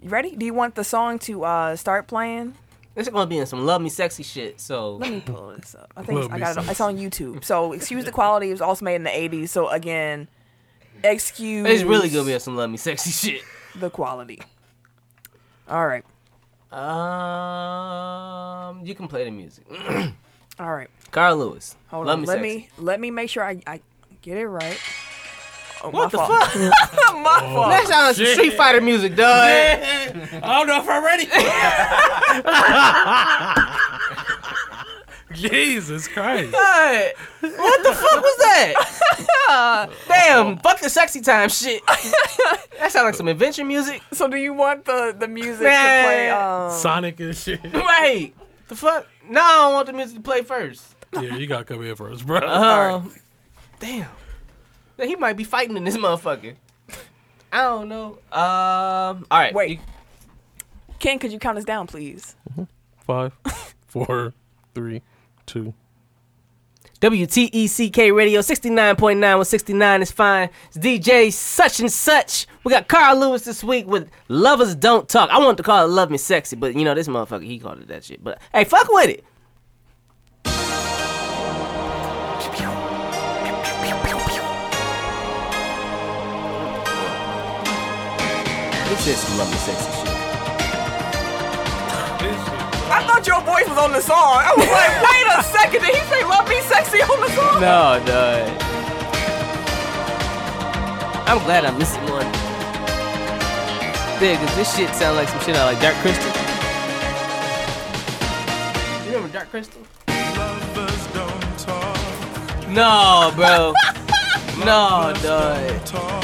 Speaker 1: You ready? Do you want the song to uh, start playing?
Speaker 5: This is gonna be in some love me sexy shit. So
Speaker 1: Let me pull this up. I think
Speaker 2: Love
Speaker 1: it's, I
Speaker 2: me
Speaker 1: got it.
Speaker 2: some.
Speaker 1: It's on YouTube. So excuse the quality. It was also made in the '80s. So again, excuse.
Speaker 5: it's really gonna be in some love me sexy shit.
Speaker 1: the quality. All right.
Speaker 5: Um, you can play the music.
Speaker 1: All right.
Speaker 5: Carl Lewis.
Speaker 1: Hold
Speaker 5: love
Speaker 1: on.
Speaker 5: Me
Speaker 1: let
Speaker 5: sexy.
Speaker 1: me let me make sure I, I get it right. Oh,
Speaker 5: What the
Speaker 1: my fault.
Speaker 5: fuck?
Speaker 1: my fault.
Speaker 5: That sounds some Street Fighter music, dog.
Speaker 2: I don't know if I'm ready. Jesus Christ!
Speaker 5: What the fuck was that? Damn, fuck the sexy time shit. That sounds like some adventure music.
Speaker 1: So do you want the the music to play?
Speaker 5: Nah.
Speaker 1: Um,
Speaker 2: Sonic and shit.
Speaker 5: Right. The fuck? No, I don't want the music to play first.
Speaker 2: Yeah, you gotta come here first, bro.
Speaker 5: Um, Damn. Now He might be fighting in this motherfucker. I don't know. Um, all right.
Speaker 1: Wait.
Speaker 5: You-
Speaker 1: Ken, could you count us down, please?
Speaker 2: Five, four, three, two.
Speaker 5: WTECK E Radio 69.9 with 69 is fine. It's DJ such and such. We got Carl Lewis this week with Lovers Don't Talk. I wanted to call it Love Me Sexy, but you know, this motherfucker, he called it that shit. But hey, fuck with it. It's just Love Me Sexy shit.
Speaker 1: I thought your voice was on the song. I was like, wait a second. Did he say "Love Me Sexy" on the song?
Speaker 5: No, no. I'm glad I'm missing one. Yeah, 'cause this shit sound like some shit out like Dark Crystal. You remember Dark Crystal?
Speaker 9: Lovers don't talk,
Speaker 5: No, bro. no, dude.
Speaker 9: talk.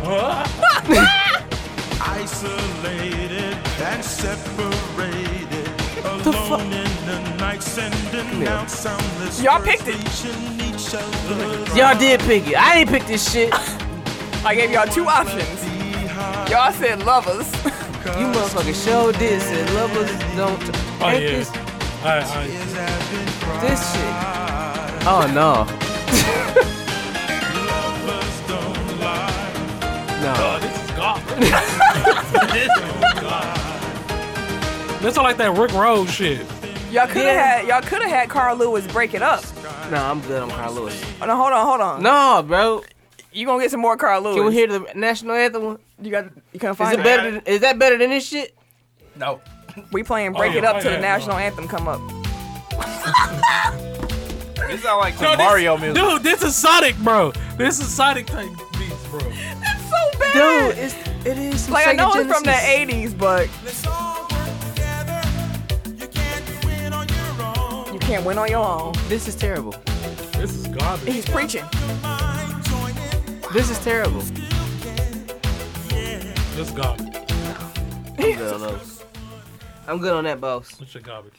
Speaker 9: Isolated and separated.
Speaker 1: fuck?
Speaker 10: Y'all picked it.
Speaker 5: Y'all did pick it. I didn't pick this shit.
Speaker 1: I gave y'all two options. Y'all said lovers.
Speaker 5: You motherfucking show this and lovers don't.
Speaker 2: Oh,
Speaker 5: And
Speaker 2: yeah.
Speaker 5: This,
Speaker 2: I, I,
Speaker 5: this shit. Oh no.
Speaker 2: Oh,
Speaker 5: no.
Speaker 2: this is garbage. This oh, is garbage. That's all like that Rick Rose shit.
Speaker 1: Y'all could have had y'all could have had Carl Lewis break it up.
Speaker 5: No, I'm good on Carl Lewis.
Speaker 1: Oh, no, hold on, hold on.
Speaker 5: No, bro.
Speaker 1: You gonna get some more Carl Lewis?
Speaker 5: Can we hear the national anthem? one?
Speaker 1: You got you can't
Speaker 5: Is
Speaker 1: find
Speaker 5: it better? Than, is that better than this shit?
Speaker 3: No.
Speaker 1: We playing Break
Speaker 5: Oh,
Speaker 1: It Up
Speaker 5: yeah,
Speaker 1: till the
Speaker 5: yeah,
Speaker 1: national anthem come up.
Speaker 3: This sounds like
Speaker 2: No,
Speaker 3: some
Speaker 2: this-
Speaker 3: Mario music.
Speaker 2: Dude, this is Sonic, bro. This is Sonic type beats, bro.
Speaker 1: That's so bad.
Speaker 5: Dude, it's, it is.
Speaker 1: Like I
Speaker 5: Sega
Speaker 1: know it's from the
Speaker 5: Genesis.
Speaker 1: '80s, but you can't win on your own.
Speaker 5: This is terrible.
Speaker 2: This is garbage.
Speaker 1: He's preaching.
Speaker 5: This is terrible.
Speaker 2: This is garbage.
Speaker 5: I'm good on those. I'm good on that, boss.
Speaker 2: This shit garbage.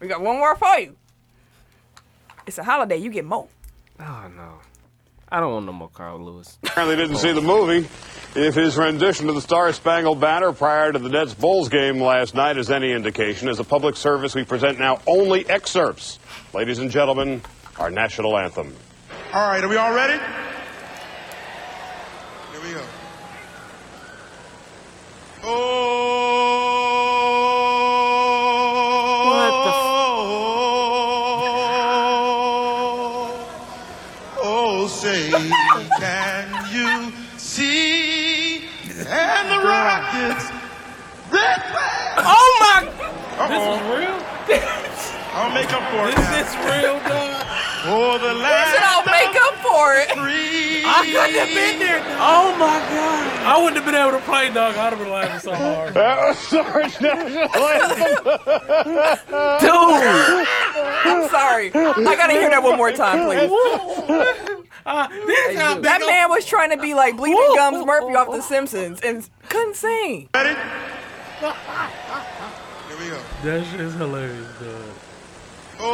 Speaker 1: We got one more for you. It's a holiday. You get more.
Speaker 5: Oh no. I don't want no more Carl Lewis.
Speaker 12: Apparently didn't see the movie. If his rendition of the Star Spangled Banner prior to the Nets Bulls game last night is any indication, as a public service, we present now only excerpts. Ladies and gentlemen, our national anthem.
Speaker 4: All right, are we all ready? Here we go. Oh, say, can you see? And the Rockets.
Speaker 5: Oh my!
Speaker 4: This is real. I'll make up for it. This is real, dog. For the last.
Speaker 1: should all make up for it.
Speaker 4: I
Speaker 2: couldn't have been there.
Speaker 5: Oh my god.
Speaker 2: I wouldn't have been able to play, dog. I'd have been laughing so hard.
Speaker 5: Dude.
Speaker 1: I'm sorry. I gotta hear that one more time, please.
Speaker 5: Uh,
Speaker 1: that man was trying to be like Bleeding Gums Murphy off The Simpsons and couldn't sing.
Speaker 4: Here we go.
Speaker 2: That shit is hilarious, dog.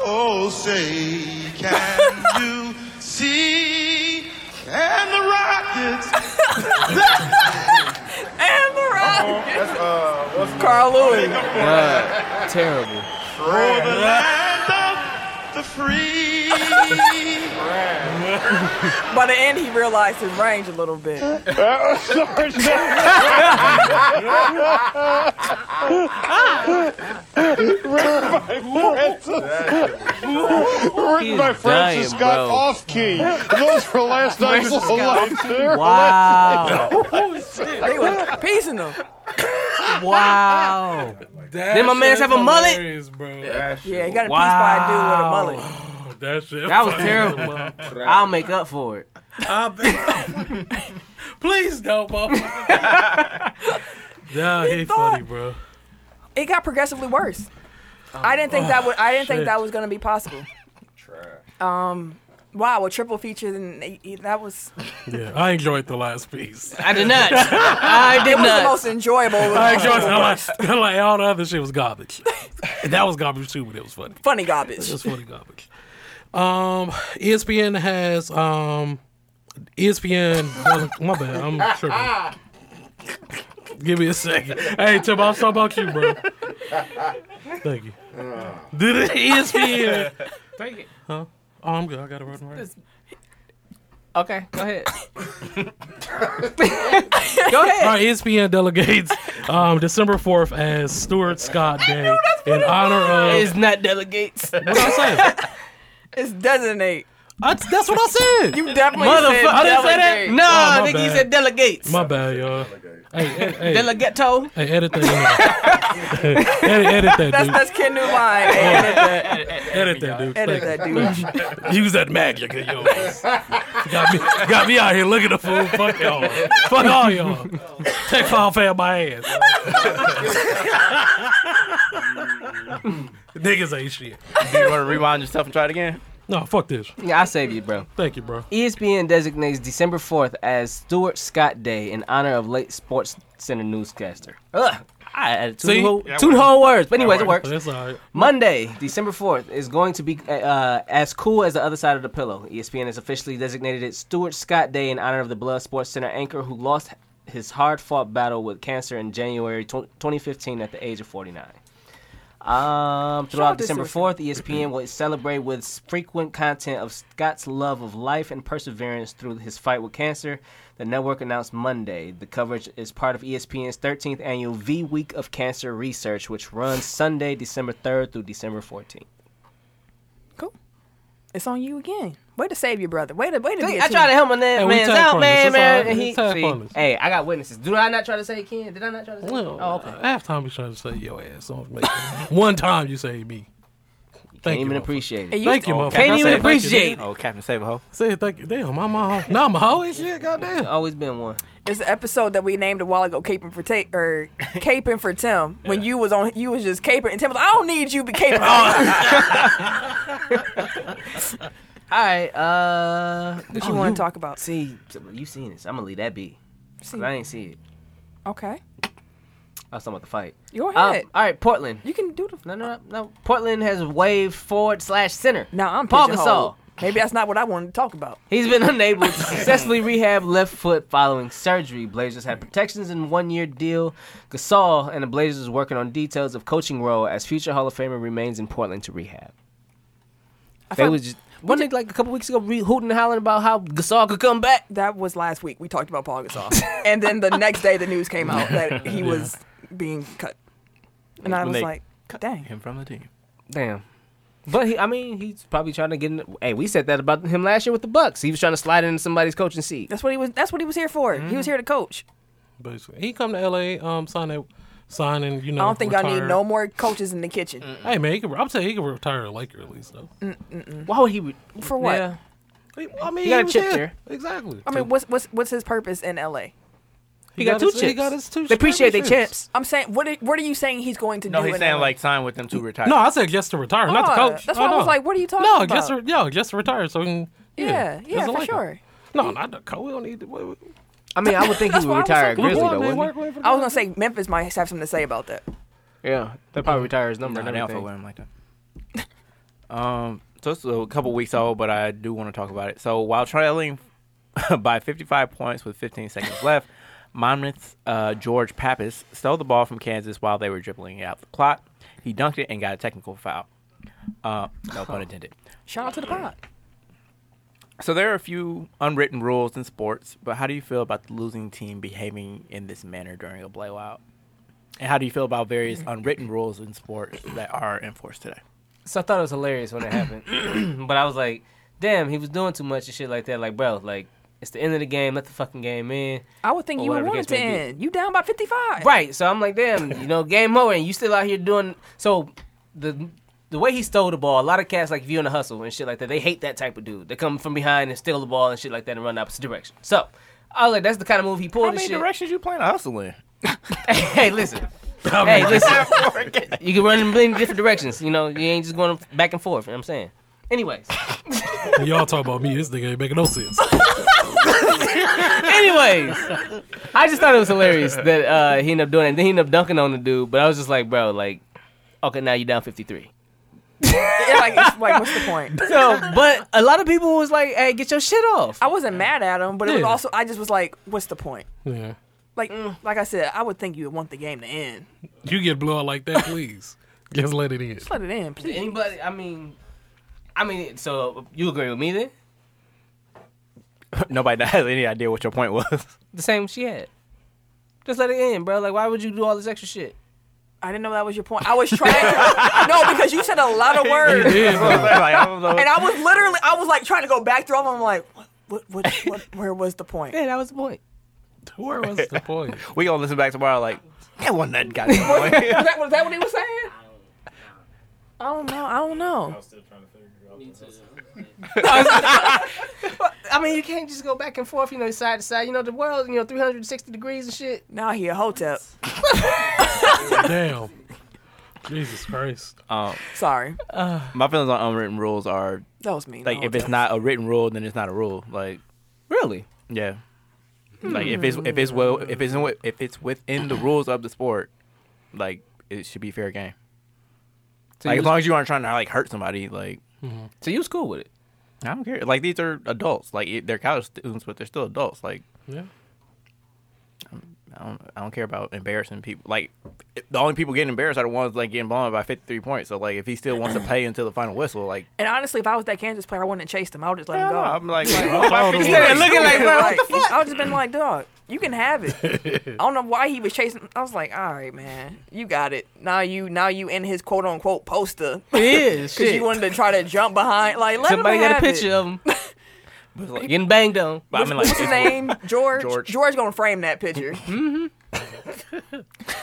Speaker 4: Oh, say, can you see? And the Rockets.
Speaker 1: and the Rockets.
Speaker 4: That's, uh, what's
Speaker 1: Carl Lewis.
Speaker 5: God, terrible.
Speaker 4: For the land of the free.
Speaker 1: By the end, he realized his range a little bit.
Speaker 12: Written by
Speaker 1: He's
Speaker 12: Francis
Speaker 1: dying,
Speaker 12: Scott
Speaker 1: bro.
Speaker 12: off key. Those were last night's
Speaker 1: Francis Scott
Speaker 12: lights.
Speaker 1: off-key.
Speaker 12: They were last
Speaker 5: Wow.
Speaker 12: night's-
Speaker 1: they were piecing them.
Speaker 5: Wow.
Speaker 2: That
Speaker 5: Then my man's
Speaker 2: shit
Speaker 5: have a mullet?
Speaker 2: hilarious, Bro. That
Speaker 1: Yeah,
Speaker 2: shit-
Speaker 1: he got a piece by a dude with a mullet.
Speaker 2: That shit.
Speaker 5: That was
Speaker 2: funny.
Speaker 5: terrible. I'll make up for it.
Speaker 2: I bet. Please don't, motherfucker. nah, he funny, bro.
Speaker 1: It got progressively worse. I didn't think
Speaker 5: Oh,
Speaker 1: that would. I didn't think
Speaker 2: shit.
Speaker 1: that was gonna be possible. Um, wow, a triple feature and it- it- that was.
Speaker 2: Yeah, I enjoyed the last piece.
Speaker 5: I did not. I
Speaker 1: it
Speaker 5: did
Speaker 1: was
Speaker 5: not.
Speaker 1: the most enjoyable.
Speaker 2: I enjoyed the last. Like all the other shit was garbage. And that was garbage too, but it was funny.
Speaker 1: Funny
Speaker 2: It
Speaker 1: garbage.
Speaker 2: was funny garbage. Um, ESPN has um, ESPN. my bad, I'm tripping. Give me a second. Hey, Tim, I was talking about you, bro. Thank you. Did E it ESPN?
Speaker 5: Take it.
Speaker 2: Huh? Oh, I'm good. I got it right. right.
Speaker 5: Okay, go ahead. go ahead.
Speaker 2: Our E ESPN delegates um, December 4th as Stuart Scott Day in honor of.
Speaker 5: It's not delegates.
Speaker 2: What did I say?
Speaker 1: It's designate.
Speaker 2: I- that's what I said.
Speaker 1: You definitely said
Speaker 5: Motherfucker. I didn't say that.
Speaker 1: delegate.
Speaker 5: No,
Speaker 2: Oh,
Speaker 5: I
Speaker 2: my
Speaker 5: think he
Speaker 2: bad.
Speaker 5: said delegates.
Speaker 2: My bad, y'all. Hey, hey, hey,
Speaker 5: Delegato.
Speaker 2: hey, edit that. in. edit, edit that,
Speaker 1: That's
Speaker 2: dude.
Speaker 1: that's Ken New Line. Edit that.
Speaker 2: Edit that, dude.
Speaker 1: Edit that, dude.
Speaker 2: dude. Use that mag, you good, yo. Got me, got me out here looking at fool. Fuck y'all. Fuck all y'all. Tech file failed my ass. Niggas ain't shit.
Speaker 3: Do you want to rewind yourself and try it again?
Speaker 2: No, fuck this.
Speaker 5: Yeah, I'll save you, bro. E
Speaker 2: Thank you, bro.
Speaker 5: ESPN designates December 4th as Stuart Scott Day in honor of late Sports Center newscaster. Ugh. I added two,
Speaker 2: See?
Speaker 5: whole,
Speaker 2: That
Speaker 5: two
Speaker 2: works.
Speaker 5: whole words. But
Speaker 2: That
Speaker 5: anyways, it
Speaker 2: works.
Speaker 5: works.
Speaker 2: That's all right.
Speaker 5: Monday, December 4th, is going to be uh, as cool as the other side of the pillow. E ESPN has officially designated it Stuart Scott Day in honor of the beloved Sports Center anchor who lost his hard fought battle with cancer in January tw 2015 at the age of 49. Um,
Speaker 10: Shout out
Speaker 5: throughout
Speaker 10: to
Speaker 5: December E
Speaker 10: Stuart
Speaker 5: 4th, ESPN will celebrate with frequent content of Scott's love of life and perseverance through his fight with cancer. The network announced Monday. The coverage is part of E ESPN's 13th annual V Week of Cancer Research, which runs Sunday, December 3rd through December 14th.
Speaker 1: It's on you again. Way to save your brother. Way to way to.
Speaker 5: See,
Speaker 1: be a
Speaker 5: I
Speaker 1: team.
Speaker 5: tried to help my man, man's out, man, man. and he- see,
Speaker 2: harmless.
Speaker 5: hey, I got witnesses. Do I not try to say Ken? Did I not try to say?
Speaker 2: Well,
Speaker 5: oh, okay.
Speaker 2: half time you trying to say your ass off me. One time you say me.
Speaker 5: Can't
Speaker 2: you,
Speaker 5: even
Speaker 2: motherfucker.
Speaker 5: appreciate it.
Speaker 2: Hey, you- Thank you, motherfucker.
Speaker 5: Can't
Speaker 2: Thank
Speaker 5: even
Speaker 2: you,
Speaker 5: appreciate
Speaker 2: dude.
Speaker 5: it.
Speaker 3: Oh, Captain Save a Ho.
Speaker 2: Say it, thank you. Damn, I'm a hoe. Now I'm a hoe and shit. Goddamn.
Speaker 5: Always been one.
Speaker 1: It's the episode that we named a while ago, caping for Tate or caping for Tim. When you was on, you was just caping, and Tim was, I don't need you, be caping.
Speaker 5: Oh. All right. Uh,
Speaker 1: What you wanna talk about?
Speaker 5: See, you seen this? I'm gonna leave that be. 'Cause I ain't see it.
Speaker 1: okay,
Speaker 5: I was talking about the fight.
Speaker 1: Go
Speaker 5: Um,
Speaker 1: ahead.
Speaker 5: all right, Portland.
Speaker 1: You can do the
Speaker 5: no, no, no. Portland has waived forward slash center.
Speaker 1: Now I'm
Speaker 5: Paul
Speaker 1: Paul
Speaker 5: Gasol.
Speaker 1: Maybe that's not what I wanted to talk about.
Speaker 5: He's been unable to successfully rehab left foot following surgery. Blazers had protections in one year deal. Gasol and the Blazers is working on details of coaching role as future Hall of Famer remains in Portland to rehab. They
Speaker 1: found-
Speaker 5: was just one nigga like a couple weeks ago re- hooting and hollering about how Gasol could come back.
Speaker 1: That was last week. We talked about Paul Gasol, and then the next day the news came out that he
Speaker 3: Yeah.
Speaker 1: was being cut, and I
Speaker 3: When
Speaker 1: was
Speaker 3: they
Speaker 1: like, dang.
Speaker 3: Him from the team.
Speaker 5: Damn. But he, I mean, he's probably trying to get. in Hey, we said that about him last year with the Bucks. He was trying to slide into somebody's coaching seat.
Speaker 1: That's what he was. That's what he was here for. He
Speaker 5: Mm-hmm.
Speaker 1: was here to coach.
Speaker 2: Basically, he come to LA, um, sign that, sign and you know.
Speaker 1: I don't think y'all need
Speaker 2: retire.
Speaker 1: no more coaches in the kitchen.
Speaker 2: Hey man, he can, I'm telling you, he can retire a Laker at least though.
Speaker 1: Mm.
Speaker 5: Why would he? Re-
Speaker 1: for what?
Speaker 5: Yeah.
Speaker 2: I mean,
Speaker 1: He got a
Speaker 2: was
Speaker 1: chip
Speaker 2: there. Exactly.
Speaker 1: I mean, what's what's what's his purpose in L.A.?
Speaker 2: He got got two his- he chips. got his two They appreciate their championships. chips.
Speaker 1: I'm saying, what are, what are you saying he's going to
Speaker 3: No,
Speaker 1: do?
Speaker 3: he's
Speaker 1: in
Speaker 3: saying
Speaker 1: LA?
Speaker 3: like sign with them to retire.
Speaker 2: no, I said just to retire, not the
Speaker 1: Oh,
Speaker 2: coach.
Speaker 1: that's
Speaker 2: Oh,
Speaker 1: why I was
Speaker 2: no.
Speaker 1: like, what are you talking
Speaker 2: no,
Speaker 1: about?
Speaker 2: just re- yeah, just retire. So he can-
Speaker 1: yeah, yeah,
Speaker 2: as a
Speaker 1: for
Speaker 2: Laker.
Speaker 1: sure.
Speaker 2: No, not the coach. We don't need. To, what, what-
Speaker 5: I mean, I would think he
Speaker 1: That's
Speaker 5: would
Speaker 1: why I was
Speaker 5: retire
Speaker 1: like,
Speaker 5: at Grizzly
Speaker 2: Come on,
Speaker 5: though.
Speaker 2: man,
Speaker 5: wouldn't
Speaker 2: work with-
Speaker 1: I was gonna say Memphis might have something to say about that.
Speaker 5: he? Yeah, they probably retire his number.
Speaker 3: No,
Speaker 5: and
Speaker 3: they don't fuck
Speaker 5: everything.
Speaker 3: with him like that. Um, so it's a couple weeks old, but I do want to talk about it. So while trailing by 55 points with 15 seconds left, Monmouth's uh, George Pappas stole the ball from Kansas while they were dribbling it out the clock. He dunked it and got a technical foul. Uh, no pun intended.
Speaker 1: Shout out to the pod.
Speaker 3: So there are a few unwritten rules in sports, but how do you feel about the losing team behaving in this manner during a blowout? And how do you feel about various unwritten rules in sports that are enforced today?
Speaker 5: So I thought it was hilarious when it happened, but I was like, damn, he was doing too much and shit like that. Like, bro, like it's the end of the game. Let the fucking game in.
Speaker 1: I would think
Speaker 5: Or
Speaker 1: you would
Speaker 5: whatever the
Speaker 1: want it to
Speaker 5: case may be.
Speaker 1: end. You down by 55.
Speaker 5: Right. So I'm like, damn, you know, game over, and you still out here doing. So the the way he stole the ball, a lot of cats like if you in a hustle and shit like that, they hate that type of dude. They come from behind and steal the ball and shit like that and run the opposite direction. So I was like, that's the kind of move he pulled.
Speaker 3: How
Speaker 5: and
Speaker 3: many
Speaker 5: shit.
Speaker 3: directions you plan to hustle in?
Speaker 5: hey, listen.
Speaker 3: How
Speaker 5: hey,
Speaker 3: many-
Speaker 5: listen. you can run in many different directions. You know, you ain't just going back and forth. You know what I'm saying. Anyways.
Speaker 2: When y'all talk about me. This nigga ain't making no sense.
Speaker 5: Anyways, I just thought it was hilarious that uh, he ended up doing it. Then he ended up dunking on the dude, but I was just like, bro, like, okay, now you're down 53.
Speaker 1: Yeah, like, it's like, what's the point?
Speaker 5: So, but a lot of people was like, hey, get your shit off.
Speaker 1: I wasn't mad at him, but it was
Speaker 5: Yeah. Mm.
Speaker 1: also I just was like, what's the point?
Speaker 2: Yeah.
Speaker 1: Like, like I said, I would think you would want the game to end.
Speaker 2: You get blown like that, please. Just let it in.
Speaker 1: Just let it end, please.
Speaker 5: Anybody, I mean, I mean, so you agree with me then?
Speaker 3: Nobody has any idea what your point was.
Speaker 5: The same she had. Just let it in, bro. Like, why would you do all this extra shit?
Speaker 1: I didn't know that was your point. I was trying. to, no, because you said a lot of words,
Speaker 5: You did, bro. Like, I don't know.
Speaker 1: and I was literally, I was like trying to go back through them. I'm like, what, what, what, what where was the point?
Speaker 5: Yeah, that was the point.
Speaker 2: Where was the point?
Speaker 3: we gonna listen back tomorrow. Like that wasn't that goddamn
Speaker 1: was,
Speaker 3: point.
Speaker 1: that, was that what he was saying? I don't know. I don't know.
Speaker 5: I mean, you can't just go back and forth, you know, side to side. You know, the world, you know, 360 degrees and shit.
Speaker 1: Now he a hotep.
Speaker 2: Damn. Jesus Christ.
Speaker 3: Um,
Speaker 1: Sorry.
Speaker 3: my feelings on unwritten rules are
Speaker 1: That was mean.
Speaker 3: Like
Speaker 1: Oh,
Speaker 3: if it's
Speaker 1: okay.
Speaker 3: not a written rule, then it's not a rule. Like
Speaker 5: really,
Speaker 3: yeah. Like if it's if it's well if it's in, wi- if it's within the rules of the sport, like it should be fair game.
Speaker 5: So
Speaker 3: like
Speaker 5: you
Speaker 3: as
Speaker 5: was-
Speaker 3: long as you aren't trying to like hurt somebody, like
Speaker 5: So you was cool with it.
Speaker 3: I don't care. Like these are adults. Like it- they're college students, but they're still adults. Like
Speaker 2: Yeah.
Speaker 3: I don't I don't care about embarrassing people. Like the only people getting embarrassed are the ones like getting blown by fifty three points. So like if he still wants to play until the final whistle, like
Speaker 1: And honestly, if I was that Kansas player, I wouldn't have chased him. I would just let him go.
Speaker 3: I'm like, like
Speaker 1: I'll
Speaker 3: why
Speaker 1: just
Speaker 3: 50
Speaker 1: been
Speaker 3: points? looking like, bro, what the
Speaker 1: I would just been like, dog, you can have it. I don't know why he was chasing. I was like, all right, man, you got it. Now you, now you in his quote unquote poster.
Speaker 5: It is,
Speaker 1: because
Speaker 5: shit.
Speaker 1: you wanted to try to jump behind. Like, let
Speaker 5: Somebody
Speaker 1: him
Speaker 5: got a
Speaker 1: have
Speaker 5: picture
Speaker 1: It.
Speaker 5: of him. Getting banged on.
Speaker 3: But I mean, like,
Speaker 1: What's his
Speaker 3: it's-
Speaker 1: name? George.
Speaker 3: George.
Speaker 1: George. gonna frame that picture. mm-hmm.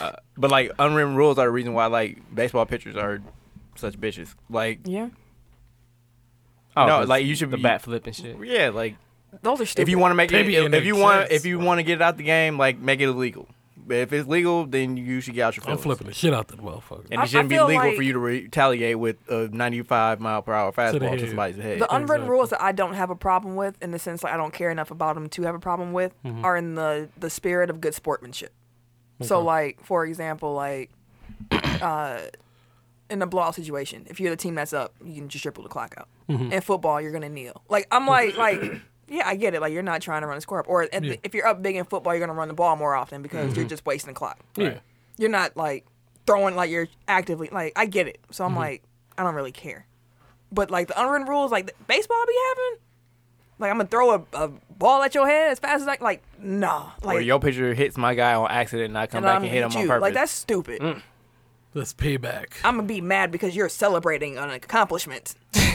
Speaker 3: Uh, but like unwritten rules are the reason why like baseball pitchers are such bitches. Like
Speaker 1: Yeah.
Speaker 5: Oh,
Speaker 3: no,
Speaker 5: 'cause
Speaker 3: like you should
Speaker 5: the
Speaker 3: be
Speaker 5: bat flip and shit.
Speaker 3: Yeah, like
Speaker 1: Those are stupid.
Speaker 3: if you want to make it,
Speaker 5: Maybe it
Speaker 3: if you
Speaker 5: makes
Speaker 3: want
Speaker 5: sense.
Speaker 3: if you want to get it out the game, like make it illegal. But if it's legal, then you should get out your.
Speaker 2: I'm
Speaker 3: Feelings.
Speaker 2: flipping the shit out that motherfucker.
Speaker 3: And it shouldn't be legal for you to retaliate with a 95 mile per hour
Speaker 2: the
Speaker 3: fastball to
Speaker 2: head.
Speaker 3: somebody's head.
Speaker 1: The unwritten rules that I don't have a problem with, in the sense like I don't care enough about them to have a problem with,
Speaker 3: Mhm.
Speaker 1: are in the the spirit of good sportsmanship. So,
Speaker 10: Mm-hmm. Okay.
Speaker 1: like for example, like uh, in a blowout situation, if you're the team that's up, you can just triple the clock out.
Speaker 10: Mhm.
Speaker 1: In football, you're gonna kneel. Like I'm like like yeah, I get it. Like you're not trying to run a score up, or at the-
Speaker 10: Yeah.
Speaker 1: if you're up big in football, you're gonna run the ball more often because you're
Speaker 10: Mhm.
Speaker 1: just wasting the clock.
Speaker 10: Yeah.
Speaker 1: You're not like throwing like you're actively like I get it. So I'm
Speaker 10: Mhm.
Speaker 1: like I don't really care. But like the unwritten rules, like the baseball be having, like I'm gonna throw a, a ball at your head as fast as I like. Nah,
Speaker 3: or
Speaker 1: like
Speaker 3: your pitcher hits my guy on accident and I come
Speaker 1: and
Speaker 3: back
Speaker 1: I'm
Speaker 3: and hit him
Speaker 1: hit
Speaker 3: on
Speaker 1: you.
Speaker 3: purpose.
Speaker 1: Like that's stupid.
Speaker 3: Mm.
Speaker 2: That's payback.
Speaker 1: I'm gonna be mad because you're celebrating an accomplishment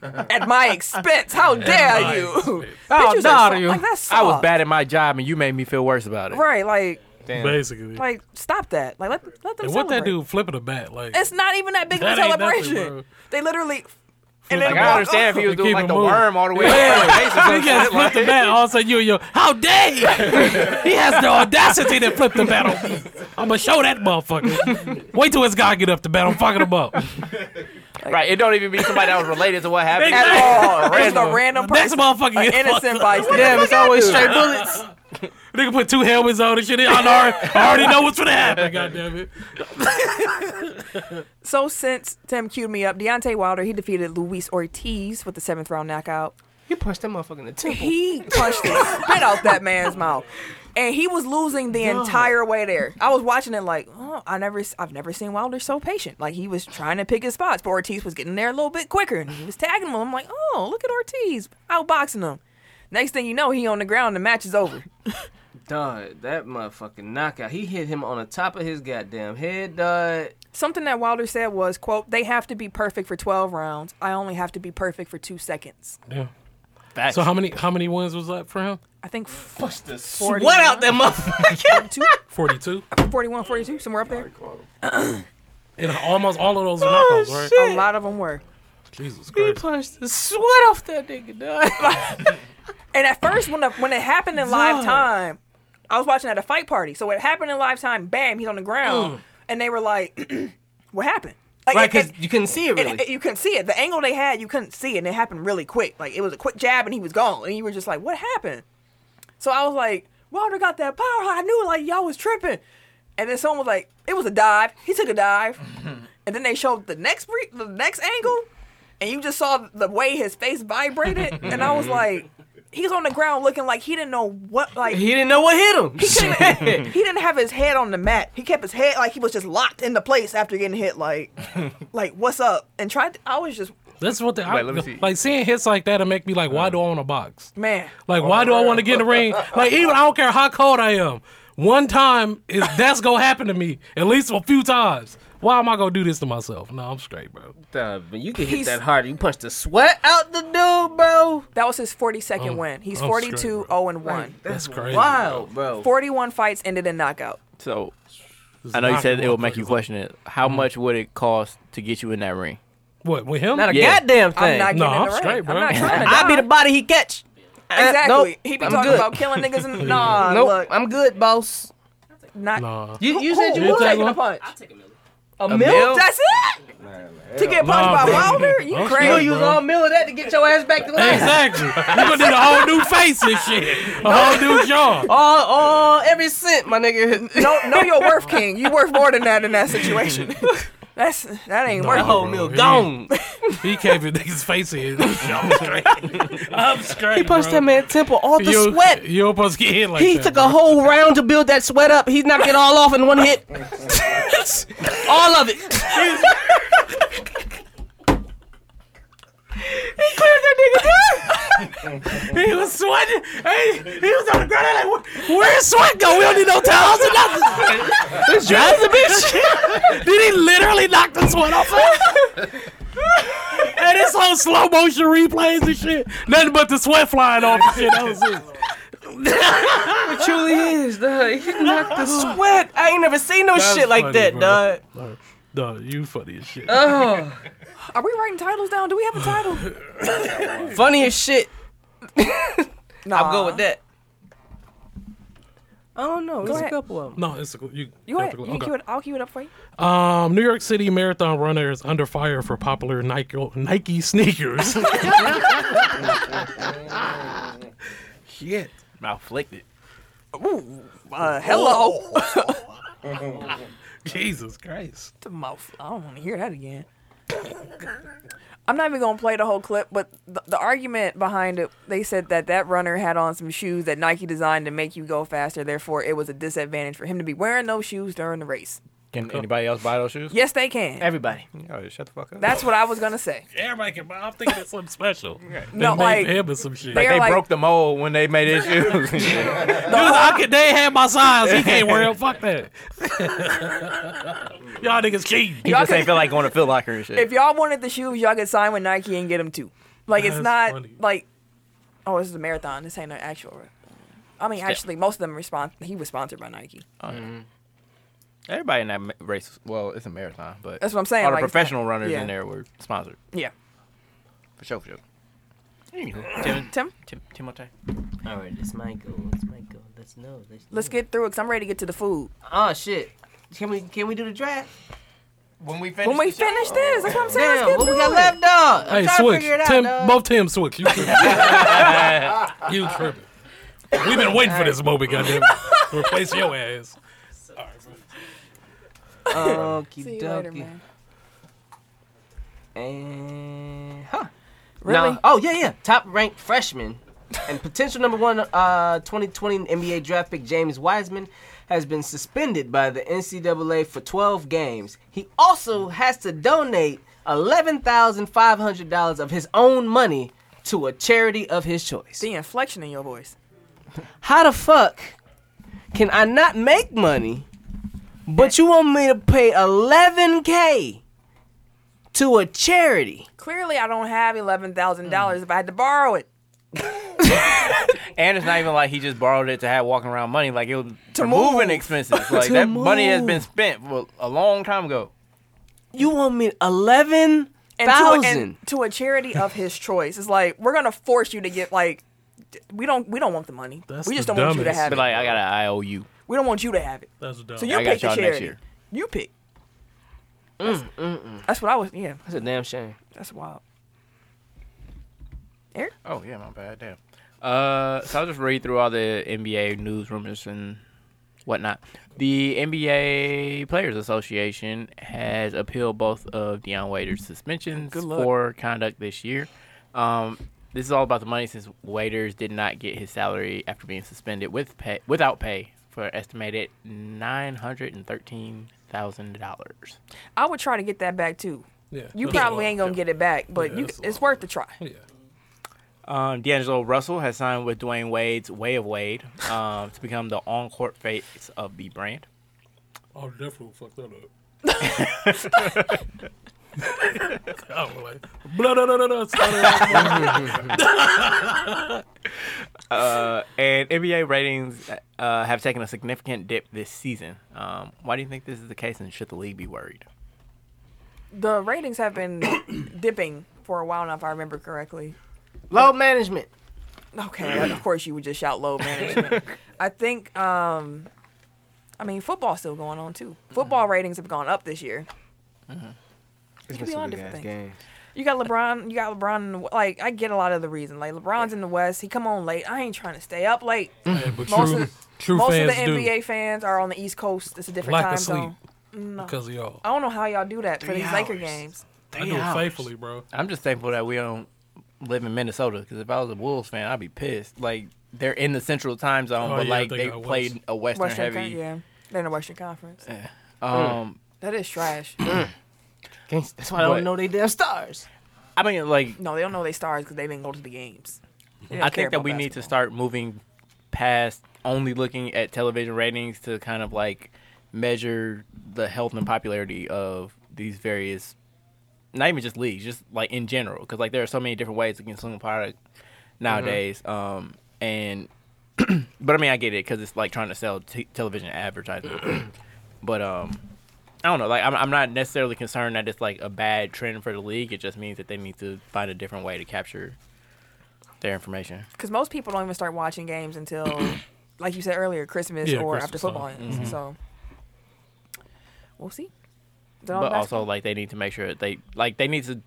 Speaker 1: at my expense. How
Speaker 3: At
Speaker 1: dare
Speaker 3: my
Speaker 1: you?
Speaker 3: How
Speaker 1: Bitches are
Speaker 3: dare
Speaker 1: so-
Speaker 3: you?
Speaker 1: Like that's
Speaker 3: I was
Speaker 1: soft.
Speaker 3: bad at my job and you made me feel worse about it.
Speaker 1: Right, like
Speaker 3: Damn.
Speaker 2: Basically.
Speaker 1: like stop that. Like let let them
Speaker 2: and what
Speaker 1: celebrate.
Speaker 2: that dude flipping a bat like?
Speaker 1: It's not even that big of a
Speaker 2: That ain't nothing,
Speaker 1: celebration.
Speaker 2: bro.
Speaker 1: they literally. And
Speaker 2: Like,
Speaker 1: then
Speaker 2: I
Speaker 1: walk
Speaker 2: understand
Speaker 1: up.
Speaker 2: if he was They doing, keep like, it the moving.
Speaker 3: Worm all the way.
Speaker 2: Yeah.
Speaker 3: Basically,
Speaker 2: He has flipped the bat. All of a sudden, you and your how dare you? He has the audacity to flip the bat on me. I'm gonna show that motherfucker. Wait till his guy get up the bat. I'm fucking him up.
Speaker 3: Right, it don't even be somebody that was related to what happened
Speaker 1: At all. It's a random person.
Speaker 2: Next motherfucker
Speaker 1: An
Speaker 2: get
Speaker 1: innocent
Speaker 2: fucked
Speaker 1: bystander.
Speaker 2: up.
Speaker 1: Damn, it's always straight bullets.
Speaker 2: Nigga put two helmets on and shit. I already, I already know what's gonna happen. God damn it.
Speaker 1: So since Tim queued me up, Deontay Wilder he defeated Luis Ortiz with the seventh round knockout.
Speaker 5: He punched that motherfucker in the temple.
Speaker 1: He punched it, spit out that man's mouth, and he was losing the
Speaker 5: Dog.
Speaker 1: entire way there. I was watching it like, oh, I never, s- I've never seen Wilder so patient. Like he was trying to pick his spots, but Ortiz was getting there a little bit quicker, and he was tagging him. I'm like, oh, look at Ortiz outboxing him. Next thing you know, he on the ground. The match is over.
Speaker 5: Dog, that motherfucking knockout. He hit him on the top of his goddamn head, dog.
Speaker 1: Something that Wilder said was, "quote They have to be perfect for 12 rounds. I only have to be perfect for two seconds."
Speaker 2: Yeah. So how many how many wins was that for him?
Speaker 1: I think push the
Speaker 2: sweat out that
Speaker 1: motherfucker.
Speaker 2: Forty two.
Speaker 1: 41, 42, somewhere up there.
Speaker 2: And almost all of those were knockouts, right?
Speaker 1: A lot of them were.
Speaker 2: Jesus
Speaker 5: He
Speaker 2: Christ.
Speaker 5: punched the sweat off that nigga, dog.
Speaker 1: And at first, when the, when it happened in live
Speaker 5: Dog.
Speaker 1: time, I was watching at a fight party. So it happened in live time. Bam, he's on the ground,
Speaker 5: Mm.
Speaker 1: and they were like, "What happened?" Like,
Speaker 5: right,
Speaker 1: it-
Speaker 5: because you couldn't see it
Speaker 1: it-
Speaker 5: really.
Speaker 1: it- you couldn't see it. The angle they had, you couldn't see it, and it happened really quick. Like it was a quick jab, and he was gone, and you were just like, "What happened?" So I was like, "Wilder got that power. I knew it. Like y'all was tripping." And then someone was like, "It was a dive. He took a dive." and then they showed the next re- the next angle, and you just saw the way his face vibrated, and I was like. He's on the ground looking like he didn't know what like
Speaker 5: he didn't know what hit him.
Speaker 1: he, couldn't- he didn't have his head on the mat. He kept his head like he was just locked into place after getting hit. Like, like what's up? And tried. To, I was just
Speaker 2: That's what the
Speaker 1: Wait, let me see.
Speaker 2: like seeing hits like that'll make me like, why do I want to box?
Speaker 1: man.
Speaker 2: Like, why do I want to get in the ring? Like, even I don't care how cold I am. One time is that's gonna happen to me at least a few times. Why am I gonna do this to myself? No, I'm straight, bro.
Speaker 5: Dog, but you can hit
Speaker 1: He's-
Speaker 5: that hard. You punched the sweat.
Speaker 1: out the dude, bro. That was his 42nd
Speaker 5: I'm-
Speaker 1: win. He's
Speaker 5: Oh, I'm
Speaker 1: 42 0 and 1.
Speaker 5: That's
Speaker 3: crazy,
Speaker 1: Wild,
Speaker 5: bro.
Speaker 1: 41 fights ended in knockout.
Speaker 3: So
Speaker 2: This
Speaker 3: I know you
Speaker 2: knock
Speaker 3: said
Speaker 2: him
Speaker 3: it
Speaker 2: off
Speaker 3: would make you question it. How
Speaker 5: Mm-hmm.
Speaker 3: much would it cost to get you in that ring?
Speaker 2: What with him?
Speaker 3: Not a Yeah. goddamn thing.
Speaker 2: I'm
Speaker 3: I'm
Speaker 2: no,
Speaker 3: not
Speaker 2: I'm
Speaker 3: getting in the
Speaker 2: straight,
Speaker 3: ring.
Speaker 2: bro.
Speaker 3: I'm not trying to
Speaker 5: I'll be the body he catch. Uh,
Speaker 1: Exactly.
Speaker 5: nope,
Speaker 1: he be
Speaker 5: I'm
Speaker 1: talking
Speaker 5: good.
Speaker 1: about killing niggas and nah,
Speaker 5: nope,
Speaker 1: look.
Speaker 5: I'm good, boss.
Speaker 1: Not
Speaker 2: Nah.
Speaker 5: You- you
Speaker 1: Who-
Speaker 5: said you
Speaker 1: who
Speaker 5: would.
Speaker 1: taking a punch.
Speaker 5: A, milk?
Speaker 1: That's it. To get punched
Speaker 5: Nah,
Speaker 1: by
Speaker 5: bro.
Speaker 1: Wilder? You
Speaker 5: You
Speaker 1: crazy?
Speaker 5: gonna use all mill of that to get your ass back to life.
Speaker 2: Exactly. You gonna need a whole new face and shit. A whole new jaw.
Speaker 5: All, all, every cent, my nigga.
Speaker 1: Know, know your worth, King. You worth more than that in that situation. That's that ain't worth. it.
Speaker 5: whole meal gone.
Speaker 2: He came in niggas' face in. I'm straight. I'm straight.
Speaker 5: He punched
Speaker 2: bro.
Speaker 5: that man temple, all the
Speaker 2: You-
Speaker 5: sweat.
Speaker 2: You don't supposed to get hit like
Speaker 5: he
Speaker 2: that.
Speaker 5: took a whole round to build that sweat up. He knocked it all off in one hit. all of it. he cleared that
Speaker 2: He was sweating. Hey, he was on the ground. I'm Like, "Where- where's sweat go? We don't need no towels or nothing. This drives the bitch. Did he literally knock the sweat off? her? and it's on slow motion replays and shit. Nothing but the sweat flying off and shit. That was it.
Speaker 5: nigga. it truly is, dog. He knocked the sweat. I ain't never seen no
Speaker 2: That's
Speaker 5: shit like
Speaker 2: funny,
Speaker 5: that,
Speaker 2: bro.
Speaker 5: dog.
Speaker 2: No, you funny as shit.
Speaker 5: Oh,
Speaker 1: Are we writing titles down? Do we have a title?
Speaker 5: funny as shit.
Speaker 1: Nah.
Speaker 5: I'll go with that. I don't know.
Speaker 1: Go
Speaker 5: There's a
Speaker 1: ahead.
Speaker 5: couple of them.
Speaker 2: No, it's a, you.
Speaker 1: You
Speaker 2: have
Speaker 1: ahead.
Speaker 2: to go-
Speaker 1: You can
Speaker 2: okay.
Speaker 1: cue it. I'll cue it up for you.
Speaker 2: Um, New York City marathon runner is under fire for popular Nike Nike sneakers. Shit.
Speaker 3: Malflicted.
Speaker 1: Ooh, uh, hello.
Speaker 2: Jesus Christ.
Speaker 1: The mouth. I don't want to hear that again. I'm not even gonna play the whole clip, but the, the argument behind it, they said that that runner had on some shoes that Nike designed to make you go faster. Therefore, it was a disadvantage for him to be wearing those shoes during the race.
Speaker 3: Can anybody else buy those shoes?
Speaker 1: Yes, they can.
Speaker 5: Everybody.
Speaker 3: Oh, shut the fuck up.
Speaker 1: That's what I was gonna say.
Speaker 2: Everybody can buy. I'm thinking it's something special.
Speaker 1: No,
Speaker 2: They made
Speaker 1: like,
Speaker 2: him or some shit.
Speaker 1: they're
Speaker 3: they
Speaker 1: like-
Speaker 3: broke the mold when they made his shoes.
Speaker 2: Dude, I could, they had my size. He can't wear them. Fuck that. Y'all niggas cheating.
Speaker 3: he
Speaker 1: Y'all
Speaker 3: just ain't feel like going to Foot Locker and shit.
Speaker 1: If y'all wanted the shoes, y'all could sign with Nike and get them too. Like it's
Speaker 2: That's
Speaker 1: not
Speaker 2: funny.
Speaker 1: like, oh, this is a marathon. This ain't an actual. I mean, actually, most of them respond. He was sponsored by Nike.
Speaker 3: Everybody in that ma- race, well, it's a marathon, but
Speaker 1: That's what I'm saying,
Speaker 3: All the
Speaker 1: like, it's
Speaker 3: professional
Speaker 1: not-
Speaker 3: runners
Speaker 1: yeah.
Speaker 3: in there were sponsored
Speaker 1: Yeah,
Speaker 3: for sure, for sure.
Speaker 5: Tim,
Speaker 1: Tim,
Speaker 5: Tim, Tim, more time. All right, oh, it's my goal. It's my goal. Let's know. Let's
Speaker 1: let's get through it. Cause I'm ready to get to the food.
Speaker 5: Oh shit! Can we can we do the draft? When we finish.
Speaker 1: When we finish this, that's what I'm saying. let's
Speaker 5: Damn,
Speaker 1: get
Speaker 5: what we
Speaker 1: through
Speaker 5: got
Speaker 1: it.
Speaker 5: left, dog? I'm
Speaker 2: Hey,
Speaker 5: trying to
Speaker 2: switch.
Speaker 5: figure it out,
Speaker 2: Tim,
Speaker 5: dog.
Speaker 2: both Tim switch. You tripping. you tripping. We've been waiting for this moment, goddamn. it. Replace your ass.
Speaker 5: Okie
Speaker 1: See you later,
Speaker 5: dokie.
Speaker 1: man.
Speaker 5: And huh?
Speaker 1: Really?
Speaker 5: Now, oh yeah, yeah. Top ranked freshman and potential number one uh, 2020 NBA draft pick James Wiseman has been suspended by the NCAA for 12 games. He also has to donate $11,500 of his own money to a charity of his choice.
Speaker 1: The inflection in your voice.
Speaker 5: How the fuck can I not make money, but you want me to pay 11k to a charity?
Speaker 1: Clearly, I don't have eleven thousand
Speaker 5: Mm.
Speaker 1: dollars if I had to borrow it
Speaker 3: And it's not even like he just borrowed it to have walking around money. Like it was to moving expenses. Like
Speaker 5: To
Speaker 3: that money has
Speaker 5: move.
Speaker 3: been spent for a long time ago.
Speaker 5: You want me eleven
Speaker 1: and to, a,
Speaker 5: thousand?
Speaker 1: and to a charity of his choice. It's like we're gonna force you to get like. d- We don't. We don't want the money.
Speaker 2: That's
Speaker 1: we just
Speaker 2: the
Speaker 1: don't want you to
Speaker 2: dumbest.
Speaker 1: have
Speaker 3: But
Speaker 1: it.
Speaker 3: like I got an IOU.
Speaker 1: we don't want you to have it.
Speaker 2: That's dumb.
Speaker 1: So you
Speaker 3: I got
Speaker 1: pick the
Speaker 3: y'all next
Speaker 1: charity.
Speaker 3: year.
Speaker 1: You pick. That's, that's what I was. Yeah,
Speaker 5: That's a damn shame.
Speaker 1: that's wild.
Speaker 3: Oh yeah, my bad. Damn. Uh, so I'll just read through all the NBA news rumors and whatnot. The NBA Players Association has appealed both of Deion Waiters' suspensions for conduct this year. Um, this is all about the money since Waiters did not get his salary after being suspended with pay, without pay for an estimated nine hundred and thirteen thousand dollars.
Speaker 1: I would try to get that back too.
Speaker 2: Yeah,
Speaker 1: You
Speaker 2: that's
Speaker 1: probably
Speaker 2: all.
Speaker 1: ain't gonna get it back, but
Speaker 2: Yeah,
Speaker 1: you,
Speaker 2: that's
Speaker 1: it's worth the try.
Speaker 2: Yeah.
Speaker 3: Um, D'Angelo Russell has signed with Dwayne Wade's Way of Wade um, to become the on-court face of the brand.
Speaker 2: Oh, definitely fuck that up. I was like, blah, blah, blah, blah, blah, started off-
Speaker 3: Uh, and NBA ratings uh, have taken a significant dip this season. Um, why do you think this is the case, and should the league be worried?
Speaker 1: The ratings have been dipping for a while now, if I remember correctly.
Speaker 5: Low management.
Speaker 1: Okay,
Speaker 3: Mm.
Speaker 1: of course you would just shout load management. I think, um, I mean, football's still going on too. Football ratings have gone up this year,
Speaker 3: Mm-hmm.
Speaker 1: It's been some good ass games. You got LeBron. You got LeBron. In the, like I get a lot of the reason. Like LeBron's in the West. He come on late. I ain't trying to stay up late.
Speaker 2: Yeah, but true-
Speaker 1: of,
Speaker 2: true
Speaker 1: most of the
Speaker 2: fans do.
Speaker 1: NBA fans are on the East Coast. It's a different
Speaker 2: Lack
Speaker 1: time
Speaker 2: of
Speaker 1: zone.
Speaker 2: sleep
Speaker 1: No. Oh,
Speaker 2: because of y'all.
Speaker 1: I don't know how y'all do that for
Speaker 2: Three
Speaker 1: these Laker
Speaker 2: hours.
Speaker 1: games.
Speaker 2: I do it faithfully, bro.
Speaker 3: I'm just thankful that we don't live in Minnesota because if I was a Wolves fan, I'd be pissed. Like they're in the Central Time Zone,
Speaker 1: Oh,
Speaker 3: but
Speaker 1: yeah,
Speaker 3: like
Speaker 1: they
Speaker 3: they
Speaker 1: got
Speaker 3: played
Speaker 1: West.
Speaker 3: a Western, heavy.
Speaker 1: Con- yeah, they're in the Western Conference.
Speaker 3: Yeah. Um,
Speaker 1: that is trash.
Speaker 5: That's why I don't
Speaker 3: But-
Speaker 5: know they damn stars.
Speaker 3: I mean, like
Speaker 1: no, they don't know they stars because they didn't go to the games. They don't
Speaker 3: I
Speaker 1: care
Speaker 3: think that
Speaker 1: about
Speaker 3: we need to start moving past only looking at television ratings to kind of like measure the health and popularity of these various, not even just leagues, just like in general, because like there are so many different ways to consume product
Speaker 1: Mm-hmm.
Speaker 3: nowadays. Um, and but I mean, I get it because it's like trying to sell t- television advertising. but um, I don't know. Like, I'm I'm not necessarily concerned that it's like a bad trend for the league. It just means that they need to find a different way to capture their information.
Speaker 1: Because most people don't even start watching games until, like you said earlier, Christmas
Speaker 3: Yeah,
Speaker 1: or
Speaker 3: Christmas
Speaker 1: after football
Speaker 3: time.
Speaker 1: ends.
Speaker 3: Mhm.
Speaker 1: So we'll see. Is that all
Speaker 3: But
Speaker 1: the
Speaker 3: also, like, they need to make sure that they like they need to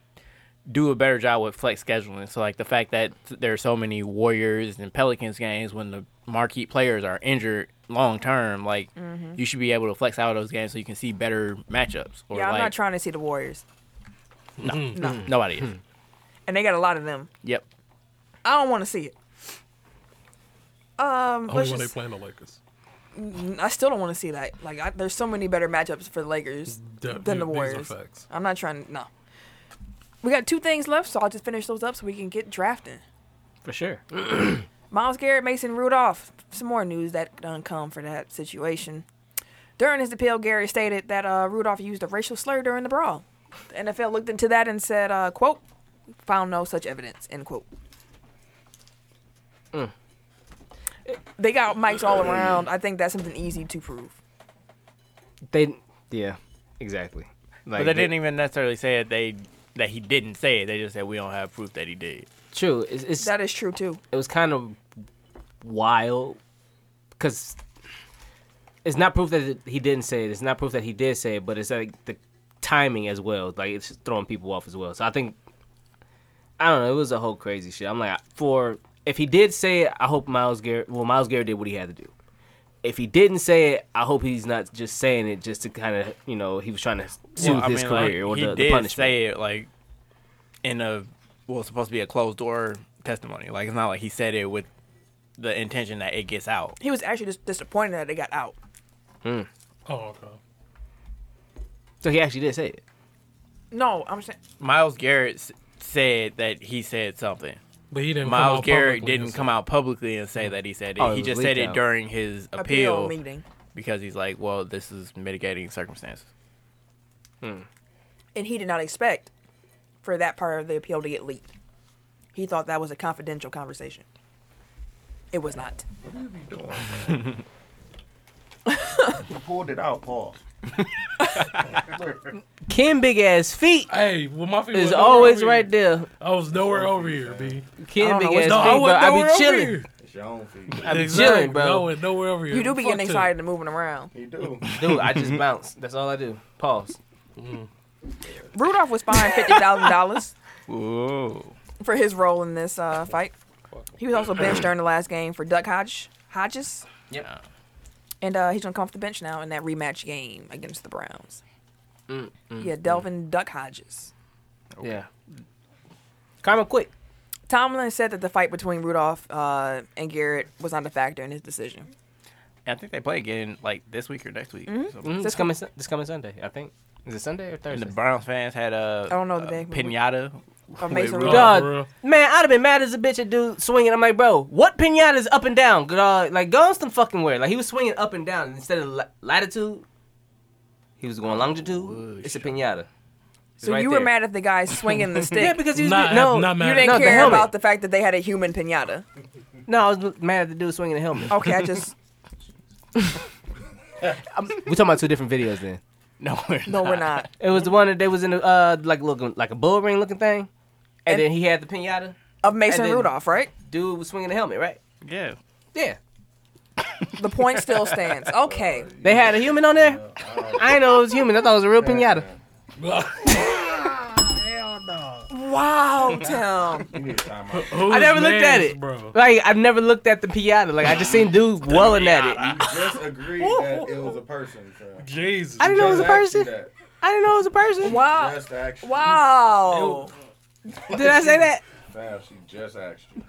Speaker 3: do a better job with flex scheduling. So, like, the fact that there are so many Warriors and Pelicans games when the marquee players are injured long term, like,
Speaker 1: Mhm.
Speaker 3: you should be able to flex out of those games so you can see better matchups. Or
Speaker 1: yeah, I'm
Speaker 3: like,
Speaker 1: not trying to see the Warriors,
Speaker 3: No,
Speaker 1: Mm.
Speaker 3: no,
Speaker 1: No.
Speaker 3: nobody is.
Speaker 1: and they got a lot of them.
Speaker 3: Yep.
Speaker 1: I don't want to see it. Um,
Speaker 2: Only
Speaker 1: let's
Speaker 2: when they
Speaker 1: just,
Speaker 2: play in the Lakers.
Speaker 1: Mm, I still don't want to see that. Like, I, there's so many better matchups for the Lakers
Speaker 2: Yeah, yeah,
Speaker 1: than
Speaker 2: these
Speaker 1: the
Speaker 2: are
Speaker 1: Warriors.
Speaker 2: facts.
Speaker 1: I'm not trying. No, we got two things left, so I'll just finish those up so we can get drafting.
Speaker 5: For sure.
Speaker 1: Miles Garrett, Mason Rudolph. Some more news that done come for that situation. During his appeal, Garrett stated that uh, Rudolph used a racial slur during the brawl. The NFL looked into that and said, uh, "quote Found no such evidence." End quote.
Speaker 5: Mm.
Speaker 1: They got mics all around. I think that's something easy to prove.
Speaker 5: They, yeah, exactly.
Speaker 3: but they, didn't even necessarily say that they that he didn't say it. They just said we don't have proof that he did.
Speaker 5: True. It's, it's,
Speaker 1: that is true too.
Speaker 5: It was kind of wild because it's not proof that it- he didn't say it. It's not proof that he did say it, but it's like the timing as well. Like it's just throwing people off as well. So I think I don't know. It was a whole crazy shit. I'm like for if he did say it, I hope Miles Garrett. Well, Miles Garrett did what he had to do. If he didn't say it, I hope he's not just saying it just to kind of you know he was trying to soothe
Speaker 3: Well, I
Speaker 5: his
Speaker 3: mean, like,
Speaker 5: career or
Speaker 3: he
Speaker 5: the, the
Speaker 3: did
Speaker 5: punishment.
Speaker 3: say it like in a well, it's supposed to be a closed door testimony. Like it's not like he said it with the intention that it gets out.
Speaker 1: He was actually just disappointed that they got out.
Speaker 2: Oh, okay.
Speaker 5: So he actually did say it.
Speaker 1: No, I'm saying
Speaker 3: Miles Garrett s- said that he said something.
Speaker 2: But he didn't come
Speaker 3: Miles
Speaker 2: out
Speaker 3: Garrett
Speaker 2: publicly and
Speaker 3: didn't
Speaker 2: say
Speaker 3: come out publicly and say that he said it.
Speaker 5: Oh, it
Speaker 3: he
Speaker 5: was
Speaker 3: just
Speaker 5: leaked
Speaker 3: said it
Speaker 5: out.
Speaker 3: during his appeal,
Speaker 1: Appeal meeting.
Speaker 3: because he's like, well, this is mitigating circumstances.
Speaker 1: and he did not expect for that part of the appeal to get leaked. He thought that was a confidential conversation. It was not.
Speaker 4: You pulled it out, Paul.
Speaker 5: Kim big ass feet.
Speaker 2: Hey, well, my feet
Speaker 5: is
Speaker 2: was nowhere
Speaker 5: always
Speaker 2: over
Speaker 5: right there.
Speaker 2: I was nowhere over here, B.
Speaker 5: Kim big ass feet,
Speaker 2: No, I
Speaker 5: bro.
Speaker 2: wasn't
Speaker 5: I
Speaker 2: nowhere
Speaker 5: be
Speaker 2: over
Speaker 5: chilling.
Speaker 2: here.
Speaker 4: It's your own feet.
Speaker 5: I be
Speaker 2: Exactly.
Speaker 5: chilling, bro.
Speaker 2: No, I wasn't nowhere over here.
Speaker 1: You do be
Speaker 2: Fuck
Speaker 1: getting
Speaker 2: to-
Speaker 1: excited and moving around.
Speaker 4: You do.
Speaker 5: Dude, I just bounce. That's all I do. Pause.
Speaker 1: Rudolph was fined fifty thousand dollars
Speaker 3: Whoa.
Speaker 1: for his role in this uh, fight. He was also benched during the last game for Duck Hodge, Hodges,
Speaker 5: Yeah.
Speaker 1: and uh, he's gonna come off the bench now in that rematch game against the Browns.
Speaker 5: Mm,
Speaker 1: Yeah, Delvin Duck Hodges.
Speaker 5: Yeah. Karma quick.
Speaker 1: Tomlin said that the fight between Rudolph uh, and Garrett was not a factor in his decision.
Speaker 3: And I think they play again like this week or next week.
Speaker 1: Mhm.
Speaker 3: So-
Speaker 2: Mm-hmm.
Speaker 5: Mm, this coming Sun- this coming Sunday, I think. Is it Sunday or
Speaker 3: And
Speaker 5: Thursday?
Speaker 3: the Browns fans had a
Speaker 1: I don't know
Speaker 5: Uh,
Speaker 1: the
Speaker 3: a
Speaker 1: day, but we-
Speaker 3: pinata.
Speaker 1: Or
Speaker 3: with
Speaker 1: Mason
Speaker 3: Rudolph.
Speaker 5: God, man, I'd have been mad as a bitch at dude swinging. I'm like, bro, what pinata is up and down? God, like, go on some fucking word. Like, he was swinging up and down instead of la- latitude. He was going
Speaker 2: Oh,
Speaker 5: longitude. It's a pinata. It's
Speaker 1: So
Speaker 5: right
Speaker 1: you were
Speaker 5: there.
Speaker 1: mad at the guy swinging the stick?
Speaker 5: Yeah, because he was Not- no, not mad
Speaker 1: you
Speaker 5: at
Speaker 1: didn't
Speaker 5: him. No, the
Speaker 1: care
Speaker 5: helmet.
Speaker 1: about the fact that they had a human pinata.
Speaker 5: No, I was mad at the dude swinging the helmet.
Speaker 1: Okay, I just
Speaker 5: We're talking about two different videos then.
Speaker 3: No, we're
Speaker 1: no, we're not.
Speaker 5: It was the one that they was in the uh like looking like a bull ring looking thing,
Speaker 1: And-
Speaker 5: and, then he had the pinata.
Speaker 1: Of Mason
Speaker 5: And then-
Speaker 1: Rudolph, right?
Speaker 5: Dude was swinging the helmet, right?
Speaker 3: Yeah.
Speaker 5: Yeah.
Speaker 1: The point still stands. Okay,
Speaker 5: They had a human on there. I didn't know it was human. I thought it was a real pinata.
Speaker 4: Hell no.
Speaker 1: Wow, Tim.
Speaker 4: You need a timeout.
Speaker 5: I never looked at it. Like I've never looked at the piata. Like I just seen dudes welling at it.
Speaker 4: You just agreed that it was a person. Fam. Jesus.
Speaker 5: I didn't know it was a person. I didn't know it was a person.
Speaker 1: Wow.
Speaker 4: Just asked you.
Speaker 1: Wow.
Speaker 5: Did I say that?
Speaker 4: Fam, she just asked you.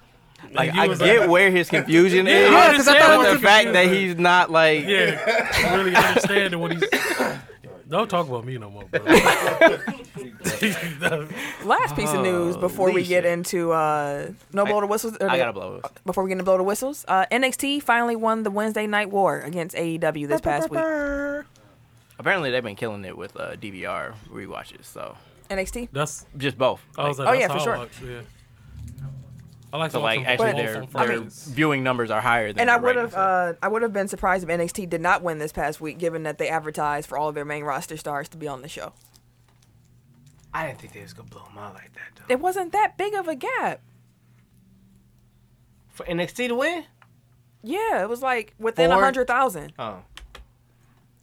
Speaker 3: Like
Speaker 4: You
Speaker 3: I
Speaker 4: was
Speaker 3: get
Speaker 4: like-
Speaker 3: where his confusion
Speaker 4: Yeah,
Speaker 3: is.
Speaker 4: I understand
Speaker 3: but
Speaker 4: what
Speaker 3: the
Speaker 4: you're
Speaker 3: fact that
Speaker 2: confused
Speaker 3: he's not like
Speaker 2: Yeah, I really understand what he's. Don't talk about me no more, bro.
Speaker 1: Last piece of news before we get into uh, no blow the whistles. or
Speaker 5: Oh, I
Speaker 1: the-
Speaker 5: gotta blow the whistle.
Speaker 1: Before we get into blow the whistles, uh, NXT finally won the Wednesday Night War against AEW this past week.
Speaker 3: Apparently they've been killing it with uh, DVR rewatches. So
Speaker 1: NXT.
Speaker 2: That's
Speaker 3: just both.
Speaker 2: I was like,
Speaker 1: Oh,
Speaker 2: that's
Speaker 1: yeah, for
Speaker 2: how I
Speaker 1: sure.
Speaker 2: Watch, yeah. I like
Speaker 3: so
Speaker 2: to watch
Speaker 3: like
Speaker 2: them
Speaker 3: actually
Speaker 2: both
Speaker 3: their,
Speaker 2: on
Speaker 3: their
Speaker 2: Fridays.
Speaker 3: viewing numbers are higher than
Speaker 1: And I
Speaker 3: their
Speaker 1: would have, uh, I would have been surprised if NXT did not win this past week, given that they advertised for all of their main roster stars to be on the show.
Speaker 5: I didn't think they was gonna blow them out like that though.
Speaker 1: It wasn't that big of a gap.
Speaker 5: For NXT to win?
Speaker 1: Yeah, it was like within a
Speaker 5: Four?
Speaker 1: hundred thousand.
Speaker 5: Oh.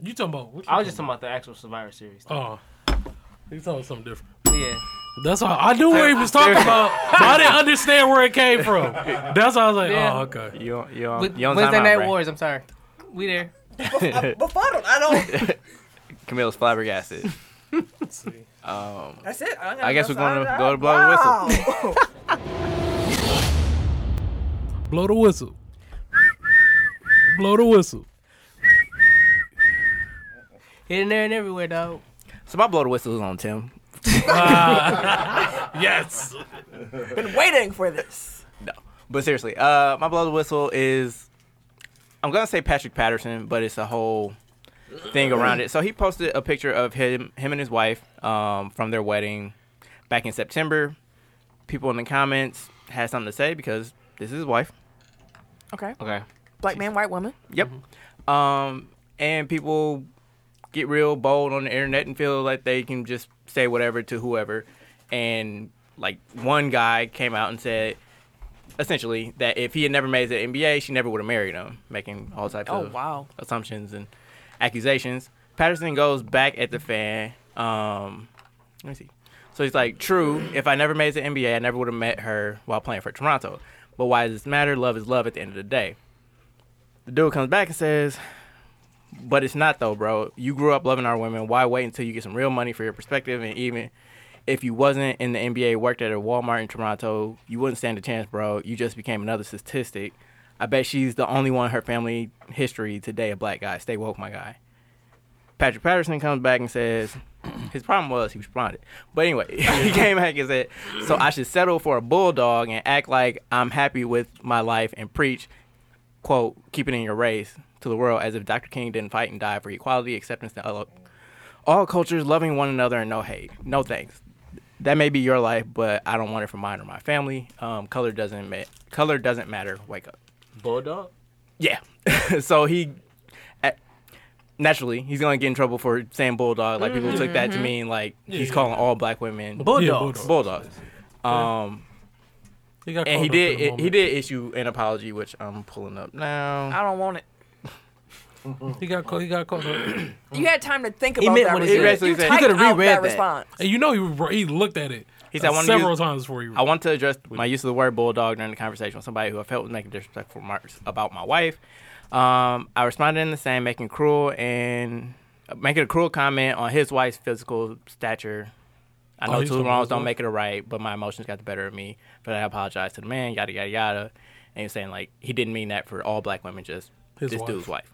Speaker 2: You talking about? What you
Speaker 5: I was just talking about the actual Survivor Series.
Speaker 2: Oh, he's talking something different.
Speaker 5: Yeah.
Speaker 2: That's all. I knew where he was talking about. but I didn't understand where it came from. That's why I was like,
Speaker 5: Yeah.
Speaker 2: oh, okay.
Speaker 3: You, you,
Speaker 5: Wed- Wednesday Night Wars. I'm sorry. We there.
Speaker 1: befuddled. I don't.
Speaker 3: Camille's flabbergasted. um,
Speaker 1: That's it. I'm gonna
Speaker 3: I guess
Speaker 1: go
Speaker 3: we're going to
Speaker 1: sign
Speaker 3: go
Speaker 1: up.
Speaker 3: to blow the whistle.
Speaker 1: Wow.
Speaker 2: Blow the whistle. Blow the whistle.
Speaker 5: Here and there and everywhere, dog.
Speaker 3: So my blow the whistle is on Tim.
Speaker 2: yes.
Speaker 1: Been waiting for this.
Speaker 3: But seriously, uh, my blow the whistle is I'm gonna say Patrick Patterson, but it's a whole thing around it. So he posted a picture of him, him and his wife, um, from their wedding back in September. People in the comments had something to say because this is his wife.
Speaker 1: Okay.
Speaker 3: Okay.
Speaker 1: Black man, white woman.
Speaker 3: Yep. Um, and people get real bold on the internet and feel like they can just say whatever to whoever. And like one guy came out and said essentially that if he had never made it to the NBA, she never would have married him, making all types
Speaker 1: Oh,
Speaker 3: of
Speaker 1: wow.
Speaker 3: assumptions and accusations. Patterson goes back at the fan. Um, let me see. So he's like, true, if I never made it to the NBA, I never would have met her while playing for Toronto. But why does this matter? Love is love at the end of the day. The dude comes back and says, but it's not though, bro. You grew up loving our women. Why wait until you get some real money for your perspective? And even if you wasn't in the NBA, worked at a Walmart in Toronto, you wouldn't stand a chance, bro. You just became another statistic. I bet she's the only one in her family history today a black guy. Stay woke, my guy. Patrick Patterson comes back and says his problem was he responded. But anyway, he came back and said, So I should settle for a bulldog and act like I'm happy with my life and preach, quote, keep it in your race to the world as if Dr. King didn't fight and die for equality, acceptance, and all, all cultures loving one another and no hate. No thanks. That may be your life, but I don't want it for mine or my family. Um, color doesn't ma- color doesn't matter. Wake up.
Speaker 5: Bulldog.
Speaker 3: Yeah. so he at, naturally he's gonna get in trouble for saying bulldog. Like people took that to
Speaker 5: Mhm.
Speaker 3: mean like
Speaker 5: Yeah,
Speaker 3: he's
Speaker 5: yeah.
Speaker 3: calling all black women
Speaker 5: Bulldogs. Yeah, bulldogs.
Speaker 3: Bulldogs. Um,
Speaker 2: He got caught up
Speaker 3: and he
Speaker 2: in
Speaker 3: did
Speaker 2: the
Speaker 3: it, he
Speaker 2: moment.
Speaker 3: did issue an apology, which I'm pulling up now.
Speaker 1: I don't want it.
Speaker 2: He got caught. He got caught. up.
Speaker 1: You had time to think
Speaker 3: He
Speaker 1: about
Speaker 3: meant
Speaker 1: that.
Speaker 3: what he
Speaker 1: response.
Speaker 3: said. He
Speaker 1: You
Speaker 3: basically said-
Speaker 1: typed
Speaker 3: He could've
Speaker 1: out
Speaker 3: reread
Speaker 1: that
Speaker 3: that.
Speaker 1: response.
Speaker 2: and you know he re- he looked at it.
Speaker 3: He said, I
Speaker 2: uh,
Speaker 3: want
Speaker 2: several
Speaker 3: to use,
Speaker 2: times before he.
Speaker 3: I want to address my use of the word bulldog during the conversation with somebody who I felt was making disrespectful remarks about my wife. Um, I responded in the same, making cruel and uh, making a cruel comment on his wife's physical stature. I
Speaker 2: Oh,
Speaker 3: know
Speaker 2: he's
Speaker 3: two
Speaker 2: talking about
Speaker 3: wrongs
Speaker 2: his
Speaker 3: don't
Speaker 2: wife?
Speaker 3: make it a right, but my emotions got the better of me. But I apologize to the man, yada yada yada. And he was saying like he didn't mean that for all black women, just
Speaker 2: His
Speaker 3: this
Speaker 2: wife.
Speaker 3: dude's wife.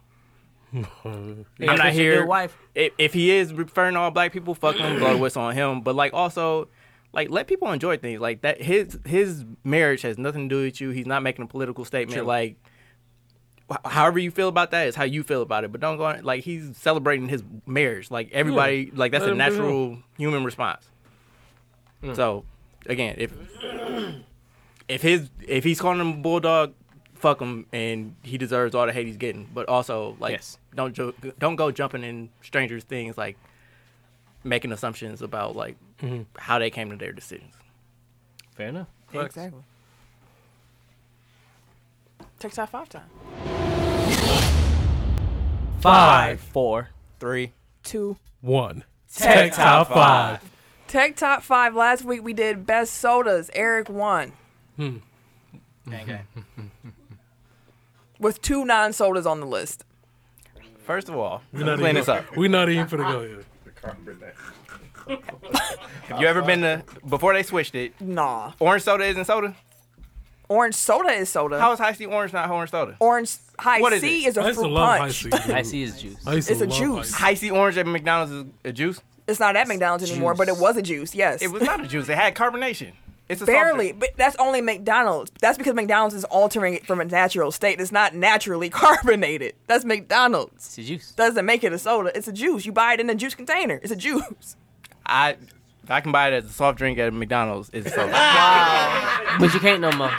Speaker 2: I'm
Speaker 3: I'm not here. If, if he is referring to all black people, fuck him, blow the whistle on him. But like also, like let people enjoy things like that. His his marriage has nothing to do with you. He's not making a political statement.
Speaker 5: True.
Speaker 3: Like wh- however you feel about that is how you feel about it. But don't go on. Like he's celebrating his marriage. Like everybody,
Speaker 2: Yeah.
Speaker 3: like that's
Speaker 2: Let
Speaker 3: a
Speaker 2: him do him.
Speaker 3: natural human response. So again, if if his if he's calling him a bulldog, fuck him, and he deserves all the hate he's getting. But also, like,
Speaker 5: Yes.
Speaker 3: don't jo- don't go jumping in strangers' things, like making assumptions about like
Speaker 5: Mhm.
Speaker 3: how they came to their decisions.
Speaker 5: Fair enough.
Speaker 1: Exactly. Takes out five time.
Speaker 5: Five, four,
Speaker 3: three,
Speaker 1: Two.
Speaker 2: One. Tech Top Five.
Speaker 1: Tech Top 5. Last week we did best sodas. Eric won
Speaker 2: Hmm.
Speaker 3: Okay.
Speaker 1: with two non sodas on the list.
Speaker 3: First of all,
Speaker 2: We're
Speaker 3: let
Speaker 2: not
Speaker 3: me clean
Speaker 2: even-
Speaker 3: this up.
Speaker 2: We're not even finna
Speaker 1: Ah,
Speaker 2: go here.
Speaker 3: Have you ever been to before they switched it?
Speaker 1: Nah.
Speaker 3: Orange soda isn't soda.
Speaker 1: Orange soda is soda.
Speaker 3: How is high C orange not orange soda?
Speaker 1: Orange high
Speaker 3: What is
Speaker 1: C
Speaker 3: it?
Speaker 1: is a fruit punch.
Speaker 5: is juice.
Speaker 1: I used to It's a love juice.
Speaker 3: High C orange at McDonald's is a juice.
Speaker 1: It's not at McDonald's anymore, but it was a juice. Yes,
Speaker 3: It was not a juice. It had carbonation. It's a soft
Speaker 1: barely, but that's only McDonald's. That's because McDonald's is altering it from a natural state. It's not naturally carbonated. That's McDonald's. It's
Speaker 5: a juice.
Speaker 1: Doesn't make it a soda. It's a juice. You buy it in a juice container. It's a juice.
Speaker 3: I I can buy it as a soft drink at McDonald's. It's soda.
Speaker 5: But you can't no more.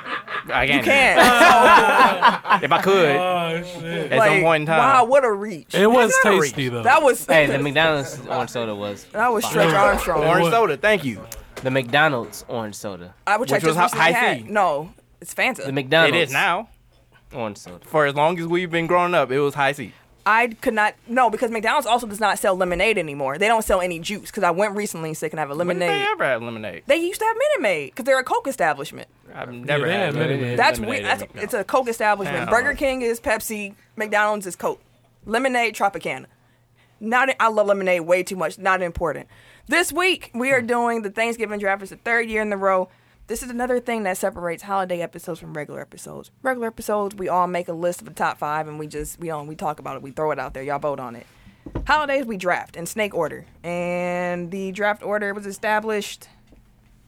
Speaker 3: I can't.
Speaker 1: You can't.
Speaker 3: if I could,
Speaker 5: Oh,
Speaker 3: at
Speaker 5: shit.
Speaker 3: some
Speaker 1: Like,
Speaker 3: point in time.
Speaker 1: Wow, what a reach! That's not a reach. That was
Speaker 5: Hey, the McDonald's orange soda was.
Speaker 1: That was
Speaker 5: fire.
Speaker 1: Stretch Armstrong. Orange
Speaker 3: soda, thank you.
Speaker 5: The McDonald's orange soda.
Speaker 1: I would check this recently had. No, it's Fanta.
Speaker 5: The McDonald's.
Speaker 3: It is now.
Speaker 5: Orange soda.
Speaker 3: For as long as we've been growing up, it was high C.
Speaker 1: I could not no because McDonald's also does not sell lemonade anymore. They don't sell any juice because I went recently and said can I have a
Speaker 3: When did
Speaker 1: lemonade.
Speaker 3: they ever had lemonade?
Speaker 1: They used to have Minute Maid because they're a Coke establishment.
Speaker 3: I've never
Speaker 2: they
Speaker 3: had
Speaker 2: had Minute Maid.
Speaker 1: That's
Speaker 3: lemonade
Speaker 1: weird.
Speaker 3: at
Speaker 1: That's it's a Coke establishment.
Speaker 3: Hell.
Speaker 1: Burger King is Pepsi. McDonald's is Coke. Lemonade Tropicana. Not I love lemonade way too much. Not important. This week we are doing the Thanksgiving draft. It's the third year in a row. This is another thing that separates holiday episodes from regular episodes. Regular episodes, we all make a list of the top five and we just we on we talk about it. We throw it out there. Y'all vote on it. Holidays we draft in snake order, and the draft order was established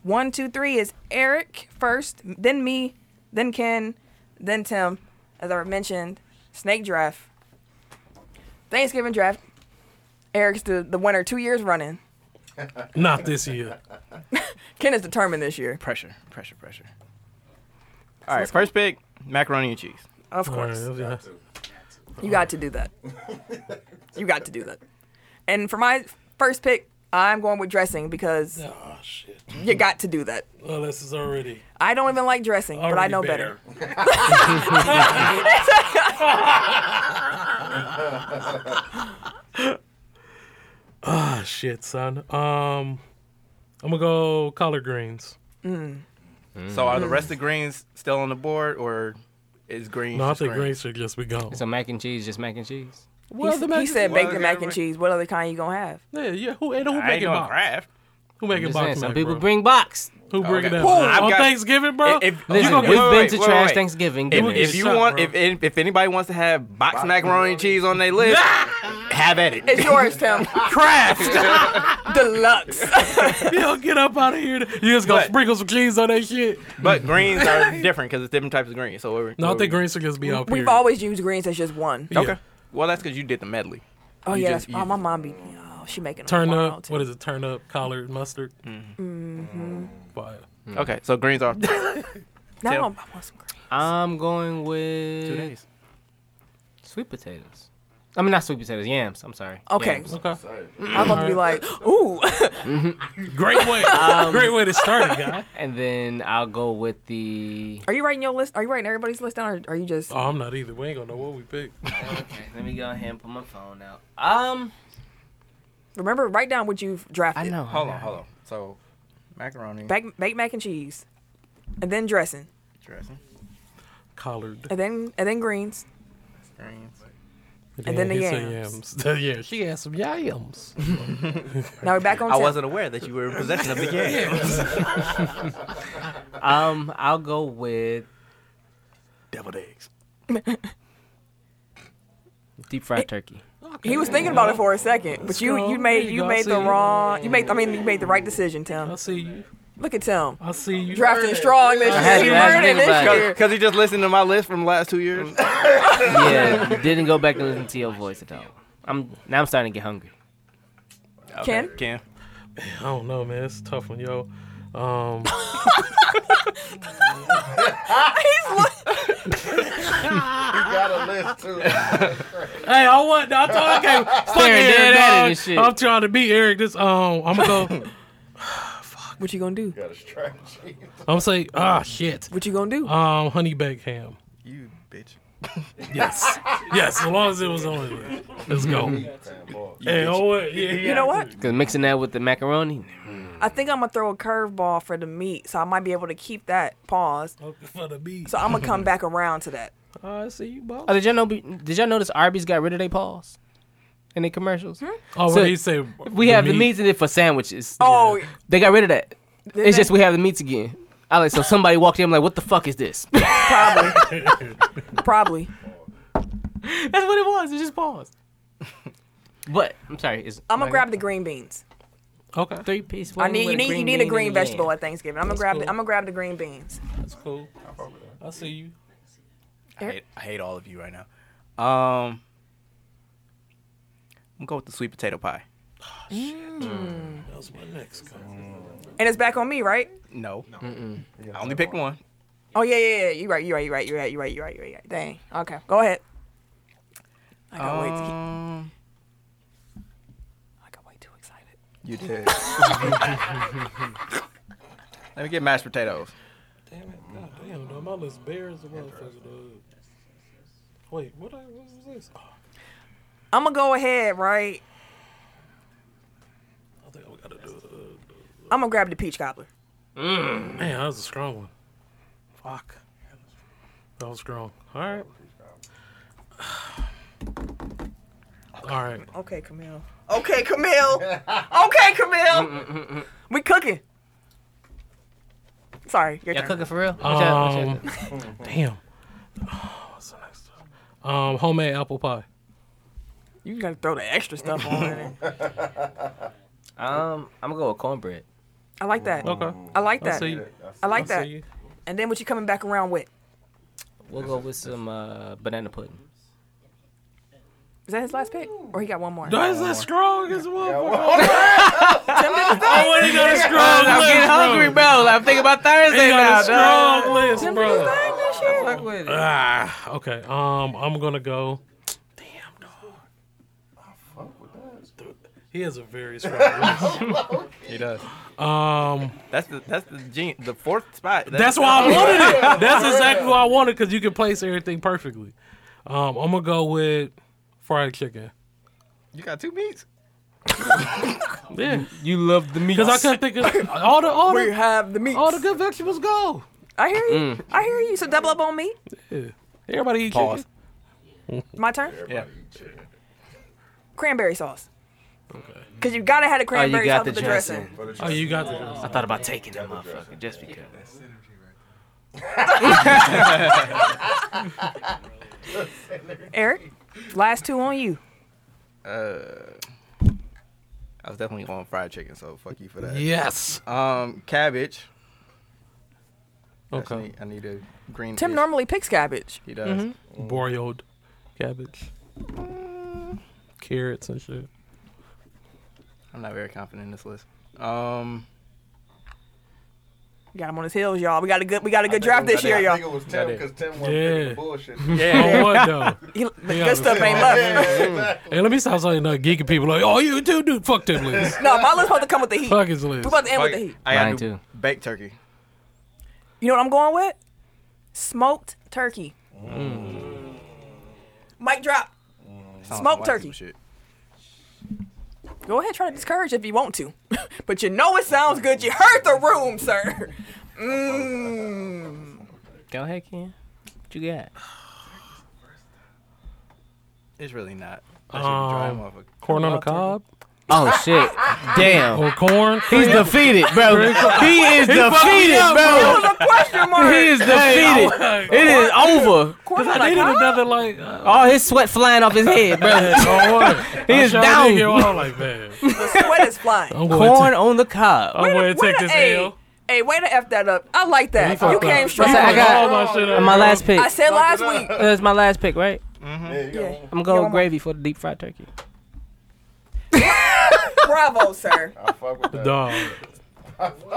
Speaker 1: one, two, three is Eric first, then me, then Ken, then Tim. As I mentioned, snake draft, Thanksgiving draft. Eric's the, the winner two years running.
Speaker 2: Not this year.
Speaker 1: Ken is determined this year.
Speaker 3: Pressure, pressure, pressure. All right, first pick macaroni and cheese.
Speaker 1: Of course. You got to do that. you got to do that. And for my first pick, I'm going with dressing because
Speaker 2: Oh shit.
Speaker 1: you got to do that.
Speaker 2: Well, Oh, this is already.
Speaker 1: I don't even like dressing, but I
Speaker 2: Already
Speaker 1: know
Speaker 2: better.
Speaker 1: better.
Speaker 2: Ah shit, son. Um, I'm gonna go collard greens.
Speaker 3: Mm. So are the rest of the greens still on the board, or is greens?
Speaker 2: No, I
Speaker 3: just
Speaker 2: think
Speaker 3: greens?
Speaker 2: greens should just be gone.
Speaker 5: So mac and cheese, just mac and cheese.
Speaker 1: he, s- he said baked and mac and cheese. What other kind you gonna have?
Speaker 2: Yeah, yeah. Who and who
Speaker 1: I
Speaker 2: making
Speaker 1: ain't no
Speaker 2: box?
Speaker 3: Craft.
Speaker 2: Who making
Speaker 5: Just
Speaker 2: box?
Speaker 5: saying, some
Speaker 2: mac,
Speaker 5: people
Speaker 2: bro?
Speaker 5: bring box.
Speaker 2: Who bring it
Speaker 3: Oh, Okay.
Speaker 2: out?
Speaker 3: Boom.
Speaker 2: On
Speaker 3: I've got-
Speaker 2: Thanksgiving, bro.
Speaker 3: If, if,
Speaker 5: Listen,
Speaker 3: you gonna-
Speaker 5: we've
Speaker 3: wait,
Speaker 5: been
Speaker 3: wait,
Speaker 5: to
Speaker 3: wait,
Speaker 5: trash
Speaker 3: wait.
Speaker 5: Thanksgiving
Speaker 3: If,
Speaker 5: dinners.
Speaker 3: if you
Speaker 5: Shut up,
Speaker 3: want,
Speaker 5: bro.
Speaker 3: if, if if anybody wants to have boxed macaroni and cheese on their list, have at it.
Speaker 1: It's yours, Tim. Craft deluxe.
Speaker 2: Yo, get up out of here. You just gonna
Speaker 3: But-
Speaker 2: sprinkle some cheese on that shit.
Speaker 3: But greens are different because it's different types of greens. So we're,
Speaker 2: No, I
Speaker 3: we're-
Speaker 2: think greens should just be out.
Speaker 1: We've
Speaker 2: period.
Speaker 1: always used greens as just one.
Speaker 2: Yeah.
Speaker 3: Okay. Well, that's because you did the medley.
Speaker 1: Oh
Speaker 3: You
Speaker 1: yeah,
Speaker 3: just-
Speaker 1: that's, oh my mom be. Oh, she making
Speaker 2: turn
Speaker 1: them
Speaker 2: up. What is it? Turn up collard mustard.
Speaker 1: Mm-hmm.
Speaker 2: Fire.
Speaker 3: Okay, so greens are.
Speaker 1: No, I
Speaker 5: Tim.
Speaker 1: want some greens.
Speaker 5: I'm going with
Speaker 3: Two days.
Speaker 5: sweet potatoes. I mean, not sweet potatoes, yams. I'm sorry.
Speaker 1: Okay.
Speaker 5: Yams.
Speaker 2: Okay.
Speaker 1: I'm about to be like, ooh.
Speaker 2: Great way.
Speaker 5: Um,
Speaker 2: Great way to start it, guy.
Speaker 5: And then I'll go with the.
Speaker 1: Are you writing your list? Are you writing everybody's list down, or are you just?
Speaker 2: Oh, I'm not either. We ain't gonna know what we picked.
Speaker 5: Okay, let me go ahead and put my phone out. Um,
Speaker 1: Remember, write down what you've drafted.
Speaker 5: I know.
Speaker 3: Hold on, hold on. So macaroni
Speaker 1: Bake, baked mac and cheese, and then dressing,
Speaker 3: dressing,
Speaker 2: Collard
Speaker 1: and then and then greens.
Speaker 3: greens.
Speaker 1: And then the
Speaker 2: he said
Speaker 1: yams.
Speaker 2: yams. yeah, she had some yams.
Speaker 1: Now we're back on.
Speaker 3: I
Speaker 1: Tim.
Speaker 3: wasn't aware that you were in possession of the game.
Speaker 5: um, I'll go with
Speaker 3: Deviled eggs.
Speaker 5: deep fried turkey.
Speaker 1: He was thinking about it for a second, but you
Speaker 2: go.
Speaker 1: you
Speaker 2: There
Speaker 1: made
Speaker 2: you
Speaker 1: you
Speaker 2: go.
Speaker 1: made the
Speaker 2: See you.
Speaker 1: wrong. You made. I mean, you made the right decision, Tim.
Speaker 2: I see you.
Speaker 1: Look at Tim.
Speaker 2: I see you.
Speaker 1: Drafting strong this
Speaker 5: I
Speaker 1: year.
Speaker 5: had to-
Speaker 1: He
Speaker 5: I had to
Speaker 1: learning
Speaker 5: think
Speaker 1: this
Speaker 5: about it.
Speaker 1: year.
Speaker 3: Because he just listened to my list from the last two years.
Speaker 5: yeah, didn't go back and listen to your voice at all. I'm now I'm starting to get hungry.
Speaker 1: Ken?
Speaker 3: Ken.
Speaker 2: I don't know, man. It's a tough one, yo. Um,
Speaker 1: He's look.
Speaker 4: got a list too.
Speaker 2: hey, I want. I told I came. Fuck
Speaker 5: Staring
Speaker 2: Eric,
Speaker 5: dead at it
Speaker 2: dog.
Speaker 5: and shit.
Speaker 2: I'm trying to beat Eric. This. Um, I'm gonna go.
Speaker 1: What you gonna do?
Speaker 4: Got a strategy.
Speaker 2: I'm gonna say. Ah, shit.
Speaker 1: What you gonna do?
Speaker 2: Um, honey baked ham.
Speaker 3: You bitch.
Speaker 2: Yes. yes, as long as it was on it. Let's go. Hey, oh, wait, yeah,
Speaker 1: You know what?
Speaker 5: Cause mixing that with the macaroni.
Speaker 1: I think I'm gonna throw a curveball for the meat, so I might be able to keep that pause.
Speaker 2: For the meat.
Speaker 1: So I'm gonna come back around to that.
Speaker 2: I see you, boss.
Speaker 5: Oh, did y'all know? Did y'all notice Arby's got rid of their paws in their commercials?
Speaker 2: Oh,
Speaker 5: So
Speaker 2: well, he said
Speaker 5: we
Speaker 2: the
Speaker 5: have the
Speaker 2: meat.
Speaker 5: meats in it for sandwiches.
Speaker 1: Oh,
Speaker 5: They got rid of that.
Speaker 1: Did
Speaker 5: it's
Speaker 1: they?
Speaker 5: just we have the meats again. I like so somebody walked in. I'm like, what the fuck is this?
Speaker 1: probably, probably.
Speaker 5: That's what it was. It just paused. But I'm sorry. Is
Speaker 1: I'm gonna grab the green beans.
Speaker 2: Okay.
Speaker 5: Three piece.
Speaker 1: I need you need you need a green vegetable
Speaker 5: I
Speaker 1: at Thanksgiving. I'm gonna
Speaker 5: That's
Speaker 1: grab the,
Speaker 5: cool.
Speaker 1: I'm gonna grab the green beans.
Speaker 2: That's cool. I see you.
Speaker 3: I hate, I hate all of you right now. Um, I'm gonna go with the sweet potato pie.
Speaker 1: Mm.
Speaker 2: That was my next call.
Speaker 1: And it's back on me, right?
Speaker 3: No, I only picked one.
Speaker 1: Oh yeah, yeah, yeah. You're right. You're right. You're right. You're right. You're right. You're right. You're right. Dang. Okay. Go ahead. I gotta wait. To keep...
Speaker 5: Oh.
Speaker 3: Um, I got way too excited. You did. Let me get mashed potatoes.
Speaker 2: Damn it. God damn, dog. My list bare as a motherfucker, dog. Wait, what, I, what was this? Oh,
Speaker 1: I'm gonna go ahead, right?
Speaker 2: I think I gotta do it.
Speaker 1: I'm gonna grab the peach cobbler.
Speaker 2: Mm. Man, that was a strong one. Fuck. That was strong. All right. All right.
Speaker 1: Okay, Camille. Okay, Camille. okay, Camille. we cooking. Sorry, your
Speaker 5: Y'all
Speaker 1: turn.
Speaker 5: cooking for real? What y'all-
Speaker 2: Um,
Speaker 5: what y'all doing?
Speaker 2: damn. Oh, what's the next one? Um, homemade apple pie.
Speaker 1: You gotta throw the extra stuff on it.
Speaker 5: Um, I'm gonna go with cornbread.
Speaker 1: I like that.
Speaker 5: Okay.
Speaker 1: I like
Speaker 5: I
Speaker 1: that.
Speaker 5: see.
Speaker 1: I like
Speaker 5: I
Speaker 1: that.
Speaker 5: see.
Speaker 1: And then what you coming back around with?
Speaker 5: We'll go with some uh, banana pudding.
Speaker 1: Is that his last pick, or he got one more?
Speaker 2: That is that strong as Uh, well.
Speaker 1: I
Speaker 2: want to go to strong I'm list, getting hungry,
Speaker 5: bro. I'm thinking about Thursday
Speaker 2: He got a
Speaker 5: now,
Speaker 2: strong list, bro.
Speaker 5: Fuck with it.
Speaker 2: Ah, okay. Um, I'm gonna go. Damn, dog. I fuck with that. He has a very strong list.
Speaker 3: He does.
Speaker 2: Um,
Speaker 3: That's the that's the gen- the fourth spot.
Speaker 2: That's why I wanted it. That's exactly what I wanted because you can place everything perfectly. Um, I'm gonna go with fried chicken.
Speaker 3: You got two meats.
Speaker 2: Yeah,
Speaker 5: you love the meat.
Speaker 2: Because I couldn't think of all the all the,
Speaker 1: We have the meat.
Speaker 2: all the good vegetables go.
Speaker 1: I hear you.
Speaker 2: Mm.
Speaker 1: I hear you. So double up on me.
Speaker 2: Yeah. Everybody eat
Speaker 1: Pause.
Speaker 2: chicken.
Speaker 1: My turn.
Speaker 3: Yeah.
Speaker 1: Cranberry sauce. Cause you gotta have the
Speaker 5: Oh,
Speaker 1: cranberry
Speaker 5: you got
Speaker 1: sauce
Speaker 5: the
Speaker 1: with the dressing.
Speaker 5: dressing.
Speaker 2: Oh, you got the dressing.
Speaker 5: I thought about taking that motherfucker just because.
Speaker 1: Eric, last two on you.
Speaker 3: Uh, I was definitely on fried chicken, so fuck you for that.
Speaker 2: Yes.
Speaker 3: Um, cabbage.
Speaker 2: Okay.
Speaker 3: I need, I need a green.
Speaker 1: Tim
Speaker 3: dish.
Speaker 1: normally picks cabbage.
Speaker 3: He does.
Speaker 5: Mm.
Speaker 2: Broiled cabbage, carrots and shit.
Speaker 3: I'm not very confident in this list. Um,
Speaker 1: We got him on his heels, y'all. We got a good. We got a good
Speaker 3: think
Speaker 1: draft
Speaker 3: it was-
Speaker 1: this year,
Speaker 3: I
Speaker 1: y'all.
Speaker 3: think it was Tim, That is- 'cause Tim
Speaker 2: wasn't picking the Yeah.
Speaker 3: bullshit.
Speaker 2: Yeah. On what, though?
Speaker 1: He- the
Speaker 2: Yeah,
Speaker 1: good stuff
Speaker 2: yeah,
Speaker 1: ain't left.
Speaker 2: exactly. Hey, let me stop saying that geeky people like, oh, you too, dude. Fuck them list.
Speaker 1: no, my list supposed to come with the heat.
Speaker 2: Fuck his
Speaker 1: We
Speaker 2: list.
Speaker 1: about to end with
Speaker 3: Fuck
Speaker 1: the
Speaker 3: it.
Speaker 1: heat.
Speaker 3: I gotta
Speaker 5: Mine
Speaker 3: do
Speaker 5: too.
Speaker 3: Baked turkey.
Speaker 1: You know what I'm going with? Smoked turkey. Mic drop.
Speaker 3: Mm. Sounds
Speaker 1: Smoked
Speaker 3: white
Speaker 1: turkey.
Speaker 3: people Shit.
Speaker 1: Go ahead, try to discourage if you want to, but you know it sounds good. You heard the room, sir. Mmm.
Speaker 5: Go ahead, Ken. What you got?
Speaker 3: It's really not. That shit dry,
Speaker 2: Um,
Speaker 3: motherfucker.
Speaker 2: corn on the cob.
Speaker 5: Oh shit! Damn.
Speaker 2: Or corn.
Speaker 5: He's
Speaker 2: crib.
Speaker 5: defeated, bro. He is
Speaker 2: He fucked me
Speaker 5: defeated,
Speaker 2: up,
Speaker 5: bro.
Speaker 2: bro.
Speaker 5: He is defeated. It is over.
Speaker 2: Cause I needed another like. Uh,
Speaker 5: All his sweat flying off his head, bro.
Speaker 2: on what?
Speaker 5: Oh, He
Speaker 2: I
Speaker 5: is
Speaker 2: sure
Speaker 5: down.
Speaker 2: did get one, I'm like, man.
Speaker 1: The sweat is flying.
Speaker 2: I'm going
Speaker 5: Corn
Speaker 2: to
Speaker 5: on the cob.
Speaker 2: I'm going to Oh, take this
Speaker 1: hey,
Speaker 2: L.
Speaker 1: Hey, way to f that up. I like that.
Speaker 2: fucked
Speaker 1: You
Speaker 2: up.
Speaker 1: came
Speaker 2: You
Speaker 1: straight.
Speaker 5: fucked I got-
Speaker 2: all my shit up,
Speaker 5: My
Speaker 2: bro.
Speaker 5: last pick.
Speaker 1: I said last week.
Speaker 5: That's my last pick, right?
Speaker 1: Yeah.
Speaker 5: I'm gonna go with gravy for the deep fried turkey.
Speaker 1: Bravo, sir.
Speaker 2: Dog.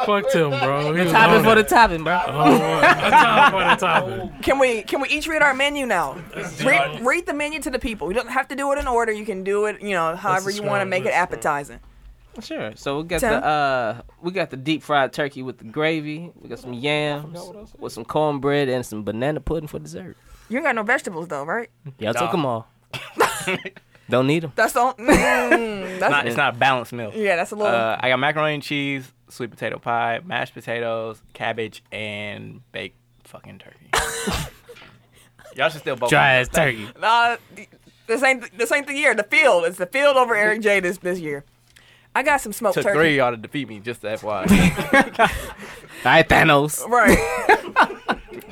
Speaker 2: Fuck him, bro.
Speaker 5: The topping for the topping, bro.
Speaker 2: Uh-huh. Oh, top. topping for the topping.
Speaker 1: Can we can we each read our menu now? Read, read the menu to the people. You don't have to do it in order. You can do it, you know, however you want to
Speaker 2: strong
Speaker 1: make it
Speaker 2: list, bro.
Speaker 1: appetizing.
Speaker 5: Sure. So we got
Speaker 1: Tim?
Speaker 5: the uh we got the deep fried turkey with the gravy. We got some yams with some cornbread and some banana pudding for dessert.
Speaker 1: You ain't got no vegetables though, right?
Speaker 5: Y'all took them all. Don't need them.
Speaker 1: That's the only. Mm,
Speaker 3: It's
Speaker 1: that's
Speaker 3: not, it's not a balanced meal.
Speaker 1: Yeah, that's a little-
Speaker 3: Uh, I got macaroni and cheese, sweet potato pie, mashed potatoes, cabbage, and baked fucking turkey. Y'all should still both
Speaker 2: Dry as turkey.
Speaker 1: Nah, this ain't this ain't the year. The field. It's the field over Eric J this this year. I got some smoked
Speaker 3: Took
Speaker 1: turkey.
Speaker 3: three of y'all to defeat me, just the FYI.
Speaker 5: Hi Thanos.
Speaker 1: Right.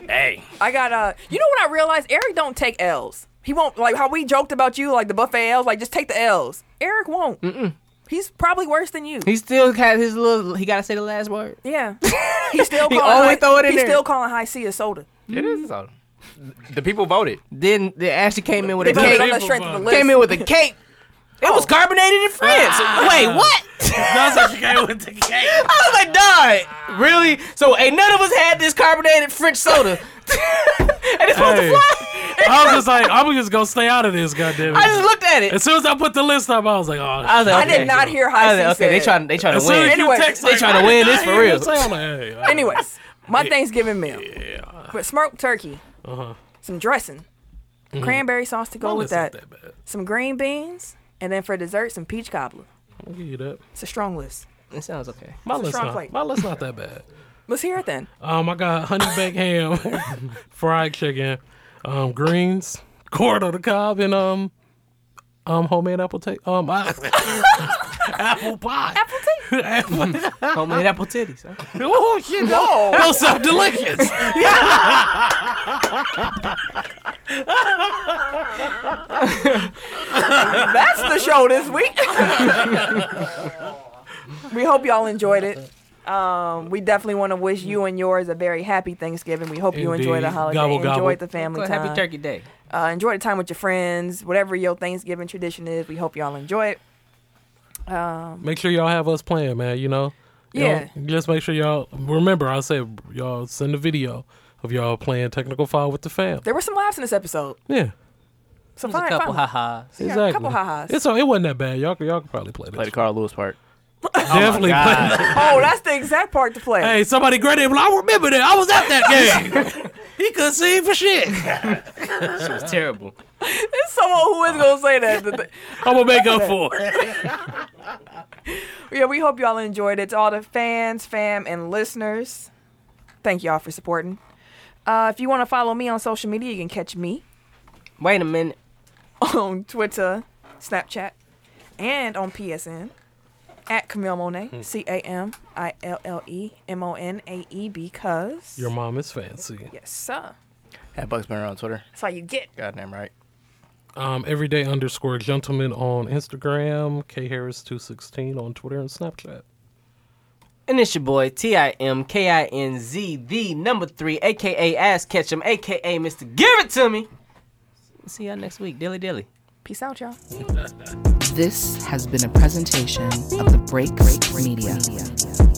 Speaker 3: hey.
Speaker 1: I got uh you know what I realized? Eric don't take L's. He won't like how we joked about you, like the buffet L's, like just take the L's. Eric won't. Mm-mm. He's probably worse than you.
Speaker 5: He still got his little. He gotta say the last word.
Speaker 1: yeah. He's still
Speaker 5: He
Speaker 1: calling
Speaker 5: always
Speaker 1: high,
Speaker 5: throw it in
Speaker 1: He's
Speaker 5: there.
Speaker 1: still calling high C a soda.
Speaker 3: It is soda. The people voted.
Speaker 5: Then they actually came in with a
Speaker 1: They voted
Speaker 5: cake.
Speaker 1: on the strength of the list. Oh. Ah.
Speaker 5: Came in with a cake. It was carbonated in France. Wait, what?
Speaker 2: That's what you came with the cake.
Speaker 5: I was like, dog, really? So ain't none of us had this carbonated French soda. and it's supposed
Speaker 2: Hey.
Speaker 5: to fly.
Speaker 2: I was just like, I'm just gonna stay out of this, goddamn.
Speaker 5: I just looked at it.
Speaker 2: As soon as I put the list up, I was like, oh.
Speaker 5: I was like,
Speaker 1: I did
Speaker 5: okay.
Speaker 1: not hear
Speaker 5: I
Speaker 1: high
Speaker 5: was
Speaker 1: C.
Speaker 5: like, okay, they
Speaker 1: said.
Speaker 5: trying, they trying
Speaker 2: As
Speaker 5: to
Speaker 2: soon
Speaker 5: win.
Speaker 2: as you
Speaker 1: Anyway,
Speaker 2: text,
Speaker 5: they
Speaker 2: like,
Speaker 5: tryna
Speaker 2: I
Speaker 5: win
Speaker 2: did
Speaker 5: this
Speaker 2: not
Speaker 5: for
Speaker 2: hear
Speaker 5: real.
Speaker 2: this. I'm like, hey, I-
Speaker 1: Anyways, my Thanksgiving meal. But smoked turkey,
Speaker 2: uh-huh.
Speaker 1: some dressing,
Speaker 2: Mhm.
Speaker 1: cranberry sauce to go
Speaker 2: My
Speaker 1: with
Speaker 2: list
Speaker 1: that,
Speaker 2: ain't that
Speaker 1: some green beans, and then for dessert, some peach cobbler.
Speaker 2: I'll give you that.
Speaker 1: It's a strong list.
Speaker 5: It sounds okay.
Speaker 2: My
Speaker 1: It's a
Speaker 2: list,
Speaker 1: strong
Speaker 2: not,
Speaker 1: plate.
Speaker 2: my list not that bad.
Speaker 1: Let's hear it then.
Speaker 2: Um, I got honey baked ham, fried chicken, um, greens, corn on the cob, and um, um, homemade apple ta- um, I- apple pie. Apple tea.
Speaker 5: Homemade apple titties. Huh?
Speaker 2: oh shit!
Speaker 1: Whoa.
Speaker 2: Those sound delicious.
Speaker 1: That's the show this week. we hope y'all enjoyed it. Um, we definitely want to wish you and yours a very happy Thanksgiving. We hope you enjoy the
Speaker 2: Indeed.
Speaker 1: holiday,
Speaker 2: Gobble,
Speaker 1: enjoy
Speaker 2: gobble.
Speaker 1: the family
Speaker 5: Well,
Speaker 1: time,
Speaker 5: happy Turkey Day.
Speaker 1: Uh, enjoy the time with your friends, whatever your Thanksgiving tradition is. We hope y'all enjoy it. Um,
Speaker 2: Make sure y'all have us playing, man. You know. You
Speaker 1: Yeah.
Speaker 2: know, just make sure y'all remember. I said y'all send a video of y'all playing technical file with the fam.
Speaker 1: there were some laughs in this episode.
Speaker 2: Yeah,
Speaker 1: So
Speaker 5: There's a
Speaker 1: fine,
Speaker 5: couple
Speaker 1: fine.
Speaker 5: ha
Speaker 1: Yeah,
Speaker 2: exactly.
Speaker 1: a couple ha-has.
Speaker 2: It's all, it wasn't that bad. Y'all, could- y'all could probably play this.
Speaker 3: Play the Carl Lewis part.
Speaker 2: Definitely play.
Speaker 1: oh, that's the exact part to play.
Speaker 2: Hey, somebody granted. Well, I remember that. I was at that game. he couldn't see for shit.
Speaker 5: She was terrible.
Speaker 1: It's someone who is gonna say that. The-
Speaker 2: I'm gonna make up for it.
Speaker 1: Yeah, we hope y'all enjoyed it. To all the fans, fam, and listeners, thank y'all for supporting. Uh, if you want to follow me on social media, you can catch me
Speaker 5: Wait a minute.
Speaker 1: on Twitter, Snapchat, and on PSN at Camille
Speaker 5: Hmm.
Speaker 1: Monet, C A M I L L E M O N A E, because.
Speaker 2: Your mom is fancy.
Speaker 1: Yes, sir.
Speaker 3: That bug's been around Twitter.
Speaker 1: That's how you get.
Speaker 3: Goddamn right.
Speaker 2: Um, everyday underscore gentleman on Instagram. K Harris two sixteen on Twitter and Snapchat.
Speaker 5: And it's your boy T I M K I N Z the number three, aka Ass Ketchum, aka Mister Give It To Me. See y'all next week, dilly dilly.
Speaker 1: Peace out, y'all.
Speaker 10: This has been a presentation of the Break Break Media.